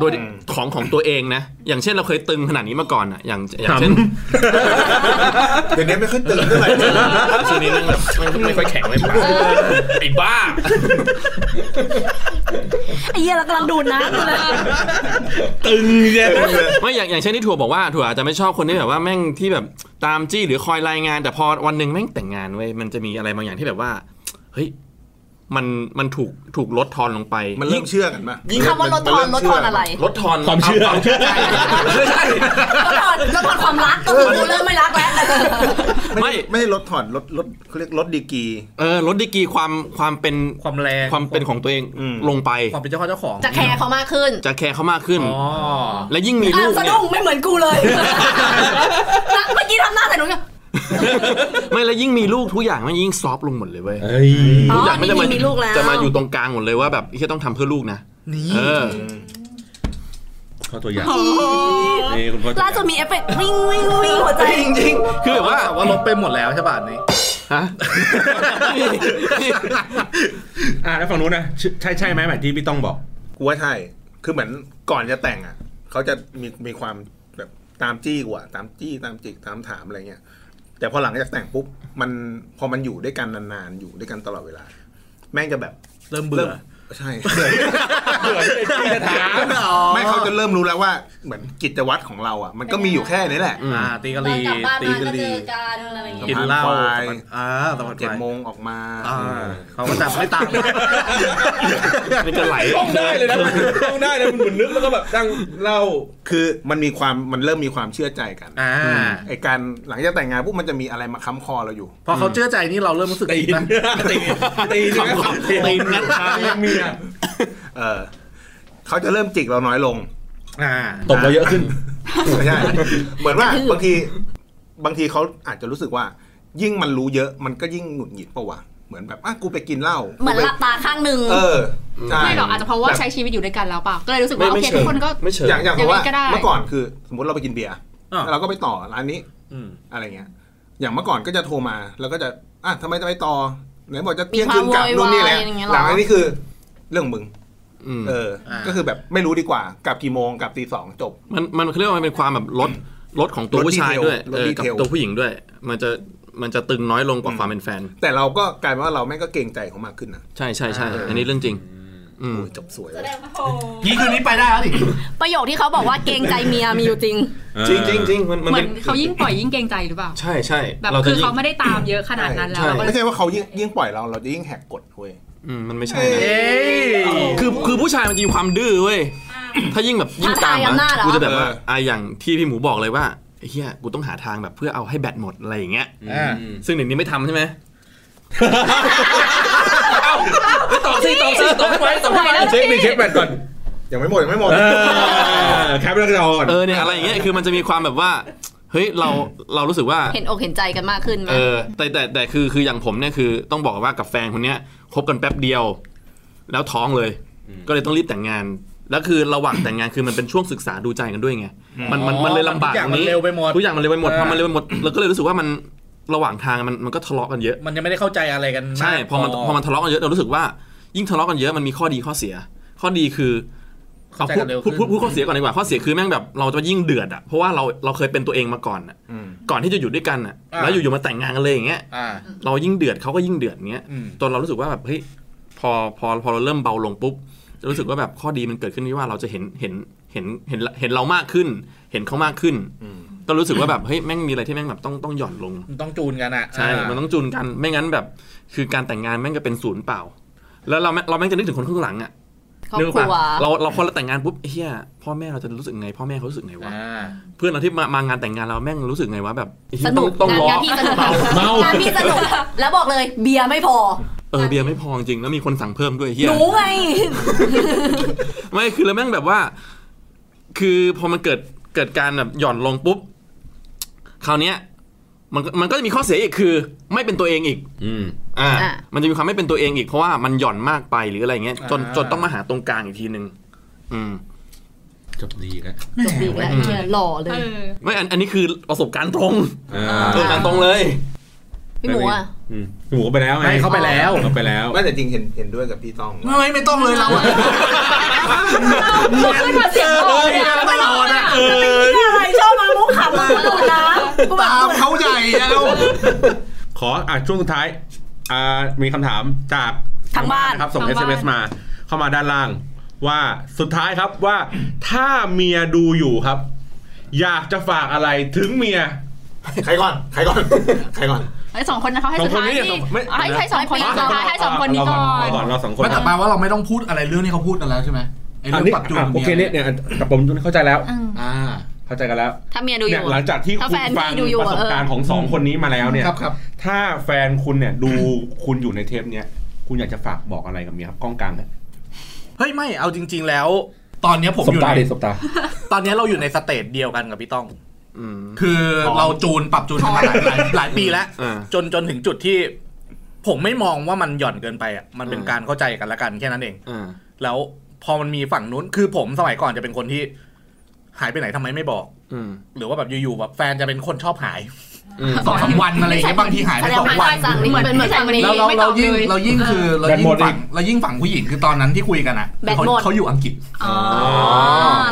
Speaker 7: โดยของของตัวเองนะ อย่างเช่นเราเคยตึงขนาดนี้มาก่อนอ่ะ อย่างอย่างเช่น
Speaker 8: เดี๋ยวนี้ไม่ค่อยตื่นเท่าไหร่
Speaker 7: ช่วงนี้แม่งแบบไม่ไม่ค่อยแข็งเลยปากไอ้บ้า
Speaker 3: ไอ้เหี้ยเรากำลังดูดน้ำ อยู่เลย
Speaker 4: ตึงเนี่ย
Speaker 7: ไม่อย่างอย่างเช่นที่ถั่วบอกว่าถั่วอาจจะไม่ชอบคนที่แบบว่าแม่งที่แบบตามจี้หรือคอยรายงาน แต่พอวันหนึ่งแม่งแต่งงานเว้ยมันจะมีอะไรบางอย่างที่แบบว่าเฮ้ยมันมันถูกถูกลดทอนลงไป
Speaker 8: มันเริ่
Speaker 7: ยิ่ง
Speaker 8: มเชื่อกันป่ะ
Speaker 3: คำว่าลดทอนลดทอนอะไร
Speaker 7: ลดทอน
Speaker 4: ความเชื่อความเชื่อใจ
Speaker 7: ไม่ใช่
Speaker 3: ลดทอนลดทอนความรักก็คือกูเริ่มไม่รักแล้ว
Speaker 7: ไม่
Speaker 8: ไม่ลดถอนลดลดเขาเรียกลดดีกรี
Speaker 7: เออลดดีกรีความความเป็น
Speaker 6: ความแรง
Speaker 7: ความเป็นของตัวเอง
Speaker 8: อืม
Speaker 7: ลงไป
Speaker 6: ความเป็นเจ้าของเจ้าของ
Speaker 3: จะแคร์เขามากขึ้น
Speaker 7: จะแคร์เขามากขึ้น
Speaker 6: อ๋อ
Speaker 7: และยิ่งมี
Speaker 3: อ่ะ
Speaker 7: ลูก
Speaker 3: สะ
Speaker 7: เนี่
Speaker 3: ดุ้
Speaker 7: ย
Speaker 3: งไม่เหมือนกูเลย เมื่อกี้ทำหน้าแต่หนูเนี่ย
Speaker 7: ไม่และยิ่งมีลูกทุกอย่างมันยิ่งซอฟต์ลงหมดเลยเว้ย
Speaker 4: เฮ้ย
Speaker 3: อ๋อ
Speaker 7: ทุกอย่าง
Speaker 3: นี่
Speaker 7: จะ
Speaker 3: มีลูกแล้ว
Speaker 7: จะมาอยู่ตรงกลางหมดเลยว่าแบบที่ต้องทำเพื่อลูกนะ
Speaker 6: นี่
Speaker 7: เออ
Speaker 4: ข้อตัวอย่างนี่คุณพ่อ
Speaker 3: ล่าสุดมีเอฟเฟกต์วิ่งวิ่งวิ่งหัวใจ
Speaker 6: จริงจริง
Speaker 7: คือแบบว่า
Speaker 6: ว่าลบไปหมดแล้วใช่ป่ะอันนี้
Speaker 7: ฮะ
Speaker 4: อ่ะแล้วฝั่งนู้นนะใช่ใช่ไหมแบบที่พี่ต้องบอก
Speaker 8: กูว่าใช่ คือเหมือนก่อนจะแต่งอ่ะเขาจะมีมีความแบบตามจี้กว่า ตามจี้ตามจิกตามถามอะไรเงี้ย แต่พอหลังจากแต่งปุ๊บมันพอมันอยู่ด้วยกันนานๆอยู่ด้วยกันตลอดเวลา แม่งจะแบบ
Speaker 6: เริ่มเบื่อ
Speaker 8: ใช่ เบื่อเบื่อที่จะถามไม่เขาจะเริ่มรู้แล้วว่าเหมือนกิจวัตรของเราอ่ะ มันก็มีอยู่แค่นี้แหละ
Speaker 6: อ่าตีกะลีตีกะลี
Speaker 3: กันอะไรอย่างเงี้ย
Speaker 6: กินเหล้า
Speaker 8: สะพานควาย
Speaker 6: อ่าตะวัน
Speaker 8: เจ็ด
Speaker 6: ไฟ
Speaker 8: โมงออกมา
Speaker 6: อ่าเขาก็จะไม่ตาม
Speaker 7: มันจะไหล
Speaker 4: ต้องได้เลยนะต้องได้เลยมันเหมือนนึกแล้วก็แบบตั้งเล่า
Speaker 8: คือมันมีความมันเริ่มมีความเชื่อใจกัน
Speaker 6: อ่า
Speaker 8: ไอการหลังจากแต่งงานปุ๊บมันจะมีอะไรมาค้ำคอเราอยู่
Speaker 6: พอเขาเชื่อใจนี่เราเริ่มรู้สึก
Speaker 4: ตี
Speaker 6: ผิด
Speaker 4: น
Speaker 6: นะ
Speaker 4: ตีนตีนตีนตีนงัดขาเมีย
Speaker 8: เออเขาจะเริ่มจิกเราน้อยลง
Speaker 6: อ่า
Speaker 4: ตบเราเยอะขึ้น
Speaker 8: ไม่ใช่ เหมือนว่าบางทีบางทีเขาอาจจะรู้สึกว่า ยิ่งมันรู้เยอะมันก็ยิ่งหงุดหงิดปะวะเหมือนแบบอ่ะกูไปกินเหล้า
Speaker 3: เหมือนห
Speaker 8: กูไป
Speaker 3: ลับตาข้างหนึ่ง
Speaker 8: เออใช่
Speaker 5: ไม่หรอกอาจจะเพราะว่าใช้ชีวิตอยู่ด้วยกันแล้วเปล่าก็เลยรู้สึกว่าโอเคทุกคนก็
Speaker 7: ไม่เชิง
Speaker 8: อย่างอย่าง
Speaker 5: อย่าง
Speaker 8: เพราะว่า
Speaker 5: นี้ก็ได้
Speaker 8: เมื่อก่อนคือ สมมติเราไปกินเบียร์
Speaker 6: อ่ะ
Speaker 8: เราก็ไปต่อร้านนี้
Speaker 6: อืม
Speaker 8: อะไรเงี้ย อย่างเมื่อก่อนก็จะโทรมาแล้วก็จะอ่ะทำไมจะไปต่อไหนบอกจะเที่ยง
Speaker 3: มี
Speaker 8: คื
Speaker 3: ความ
Speaker 8: นกลับ
Speaker 3: โวยวาย
Speaker 8: นู่นนี่แหละ
Speaker 3: อย่างเงี้ยหรอ
Speaker 8: หลังอันนี้คือ เรื่องมึง
Speaker 7: อืม
Speaker 8: เอออา ก็คือแบบไม่รู้ดีกว่า กลับกี่โมงกลับตีสองจบ
Speaker 7: มันมันเขาเรียกว่ามันเป็นความแบบลดลดของตัว
Speaker 8: ลด
Speaker 7: ผู้ชาย
Speaker 8: detail
Speaker 7: ด้วย
Speaker 8: ลด
Speaker 7: เออ
Speaker 8: detail
Speaker 7: กับตัวผู้หญิงด้วย มันจะมันจะตึงน้อยลงกว่า
Speaker 8: อืม
Speaker 7: ความเป็นแฟน
Speaker 8: แต่เราก็กลายเป็นว่าเราแม่งก็เกรงใจเขามากขึ้นนะ
Speaker 7: ใช่ใช่ใช่อันนี้เรื่องจริง อืม
Speaker 8: โอ้ยจบสวยเลย
Speaker 6: ยี่คืนนี้ไปได้แล้วดิ
Speaker 3: ประโยคที่เขาบอกว่าเกรงใจเมียมีอยู่จริง
Speaker 7: จริงจริงจริงมันมัน
Speaker 5: เหมื
Speaker 7: เป็
Speaker 5: อน
Speaker 7: น
Speaker 5: เขายิ่งปล่อยยิ่งเกรงใจหรือเปล่า
Speaker 7: ใช่ใช่
Speaker 5: แบบ
Speaker 7: เราจะ
Speaker 5: คือ
Speaker 7: ยิ่
Speaker 5: เขา
Speaker 7: ง
Speaker 5: ไม่ได้ตามเยอะขนาดนั้นแล้ว
Speaker 7: ใช่
Speaker 5: เราก็เล
Speaker 8: ไม่
Speaker 5: ย
Speaker 8: ใช่ว่าเขายิ่งยิ่งปล่อยเราเราจะยิ่งแหกกฎเว้ย
Speaker 7: อืมมันไม่ใช่
Speaker 8: เอ้
Speaker 7: นะ
Speaker 8: ย
Speaker 7: คือคือผู้ชายมันจะมีความดื้อเว้ยถ้ายิ่งแบบยิ่งตาม
Speaker 3: ท้าทายอำนาจเหรอ
Speaker 7: กูจะแบบว่า
Speaker 8: เอออ่
Speaker 7: อ่ะอย่างที่พี่หมูบอกเลยว่าไอ้เฮียกูต้องหาทางแบบเพื่อเอาให้แบตหมดอะไรอย่างเงี้ย
Speaker 6: อ่า
Speaker 7: ซึ่งเดี๋ยวนี้ไม่ทำใช่ไหม เอาตอบสิตอบสิตอบให้ไว้ตอบให้ไว้
Speaker 4: เช็คดีเช็คแบตก่อน
Speaker 8: ยังไม่หมดยังไม่หมด
Speaker 4: เออแคปแล้วก็เอาก่อน
Speaker 7: เออเนี่ยอะไรอย่างเงี้ยคือมันจะมีความแบบว่า เฮ้ยเราเรารู้สึกว่า
Speaker 3: เห็นอกเห็นใจกันมากขึ้นไหม
Speaker 7: เออแต่แต่แต่คือคืออย่างผมเนี่ยคือต้องบอกว่ากับแฟนคนเนี้ยคบกันแป๊บเดียว แล้วท้องเลย ก็เลยต้องรีบแต่งงาน แล้วคือระหว่างแต่งงานคือมันเป็นช่วงศึกษาดูใจกันด้วยไงมันมันมันเลยลำบาก
Speaker 6: ทุอย่างมันเร็วไปหมด
Speaker 7: ทุกอย่างมันเร็วไปหมด
Speaker 6: อ่า
Speaker 7: พอมันเร็วไปหมดแล้วก็เลยรู้สึกว่ามันระหว่างทางมันมันก็ทะเลาะกันเยอะ
Speaker 6: มันยังไม่ได้เข้าใจอะไรกันาก
Speaker 7: ใช่พอมันพอมันทะเลาะกันเยอะเรารู้สึกว่ายิ่งทะเลาะกันเยอะมันมีข้อดีข้อเสีย ข้อดีคือ
Speaker 6: เข้าใจ
Speaker 7: พู
Speaker 6: กั
Speaker 7: ด
Speaker 6: นเร็ว
Speaker 7: พูด
Speaker 6: ขึ้น
Speaker 7: พูดพูดข้อเสียก่อนดีกว่าข้อเสียคือแม่งแบบเราจะยิ่งเดือดอ่ะเพราะว่าเราเราเคยเป็นตัวเองมาก่อนอะ
Speaker 8: อืม
Speaker 7: ก่อนที่จะอยู่ด้วยกันอ่ะแล้วอยู่ๆมาแต่งงานกันเลยอย่างเงี้ย
Speaker 6: อ่า
Speaker 7: เรายิ่งเดือดเขาก็ยิ่งเดือดเงี้ย
Speaker 6: อืม
Speaker 7: จนเรารู้สึกว่าแบบเฮ้ยพอพอพอเราเริ่มเบาลงปุ๊บจะรู้สึกว่าแบบข้อดีมันเกิดขึ้นที่ว่าเราจะเห็นเห็นเห็นเห็นเห็นเรามากขึ้น เห็นเขามากขึ้น
Speaker 8: อืม
Speaker 7: ก็รู้สึกว่าแบบเฮ้ยแม่งมีอะไรที่แม่งแบบต้องต้องหย่อนลง
Speaker 6: มันต้องจูนกันอ่ะ
Speaker 7: ใช่ มันต้องจูนกัน ไม่งั้นแบบ คือการแต่งงานแม่งก็เป็นศูนย์เปล่า แล้วเราแม่เราแม่งจะนึกถึงคนข้างหลังอะ
Speaker 3: ครอบ
Speaker 7: นึก
Speaker 3: ครัว
Speaker 7: ปะเราเราพอเราแต่งงานปุ๊บเฮียพ่อแม่เราจะรู้สึกไง พ่อแม่เขารู้สึกไงวะ
Speaker 6: อ่า
Speaker 7: เพื่อนเราที่มามางานแต่งงานเราแม่งรู้สึกไงวะแบบเหี้ย
Speaker 3: ส
Speaker 7: ต้
Speaker 3: นุ
Speaker 7: อง
Speaker 3: ก
Speaker 7: ต้อง
Speaker 3: งา
Speaker 7: ร้อง
Speaker 3: นานพี่สนุกงานพี่สนุก แล้วบอกเลยเบียร์ไม่พอ
Speaker 7: เออเบียร์ไม่พอจริงแล้วมีคนสั่งเพิ่มด้วยเฮีย
Speaker 3: หนูไง
Speaker 7: ไม่คือแล้วแม่งแบบว่า คือพอมันเกิดเกิดการแบบหย่อนลงปุ๊บ คราวเนี้ยมันก็มันก็จะมีข้อเสียอีกคือ ไม่เป็นตัวเองอีก
Speaker 4: อืม
Speaker 7: อ่า
Speaker 3: อ่ะ
Speaker 7: มันจะมีความไม่เป็นตัวเองอีกเพราะว่ามันหย่อนมากไปหรืออะไรเงี้ยจน
Speaker 6: อ่า
Speaker 7: จนต้องมาหาตรงกลางอีกทีนึงอืม
Speaker 4: จบดีนะ
Speaker 3: จบดีแล้วไอ้เหี้ยหล่อเล
Speaker 5: เอย อ
Speaker 7: ไม่อันอันนี้คือประสบการณ์ตรง
Speaker 4: อ่า
Speaker 7: ประสบการณ์ตรงเลย
Speaker 3: พี่หมูอ่ะ
Speaker 4: อืมพี่หมูก็ไปแล้วไง
Speaker 6: ไม่เขาไปแล้ว
Speaker 4: เขาไปแล้ว
Speaker 8: ไม่แต่จริงเห็นเห็นด้วยกับพี่ต้องว่า
Speaker 6: ไม่ไม่ต้องเลยเราอะ
Speaker 5: ขึ้นมาเสียงโตเลยอะ
Speaker 6: ตลอดอะ
Speaker 3: อะไรชอบมามุกขำมาตลอดนะกูแบบ
Speaker 6: ตามเขาใหญ่อะเรา
Speaker 4: ขออ่ะช่วงสุดท้ายอ่ามีคำถามจาก
Speaker 3: ทางบ้าน
Speaker 4: ครับส่ง
Speaker 5: ทางบ้าน
Speaker 4: SMS มา เข้ามาด้านล่าง ว่าสุดท้ายครับว่าถ้าเมียดูอยู่ครับ อยากจะฝากอะไรถึงเมีย
Speaker 8: ใครก่อนใครก่อน ใครก่อน
Speaker 5: ไอ้สองคนนะเขาให้สุด
Speaker 4: สอง
Speaker 5: ท้าย
Speaker 4: คนนี้
Speaker 5: ที่
Speaker 4: ไม่
Speaker 5: ให้ให้สองคน
Speaker 4: เา
Speaker 5: สุดท้ายให้สองคนนี้ก่อ
Speaker 4: เาน ก่อนเราสองคน
Speaker 6: ไม่แต่แปลว่าเราไม่ต้องพูดอะไรเรื่องที่เขาพูดกันแล้วใช่ไหมไอ้
Speaker 4: อั
Speaker 6: เรื่อน ง
Speaker 4: นี้
Speaker 6: ปรับจูน
Speaker 4: อ่ะโอเคเนี่ยเนี่ยกับผมเข้าใจแล้ว
Speaker 6: อ่า
Speaker 4: เข้าใจกันแล้ว
Speaker 3: ถ้าเมียดูอ
Speaker 4: เนี่ย
Speaker 3: ยู่
Speaker 4: หลังจากที่
Speaker 3: ถ้า
Speaker 4: คุ
Speaker 3: แฟ
Speaker 4: ณ
Speaker 3: น
Speaker 4: ฟัง
Speaker 3: พี่ดูอยู่
Speaker 4: ประสบ
Speaker 3: อะเออ
Speaker 4: การณ์ของสองคนนี้มาแล้วเนี่ย
Speaker 6: ครับครับ
Speaker 4: ถ้าแฟนคุณเนี่ยดูคุณอยู่ในเทปเนี้ยคุณอยากจะฝากบอกอะไรกับเมียครับกล้องกลางเนี่ย
Speaker 6: เฮ้ยไม่เอาจริง ๆ แล้ว ตอนเนี้ยผม
Speaker 4: ส
Speaker 6: อบ ยู่
Speaker 4: ตา
Speaker 6: ใน
Speaker 4: ดิสบตา
Speaker 6: ตอนเนี้ยเราอยู่ในสเตจเดียวกันกับพี่ต้อง
Speaker 7: อืม
Speaker 6: คือเราจูนปรับจูนกันมาหลายหลายหลายปีแล้ว
Speaker 7: อ่า
Speaker 6: จนจนถึงจุดที่ ผมไม่มองว่ามันหย่อนเกินไปอ่ะมันเป็นการเข้าใจกันละกันแค่นั้นเอง
Speaker 7: อ่า
Speaker 6: แล้วพอมันมีฝั่งนู้นคือผมสมัยก่อนจะเป็นคนที่ หายไปไหนทำไมไม่บอก
Speaker 7: อืม
Speaker 6: หรือว่าแบบอยู่ๆแบบแฟนจะเป็นคนชอบหาย
Speaker 7: อืม
Speaker 6: สองสามวันอะไรอย่างเงี้ยบางทีหายไป
Speaker 3: แสดง
Speaker 6: สอง
Speaker 3: ว่า
Speaker 6: วัน
Speaker 3: สั่งนี่เหมือนเหมือนสั่งนี้
Speaker 6: แล้วเรา
Speaker 5: ไม่ต
Speaker 6: เรา
Speaker 5: อบ
Speaker 6: ยิ่ง
Speaker 5: เลย
Speaker 6: เรายิ่งคือเรา
Speaker 4: แบต
Speaker 6: ยิ่
Speaker 4: หมด
Speaker 6: งฝั่งเรายิ่งฝั่งผู้หญิงคือตอนนั้นที่คุยกันอ่ะ
Speaker 3: แบต
Speaker 6: เขา
Speaker 3: หมด
Speaker 6: เขาอยู่อังกฤษ
Speaker 5: อ๋อ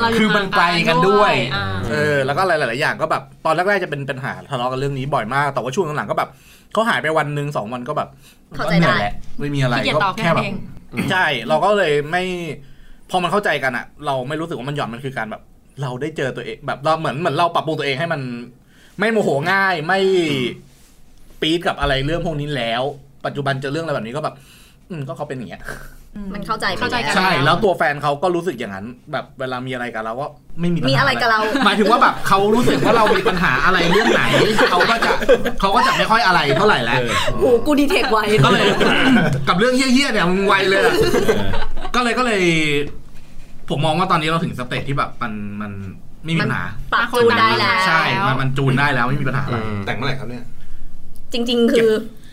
Speaker 5: เรายู่
Speaker 6: คือมันไกลกันด้วย
Speaker 5: อ่า
Speaker 6: เออแล้วก็อะไรหลาย ๆ อย่างก็แบบตอนแรก ๆ จะเป็นปัญหาทะเลาะกันเรื่องนี้บ่อยมาก แต่ว่าช่วงหลังๆก็แบบเขาหายไปวันหนึ่งสองวันก็แบบ
Speaker 3: เข้า
Speaker 6: ก็
Speaker 3: ใจ
Speaker 6: เห
Speaker 3: ได้
Speaker 6: นื่อยแหละไม่มีอะไร
Speaker 5: ขี้เกียจ
Speaker 6: ก็
Speaker 5: ตอบแค่
Speaker 6: แค่แบ
Speaker 5: นั้
Speaker 6: บ
Speaker 5: น
Speaker 6: ใช่เราก็เลยไม่พอมันเข้าใจกันอะเราไม่รู้สึกว่ามันหย่อนมันคือการแบบ เราได้เจอตัวเองแบบเราเหมือนเหมือนเราปรับปรุงตัวเองให้มัน ไม่โมโหง่ายไม่ปี๊ดกับอะไรเรื่องพวกนี้แล้ว ปัจจุบันเจอเรื่องอะไรแบบนี้ก็แบบ อืมก็เขาเป็นอย่างเงี้ย
Speaker 3: มันเข้าใจ
Speaker 5: เข้าใจกัน
Speaker 6: ใช่แล้วตัวแฟนเขาก็รู้สึกอย่างนั้น แบบเวลามีอะไรกับเราก็ไม่มีปัญหา
Speaker 3: มีอะไรกับเรา
Speaker 6: หมายถึงว่าแบบเขารู้สึกว่าเรามีปัญหาอะไรเรื่องไหน เขาก็จะเขาก็จะไม่ค่อยอะไรเท่าไหร่แล้ว
Speaker 3: โอ้โหกูดีเทคไว
Speaker 6: ก็เลย กับเรื่องเฮี้ยๆเนี่ยมึงไวเลยอะก็เลยก็เลย ผมมองว่าตอนนี้เราถึงสเตจที่แบบมันมันไม่มีปัญหา
Speaker 3: ปรับจูนได้แล้ว
Speaker 6: ใช่มันมันจูนได้แล้วไม่มีปัญหาอะไร
Speaker 8: แต่งเมื่อไหร่ครับเนี่ย
Speaker 3: จริง ๆ คือ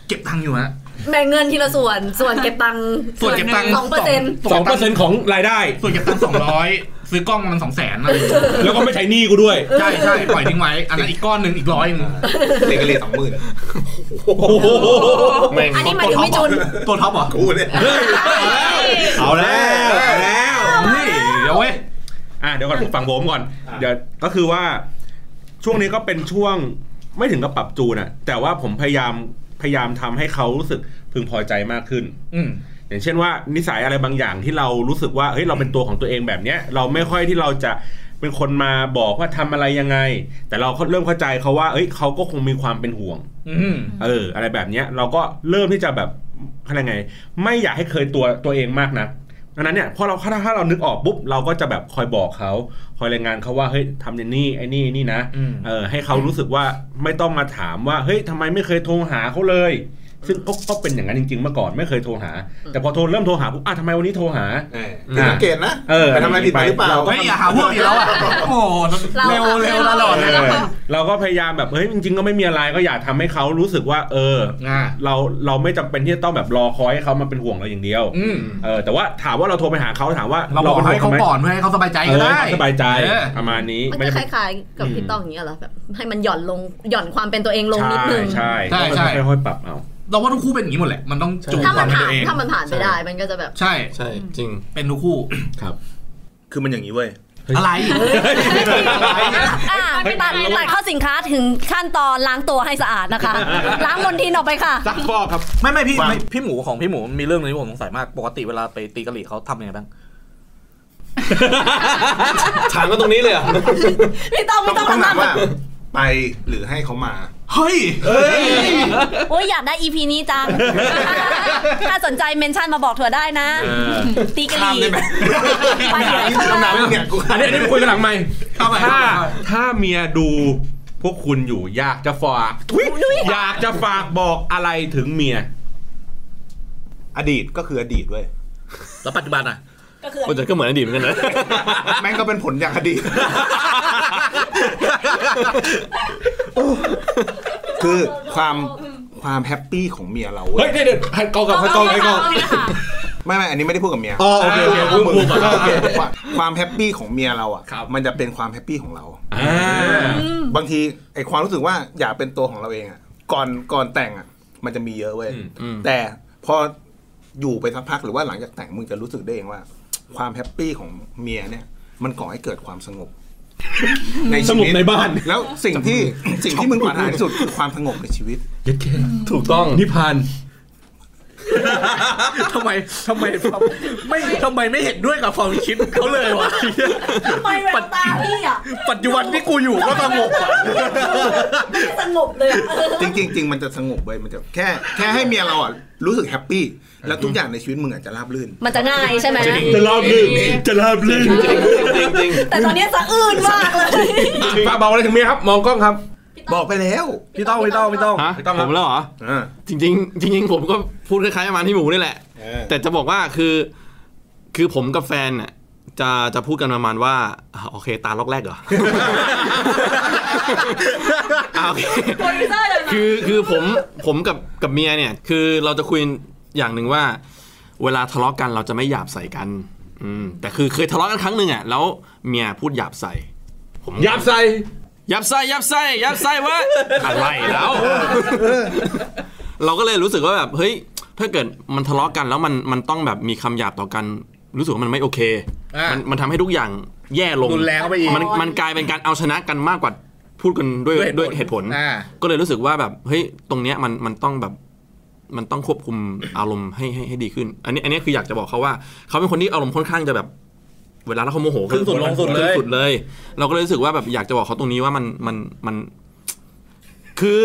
Speaker 6: เก็บตังค์อยู่ฮะ
Speaker 3: แบ่งเงินทีละส่วนส่วนเก็บตังค์
Speaker 6: ส่วนเก็บตังค์
Speaker 3: สองเปอร์เซ็นต์
Speaker 4: สองเปอร์เซ็นต์ของรายได้
Speaker 6: ส่วนเก็บตังค์สองร้อย ซื้อกล้องมันสองแสนอะไรอย่างเงี้ย
Speaker 4: แล้วก็ไม่ใช้หนี้กูด้วย
Speaker 6: ใช่ใช่ปล่อยทิ้งไว้ อันนั้นอีกก้อนหนึ่งอีกร้อยหนึง
Speaker 8: เด็กก็เรียนสองหมื่น
Speaker 7: แม่ง
Speaker 3: อันนี้หมายถึงพี่จุน
Speaker 6: ตัวท็อปเหรอ
Speaker 8: กูเนี่ย
Speaker 4: เอาแล้วเอาแล้ว
Speaker 6: นี่เดี๋ยวเว้ย
Speaker 4: อ่ะเดี๋ยวก่อนผมฟังผมก่อน เดี๋ยวก็คือว่าช่วงนี้ก็เป็นช่วงไม่ถึงกับปรับจูนอะแต่ว่าผมพยายามพยายามทำให้เขารู้สึกพึงพอใจมากขึ้น
Speaker 6: อืม
Speaker 4: อย่างเช่นว่านิสัยอะไรบางอย่างที่เรารู้สึกว่าเฮ้ยเราเป็นตัวของตัวเองแบบเนี้ย เราไม่ค่อยที่เราจะเป็นคนมาบอกว่าทำอะไรยังไง แต่เราก็เริ่มเข้าใจเขาว่าเอ้ยเขาก็คงมีความเป็นห่วง
Speaker 6: อืม
Speaker 4: เออ อะไรแบบเนี้ยเราก็เริ่มที่จะแบบเขาเรียกไง ไม่อยากให้เคยตัวตัวเองมากนะดังนั้นเนี่ยพอเราถ้าถ้าเรานึกออกปุ๊บเราก็จะแบบคอยบอกเขาคอยรายงานเขาว่าเฮ้ยทำอย่างนี้ไอ้นี่นี่นะ
Speaker 6: อืม
Speaker 4: เออให้เขารู้สึกว่าไม่ต้องมาถามว่าเฮ้ยทำไมไม่เคยโทรหาเขาเลย ซึ่งก็ก็เป็นอย่างนั้นจริงๆเมื่อก่อนไม่เคยโทรหา แต่พอโทรเริ่มโทรหาปุ๊บอ่ะทำไมวันนี้โทรหา
Speaker 8: สังเกตนะ
Speaker 4: เออ
Speaker 8: ไปทำอะไรผิดมาหรือเปล่า
Speaker 6: เฮ้ยอย่าหาพวกอีกแล้วอ่ะ โอ้โห
Speaker 3: เรา
Speaker 6: เร็ว
Speaker 3: อะ
Speaker 6: เร็วตลอดเลย
Speaker 4: เออเราก็พยายามแบบเฮ้ยจริงๆก็ไม่มีอะไรก็อยากทำให้เขารู้สึกว่า เออ
Speaker 6: อ่า
Speaker 4: เราเราไม่จำเป็นที่จะต้องแบบรอคอยให้เขามาเป็นห่วงเราอย่างเดียว
Speaker 6: อืม
Speaker 4: เออแต่ว่าถามว่าเราโทรไปหาเขาถามว่า
Speaker 6: เราบอกให้เขา
Speaker 4: ป็น
Speaker 6: ก่
Speaker 4: ห่
Speaker 6: อ
Speaker 4: วง
Speaker 6: นเพื่อให้เขาสบายใจ
Speaker 4: เออ
Speaker 6: ก็ได้
Speaker 4: ให้สบายใจ
Speaker 6: เออ
Speaker 4: ประมาณนี้
Speaker 3: มัน
Speaker 4: ไม่
Speaker 3: จะ
Speaker 4: ได้
Speaker 3: ค
Speaker 4: เป็น
Speaker 3: ล้ายๆกับ
Speaker 4: อืม
Speaker 3: พี่ต้องอย่างเงี้ยเหรอแบบให้มันหย่อนลงหย่อนความเป็นตัวเองลงนิดนึง
Speaker 4: ใช่ใช่ก็ค่อยๆปรับเอา
Speaker 6: เราว่าทุกคู่เป็นอย่างนี้หมดแหละ มันต้องจูง
Speaker 3: ถ้า
Speaker 6: ค
Speaker 3: มั
Speaker 6: วาม
Speaker 3: น
Speaker 6: เป็
Speaker 3: ผ่า
Speaker 6: นตัวนเอง
Speaker 3: ถ้ามันผ่านไปได้มันก็จะแบบ
Speaker 6: ใช่
Speaker 7: ใช่จริง
Speaker 6: เป็นทุกคู่
Speaker 8: คือมันอย่างนี้เว้ย
Speaker 6: อะไร
Speaker 10: อ่ะ
Speaker 4: เฮ้ย
Speaker 10: ตัด
Speaker 4: เฮ้ย
Speaker 10: ตัดเข้าสินค้าถึงขั้นตอนล้างตัวให้สะอาดนะคะ ล้างมลทินออกไปค่ะ
Speaker 4: ซักฟอก ครับ
Speaker 6: ไม่ไม่พี่
Speaker 8: ฟัง
Speaker 6: ไม่พี่หมูของพี่หมูมีเรื่องหนึงที่ผมสงสัยมาก ปกติเวลาไปตีกะหรี่เขาทำยังไงบ้าง
Speaker 7: ถามก็ตรงนี้เลยเหรอ
Speaker 10: ไม่ต้อง
Speaker 8: ต้
Speaker 10: ไม่
Speaker 8: อง
Speaker 10: ต้อง
Speaker 8: ต้องถาม
Speaker 10: ทำ
Speaker 8: ว่า ไปหรือให้เขามา
Speaker 6: เฮ้ย
Speaker 10: โอ้ยอยากได้ EP นี้จัง ถ้าสนใจเมนชั่นมาบอกเถอะได้นะ ตีกะหรี่ไปเดี๋ยวให้เข้ามา
Speaker 8: เนี่ยกู
Speaker 4: อันนี้อันนี้คุยกันหลังไหมค์
Speaker 6: ทำไม
Speaker 4: ถ้าถ้าเมียดูพวกคุณอยู่อยากจะฝากอยากจะฝากบอกอะไรถึงเมีย
Speaker 8: อดีตก็คืออดีตเว้ย
Speaker 6: แล้วปัจจุบันอ่ะ
Speaker 7: มันจะก็เหมือนอดีตเหมือนกันนะ
Speaker 8: แม่งก็เป็นผลอย่างอดีต คือความความแฮปปี้ของเมียเราเว้
Speaker 4: เฮ้
Speaker 8: ย
Speaker 4: ยเดี๋ยวเดี๋ยวให้กองกับให้กองให้กอง
Speaker 8: ไม่ไม่อันนี้ไม่ได้พูดกับเมีย
Speaker 4: อ๋อโอเคโอเคพูดพูดก่อน
Speaker 8: โอเคว่าความแฮปปี้ของเมียเราอ่ะ มันจะเป็นความแฮปปี้ของเรา
Speaker 4: อ่า
Speaker 8: บางทีไอความรู้สึกว่าอยากเป็นตัวของเราเองอ่ะ ก่อนก่อนแต่งอ่ะ มันจะมีเยอะเว้ย
Speaker 7: อืม
Speaker 8: แต่พออยู่ไปสักพักหรือว่าหลังจากแต่งมึงจะรู้สึกได้เองว่า ความแฮปปี้ของเมียเนี่ย มันก่อให้เกิดความสงบ ใน
Speaker 4: ส
Speaker 8: ชี
Speaker 4: งบ
Speaker 8: วิต
Speaker 4: ในบ้าน
Speaker 8: แล้วสิ่งที่สิ่งที่มึงปรารถนาที่สุดคือความสงบในชีวิต
Speaker 4: ยึดแค่
Speaker 7: ถูกต้อง
Speaker 4: นิพพาน
Speaker 6: ทำไมทำไมไม่ทำไมไม่เห็นด้วยกับความคิดเขาเลยวะ
Speaker 3: ทำไมแววตาพี่อ่ะ
Speaker 6: ปัจจุบันที่กูอยู่ก็สงบอะ
Speaker 3: ไม่สงบเลยอะ
Speaker 8: จริงๆจริงมันจะสงบเว้ยมันจะแค่แค่ให้เมียเราอ่ะรู้สึกแฮปปี้แล้วทุกอย่างในชีวิตมึงอาจจะราบรื่น
Speaker 10: มันจะง่ายใช่ไหม
Speaker 4: จะราบลื่นจะราบลื่น
Speaker 7: จริงจริง
Speaker 10: แต่ตอนเนี้ยสะอื้นมากเลย
Speaker 4: ฝากบอกอะไรถึงเมียครับ มองกล้องครับ
Speaker 8: บอกไปแล้ว
Speaker 6: พี่ต้องพี่ต้องพี่ต้อง
Speaker 7: ฮะ
Speaker 4: ต้องค
Speaker 7: ผ
Speaker 4: รับ
Speaker 7: มแล้วเหรอ
Speaker 8: อ่า
Speaker 7: จริงๆจริงๆผมก็พูดคล้ายๆประมาณที่หมูนี่แหละ
Speaker 8: เออ
Speaker 7: แต่จะบอกว่าคือคือผมกับแฟนน่ะจะจะพูดกันประมาณว่าอ่ะโอเค ตาล็อกแรก เหรอ อ่ะโอเคคือคือผมผมกับกับเมียเนี่ย คือเราจะคุยอย่างหนึ่งว่า เวลาทะเลาะกันเราจะไม่หยาบใส่กัน อืมแต่คือเคยทะเลาะกันครั้งหนึ่งอ่ะแล้วเมียพูดหยาบใส่ ผม
Speaker 4: ยับใส่
Speaker 7: หยาบใส่หยาบใส่หยาบใส่วะอะไรแล้ว เราก็เลยรู้สึกว่าแบบเฮ้ยถ้าเกิดมันทะเลาะกันแล้วมันมันต้องแบบมีคำหยาบต่อกัน รู้สึกว่ามันไม่โอเค
Speaker 6: อ่ะ
Speaker 7: มันมันทำให้ทุกอย่างแย่ลง
Speaker 6: รุนแรงเข้าไปอีก
Speaker 7: มันมันกลายเป็นการเอาชนะกันมากกว่าพูดกันด้วยด้วยเหตุผล
Speaker 6: อ่า
Speaker 7: ก็เลยรู้สึกว่าแบบเฮ้ยตรงเนี้ยมันมันต้องแบบมันต้องควบคุมอารมณ์ให้ให้ให้ดีขึ้น อันนี้อันนี้คืออยากจะบอกเขาว่า เขาเป็นคนที่อารมณ์ค่อนข้างจะแบบ เวลาแล้วเขาโมโห
Speaker 6: ขึ้นสุดลงสุดเลย
Speaker 7: ขึ้นสุดเลย เราก็เลยรู้สึกว่าแบบอยากจะบอกเขาตรงนี้ว่ามันมันมัน คือ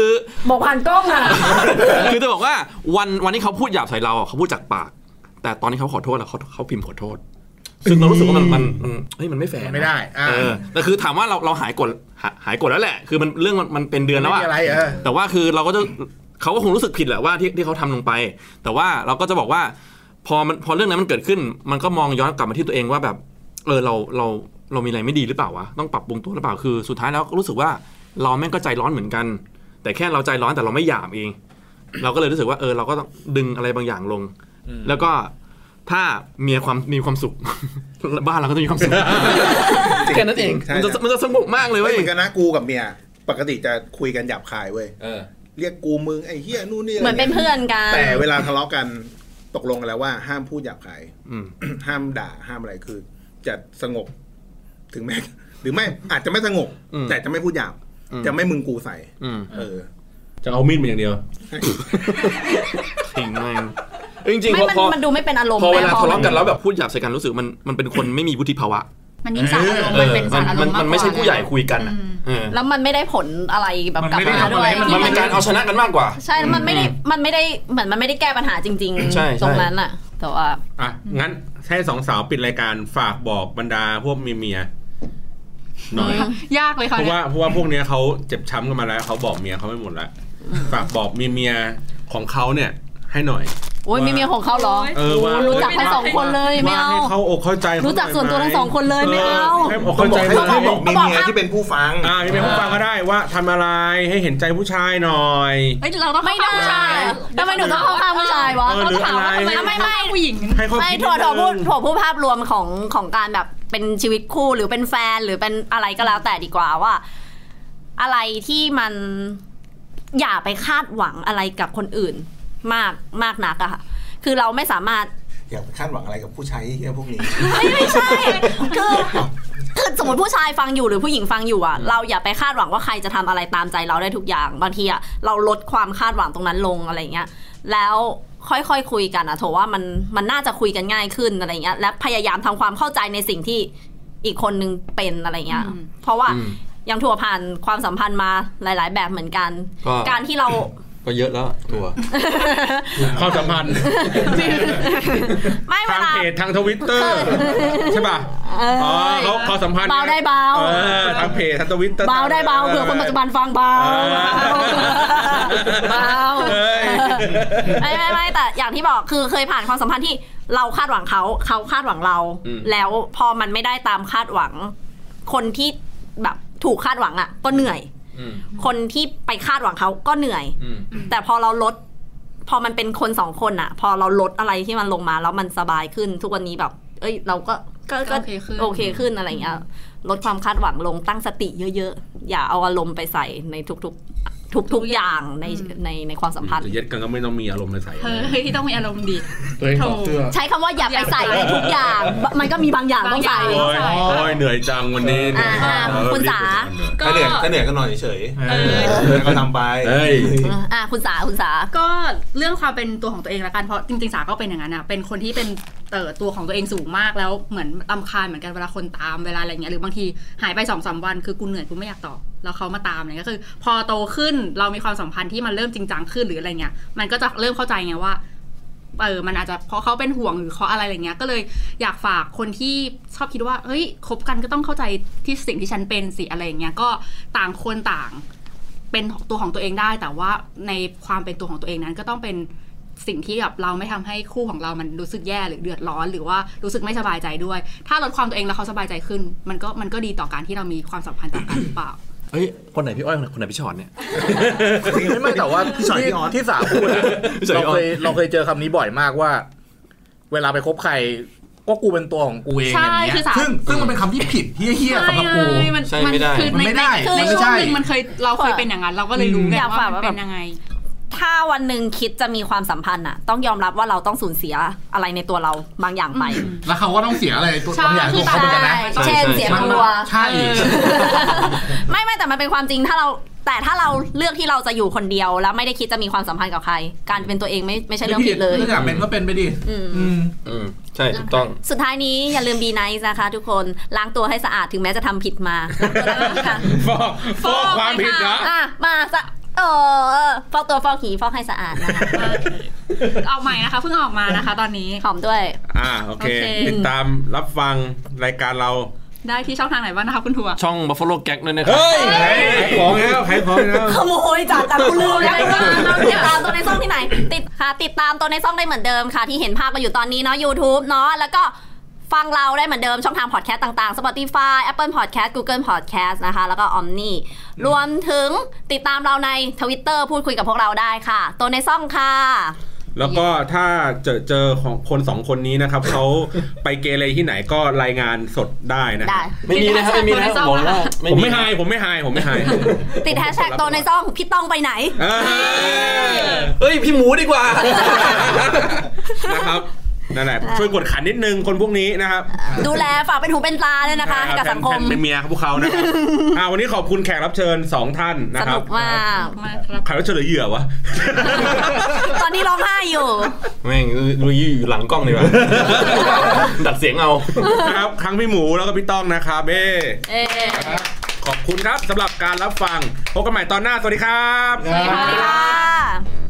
Speaker 10: บอกผ่านกล้องอ่ะ
Speaker 7: คือจะบอกว่าวันวันที่เขาพูดหยาบใส่เราอ่ะเขาพูดจากปาก แต่ตอนที่เขาขอโทษแล้วเขาเขาพิมพ์ขอโทษ ซึ่งเรารู้สึกว่ามันมันมันเฮ้ยมันไม่แฟร์นะ
Speaker 6: ไม่ได้อ่า
Speaker 7: เออแต่คือถามว่าเราเราหายกดหาหายกดแล้วแหละ คือมันเรื่องมันมันเป็นเดือนแล้ว
Speaker 6: ไม่
Speaker 7: อะ
Speaker 6: มีอะไรเออ
Speaker 7: แต่ว่าคือเราก็จะเขาก็คงรู้สึกผิดแหละว่าที่ที่เขาทำลงไป แต่ว่าเราก็จะบอกว่า พอมันพอเรื่องนั้นมันเกิดขึ้น มันก็มองย้อนกลับมาที่ตัวเองว่าแบบ เออเราเราเรามีอะไรไม่ดีหรือเปล่าวะต้องปรับปรุงตัวหรือเปล่าคือ สุดท้ายแล้วก็รู้สึกว่าเราแม่งก็ใจร้อนเหมือนกัน แต่แค่เราใจร้อนแต่เราไม่หยาบเอง เราก็เลยรู้สึกว่าเออเราก็ต้องดึงอะไรบางอย่างลง แล้วก็ ถ้าเมียความมีความสุข บ้านเราก็จะมีความสุข แค่นั้นเอง
Speaker 8: ใช่
Speaker 7: มันจะ
Speaker 8: ครับ
Speaker 7: มันจะสงบมากเลย
Speaker 8: ไม่
Speaker 7: เว้ย
Speaker 8: เหมือนกันนะกูกับเมีย ปกติจะคุยกันหยาบคายเว้ย
Speaker 11: เออ
Speaker 8: เรียกกูมึงไอ้เหี้ยนู่นนี่ะ
Speaker 3: เห
Speaker 8: ไร
Speaker 3: มือนเป็น
Speaker 8: งี้ย
Speaker 3: เพื่อนกัน
Speaker 8: แต่เวลาทะเลาะกันตกลงกันแล้วว่า ห้ามพูดหยาบคาย
Speaker 7: อืม
Speaker 8: ห้ามด่าห้ามอะไรคือ จะสงบถึงแม้หรือไม่อาจจะไม่สงบ
Speaker 7: อืม
Speaker 8: แต่จะไม่พูดหยาบ
Speaker 7: อืม
Speaker 8: จะไม่มึงกูใส่
Speaker 7: อืม
Speaker 8: เออ
Speaker 4: จะเอามีดมาอย่างเดียว
Speaker 7: ทิ้งแม่งเออจริงๆ
Speaker 3: ไม่
Speaker 7: พ
Speaker 3: มัน
Speaker 7: อพอ
Speaker 3: มันดูไม่เป็นอารมณ์
Speaker 7: พอเวลา
Speaker 3: แม่
Speaker 7: ทะเลาะกันแล้วแบบพูดหยาบใส่กันรู้สึกมันมันเป็นคนไม่มีวุฒิภาวะ
Speaker 5: มันยิ่งสารอารมณ์มันเป็นสารอาร
Speaker 7: มั
Speaker 5: มณ์มากกว่า
Speaker 7: มันไม่ใช่ผู้ใหญ่คุยกันอ่ะเออ
Speaker 3: แล้วมันไม่ได้ผลอะไรแบบ
Speaker 6: มัน
Speaker 3: กลับ
Speaker 6: ไม่ได้
Speaker 3: มาด้
Speaker 6: ทำอะ
Speaker 3: ว
Speaker 6: ไร
Speaker 3: ย
Speaker 6: ให้มัน
Speaker 7: มันเป็นการเอาชนะกันมากกว่า
Speaker 3: ใช่แล้วมันไม่ได้มันไม่ได้เหมือนมันไม่ได้แก้ปัญหาจริง
Speaker 7: ใช่
Speaker 3: ๆ
Speaker 7: ใช่
Speaker 3: ตรงนั้นอ่ะ แต่ว่า
Speaker 4: อ่ะ งั้นให้สองสาวปิดรายการฝากบอกบรรดาพวกมีเมียหน่อย
Speaker 5: ยากเลย
Speaker 4: เพ
Speaker 5: ค่ะ
Speaker 4: ราะ
Speaker 5: เนี่ย
Speaker 4: ว่าเพราะว่าพวกเนี้ยเขาเจ็บช้ำกันมาแล้วเขาบอกเมียเขาไม่หมดแล้วฝากบอกเมียเมียของเขาเนี่ย ให้หน่อย
Speaker 3: โอ้ย
Speaker 4: ว่ามี
Speaker 3: มีเมียของเขาเหรอ
Speaker 4: เออว่า
Speaker 3: รู้จักทั้งสองคนเลยไม่
Speaker 4: ว่า
Speaker 3: เอา
Speaker 4: ให้เขาอกเข้าใจเขา
Speaker 3: รู้จักส่วนตัวทั้งสองคนเลยไม่เอา
Speaker 4: ให้อกเข้าใจ
Speaker 8: ให้
Speaker 4: ให้
Speaker 8: บบ อ
Speaker 4: อก ก
Speaker 8: มีเมียที่เป็นผู้ฟัง
Speaker 4: อ่าให้เป็นผู้ฟังก็ได้ว่าทำอะไรให้เห็นใจผู้ชายหน่อย
Speaker 5: เอ้ยเราต้องเข้า
Speaker 3: ไม่ได้
Speaker 5: ข้างผู้ชาย
Speaker 3: ทำไมหนูต้องเข้าข้างผู้ชายวะ
Speaker 4: เออหรืออะไร
Speaker 5: ทำไมไม่ผู้หญิง
Speaker 4: ให้เขา
Speaker 3: ไม่
Speaker 4: คิด
Speaker 3: ถั่วถั่วพูด
Speaker 4: นิดนึง
Speaker 3: ถั่วพูดภาพรวมของของการแบบเป็นชีวิตคู่หรือเป็นแฟนหรือเป็นอะไรก็แล้วแต่ดีกว่าว่า อะไรที่มันอย่าไปคาดหวังอะไรกับคนอื่น มากมากนักอะค่ะ คือเราไม่สามารถ
Speaker 8: อย่าไปคาดหวังอะไรกับผู้ชายเหี้ยพวกนี้
Speaker 3: ไม่ไม่ใช่คือ คือสมมติผู้ชายฟังอยู่หรือผู้หญิงฟังอยู่อ่ะ เราอย่าไปคาดหวังว่าใครจะทำอะไรตามใจเราได้ทุกอย่างบางทีอ่ะเราลดความคาดหวังตรงนั้นลงอะไรเงี้ยแล้วค่อยๆคุยกันอ่ะโถว่ามันมันน่าจะคุยกันง่ายขึ้นอะไรเงี้ยและพยายามทำความเข้าใจในสิ่งที่อีกคนนึงเป็นอะไรเงี้ย
Speaker 5: อืม
Speaker 3: เพราะว่า
Speaker 7: อืม
Speaker 3: ยังถั่วผ่านความสัมพันธ์มาหลาย ๆ แบบเหมือนกัน
Speaker 7: ก็
Speaker 3: การที่เรา
Speaker 7: ก็เยอะแล้วตัว
Speaker 4: ความสัมพันธ์
Speaker 3: ไม่เว
Speaker 4: ทาง
Speaker 3: ลา
Speaker 4: เพจทางทวิตเตอร์ใช่ป่ะ
Speaker 3: เอออ๋
Speaker 4: อ๋อเขาเขาสัมพันธ์
Speaker 3: เบาได้เบา
Speaker 4: เออทางเพจทางทวิตเตอร์
Speaker 3: เบาได้เบาเผื่อคนปัจจุบันฟังเบาเบา
Speaker 4: เฮ้ย
Speaker 3: ไม่ไม่ไม่แต่อย่างที่บอกคือเคยผ่านความสัมพันธ์ที่เราคาดหวังเขาเขาคาดหวังเรา
Speaker 4: อืม
Speaker 3: แล้วพอมันไม่ได้ตามคาดหวัง คนที่แบบถูกคาดหวังอ่ะ ก็เหนื่อย
Speaker 4: อืม
Speaker 3: คนที่ไปคาดหวังเขาก็เหนื่อย
Speaker 4: อืม
Speaker 3: แต่พอเราลด พอมันเป็นคนสองคนอ่ะ พอเราลดอะไรที่มันลงมาแล้วมันสบายขึ้น ทุกวันนี้แบบ เอ้ย เราก็ก็ก็
Speaker 5: โอเคขึ้น
Speaker 3: โอเคขึ้นอะไรอย่างเงี้ยลดความคาดหวังลงตั้งสติเยอะๆ อย่าเอาอารมณ์ไปใส่ในทุกๆ ทุกๆอย่างในในในความสัมพันธ์
Speaker 4: จะเย็ดกันก็ไม่ต้องมีอารมณ์ในใส่
Speaker 5: เฮ้ยที่ต้องมีอารมณ์ดี
Speaker 6: ตัวเองถอดเสื้อ
Speaker 3: ใช้คำว่าอย่าไปใส่ในทุกอย่าง มันก็มีบางอย่างต้องใส่
Speaker 4: โอ้ย
Speaker 5: ใช่
Speaker 4: โอ้ยเหนื่อยจังวันนี้
Speaker 3: อ่าอ่าคุณจ๋า
Speaker 5: ก็
Speaker 8: ถ้าเหนื่อยถ้าเหนื่อยก็นอนเฉย
Speaker 5: เออ
Speaker 8: ๆแล้วก็ทำไป
Speaker 4: เฮ้ย
Speaker 3: อ่ะคุณสาคุณสา
Speaker 5: ก็เรื่องความเป็นตัวของตัวเองละกันเพราะจริงๆสาก็เป็นอย่างนั้นอ่ะเป็นคนที่เป็นเอ่อตัวของตัวเองสูงมากแล้วเหมือนลำคาญเหมือนกันเวลาคนตามเวลาอะไรเงี้ยหรือบางทีหายไปสองสามวันคือกูเหนื่อยกูไม่อยากตอบแล้วเขามาตามอะไรเนี่ยก็คือ พอโตขึ้นเรามีความสัมพันธ์ที่มันเริ่มจริงจังขึ้นหรืออะไรเงี้ยมันก็จะเริ่มเข้าใจไงว่าเออมันอาจจะเพราะเขาเป็นห่วงหรือเขาอะไรอะไรเงี้ยก็เลยอยากฝากคนที่ชอบคิดว่าเฮ้ยคบกันก็ต้องเข้าใจที่สิ่งที่ฉันเป็นสิอะไรอย่างเงี้ยก็ต่างคนต่าง เป็นตัวของตัวเองได้แต่ว่าในความเป็นตัวของตัวเองนั้นก็ต้องเป็นสิ่งที่แบบเราไม่ทำให้คู่ของเรามันรู้สึกแย่หรือเดือดร้อน หรือว่ารู้สึกไม่สบายใจด้วย ถ้าลดความตัวเองแล้วเขาสบายใจขึ้น มันก็มันก็ดีต่อการที่เรามีความสัมพันธ์ต่อกันหรือเปล่า
Speaker 7: เฮ้ย คนไหนพี่อ้อย คนไหนพี่ชอนเนี่ย
Speaker 6: ไม่ไม่แต่ว่า
Speaker 8: พี่ชอย
Speaker 6: ที่
Speaker 8: พี่ออส
Speaker 6: ที่สาพูดอะ
Speaker 7: พี่ชอย
Speaker 6: เราเคย
Speaker 7: พี่ออส
Speaker 6: เราเคยเจอคำนี้บ่อยมากว่า เวลาไปคบใคร ก็กูเป็นตัวของกูเอง
Speaker 5: ใช่
Speaker 6: อย่างเงี้
Speaker 5: คือย สา
Speaker 6: ซึ่งซึ่งมันเป็นคำที่ผิดเฮี้ยๆสำหรับกู
Speaker 5: มัน
Speaker 7: ใช่ไม่ได้
Speaker 5: คือใน
Speaker 6: มันไม่ได้
Speaker 5: ใน
Speaker 6: มัน
Speaker 5: ใน
Speaker 6: ไม่
Speaker 5: ช่วง
Speaker 6: ใช่
Speaker 5: หนึ่งมันเคยเราเคยเป็นอย่างนั้นเราก็เลยรู้ไง
Speaker 3: อยากฝาว่า
Speaker 5: ว่าก มัน
Speaker 3: แบบ
Speaker 5: เป็นยังไง
Speaker 3: ถ้าวันหนึ่งคิดจะมีความสัมพันธ์อ่ะ ต้องยอมรับว่าเราต้องสูญเสียอะไรในตัวเราบางอย่างไป
Speaker 6: แล้วเขาก็ต้องเสียอะไรตัว
Speaker 5: ใช่
Speaker 6: บางอย่าง
Speaker 5: คื
Speaker 6: ตั
Speaker 5: อ
Speaker 6: วเขาเหมือนกันนะ
Speaker 7: ใช่
Speaker 3: เช่น
Speaker 7: ใช่
Speaker 3: เสียง
Speaker 6: มัน
Speaker 3: กลัว
Speaker 6: ใช่
Speaker 3: ไม่ไม่แต่มันเป็นความจริงถ้าเราแต่ถ้าเราเลือกที่เราจะอยู่คนเดียว แล้วไม่ได้คิดจะมีความสัมพันธ์กับใคร การเป็นตัวเองไม่ไม่ใช่เรื่องผิดเลย
Speaker 6: รื่องอยากเป็นก็เป็นไปดิ
Speaker 3: อืม
Speaker 6: อืม
Speaker 7: อืมใช่ถูกต้อง
Speaker 3: สุดท้ายนี้อย่าลืมบีไนซ์นะคะ ทุกคนล้างตัวให้สะอาดถึงแม้จะทำผิดมาล้างตัวให้สะอาด
Speaker 4: ฟอกฟอกความผิดนะ
Speaker 3: อ่ะมาสะเออฟอกตัวฟอกหีฟอกให้สะอาดนะคะ
Speaker 5: เอาใหม่นะคะเพิ่งออกมานะคะ ตอนนี้
Speaker 3: หอมด้วย
Speaker 4: อ่าโอเค
Speaker 5: โอเค
Speaker 4: ติดตามรับฟังรายการเรา
Speaker 5: ได้ที่ช่องทางไหนบ้างนะคะคุณถั่ว
Speaker 7: ช่อง Buffalo Gag ด้วยนะครับ
Speaker 4: เฮ้ยของแล้วใครของแล้ว
Speaker 3: ขโมยจากตะกูลืม
Speaker 5: แล้วว่าเรา
Speaker 3: ติ
Speaker 5: เนี่
Speaker 3: ด
Speaker 5: ย
Speaker 3: ตามตัวในซ่องที่ไหน ติดค่ะ ติดตามตัวในซ่องได้เหมือนเดิมค่ะ ที่เห็นภาพกันอยู่ตอนนี้เนาะ YouTube เนาะ แล้วก็ฟังเราได้เหมือนเดิมช่องทางพอดแคสต์ต่างๆ Spotify Apple Podcast Google Podcast นะคะ แล้วก็ Omni รวมถึงติดตามเราใน Twitter พูดคุยกับพวกเราได้ค่ะ ตัวในซ่องค่ะ
Speaker 4: แล้วก็ถ้าเจอเจอของคนสองคนนี้นะครับ เขาไปเกเรที่ไหนก็รายงานสดได้นะ
Speaker 3: ได้
Speaker 7: ไม่มีนะครับไม่มีนะครับบอกแล้วว่า
Speaker 4: ผมไม่หายผมไม่หายผมไม่หาย
Speaker 3: ติดแฮชแท็กโตในซ่อง พี่ต้อง ไปไหน
Speaker 4: เออ
Speaker 7: เอ้ยพี่หมูดีกว่า
Speaker 4: นะครับนั่นแหละช่วยกดขันนิดนึงคนพวกนี้นะครับ
Speaker 3: ดูแลฝากเป็นหูเป็นตาด้วย นะคะให้กับสังคม
Speaker 4: แฟนๆเป็นเมียของพวกเขานะครับ อ่าวันนี้ขอบคุณแขกรับเชิญสองท่านนะ
Speaker 3: ส
Speaker 4: ครับ
Speaker 3: นุกมาก
Speaker 5: มากครับ
Speaker 4: แขกรับเชิญหรือเหยื่อ วะ
Speaker 3: ตอนนี้ร้องไห้อยู่
Speaker 7: แม่งลุยอยู่หลังกล้องดีกว่า ดัดเสียงเอา
Speaker 4: นะครับทั้งพี่หมูแล้วก็พี่ต้องนะครับเอ้
Speaker 3: เอ๊ะ
Speaker 4: ขอบคุณครับสำหรับการรับฟังพบกันใหม่ตอนหน้า สวัสดีครับ
Speaker 3: สวัสดีค่ะ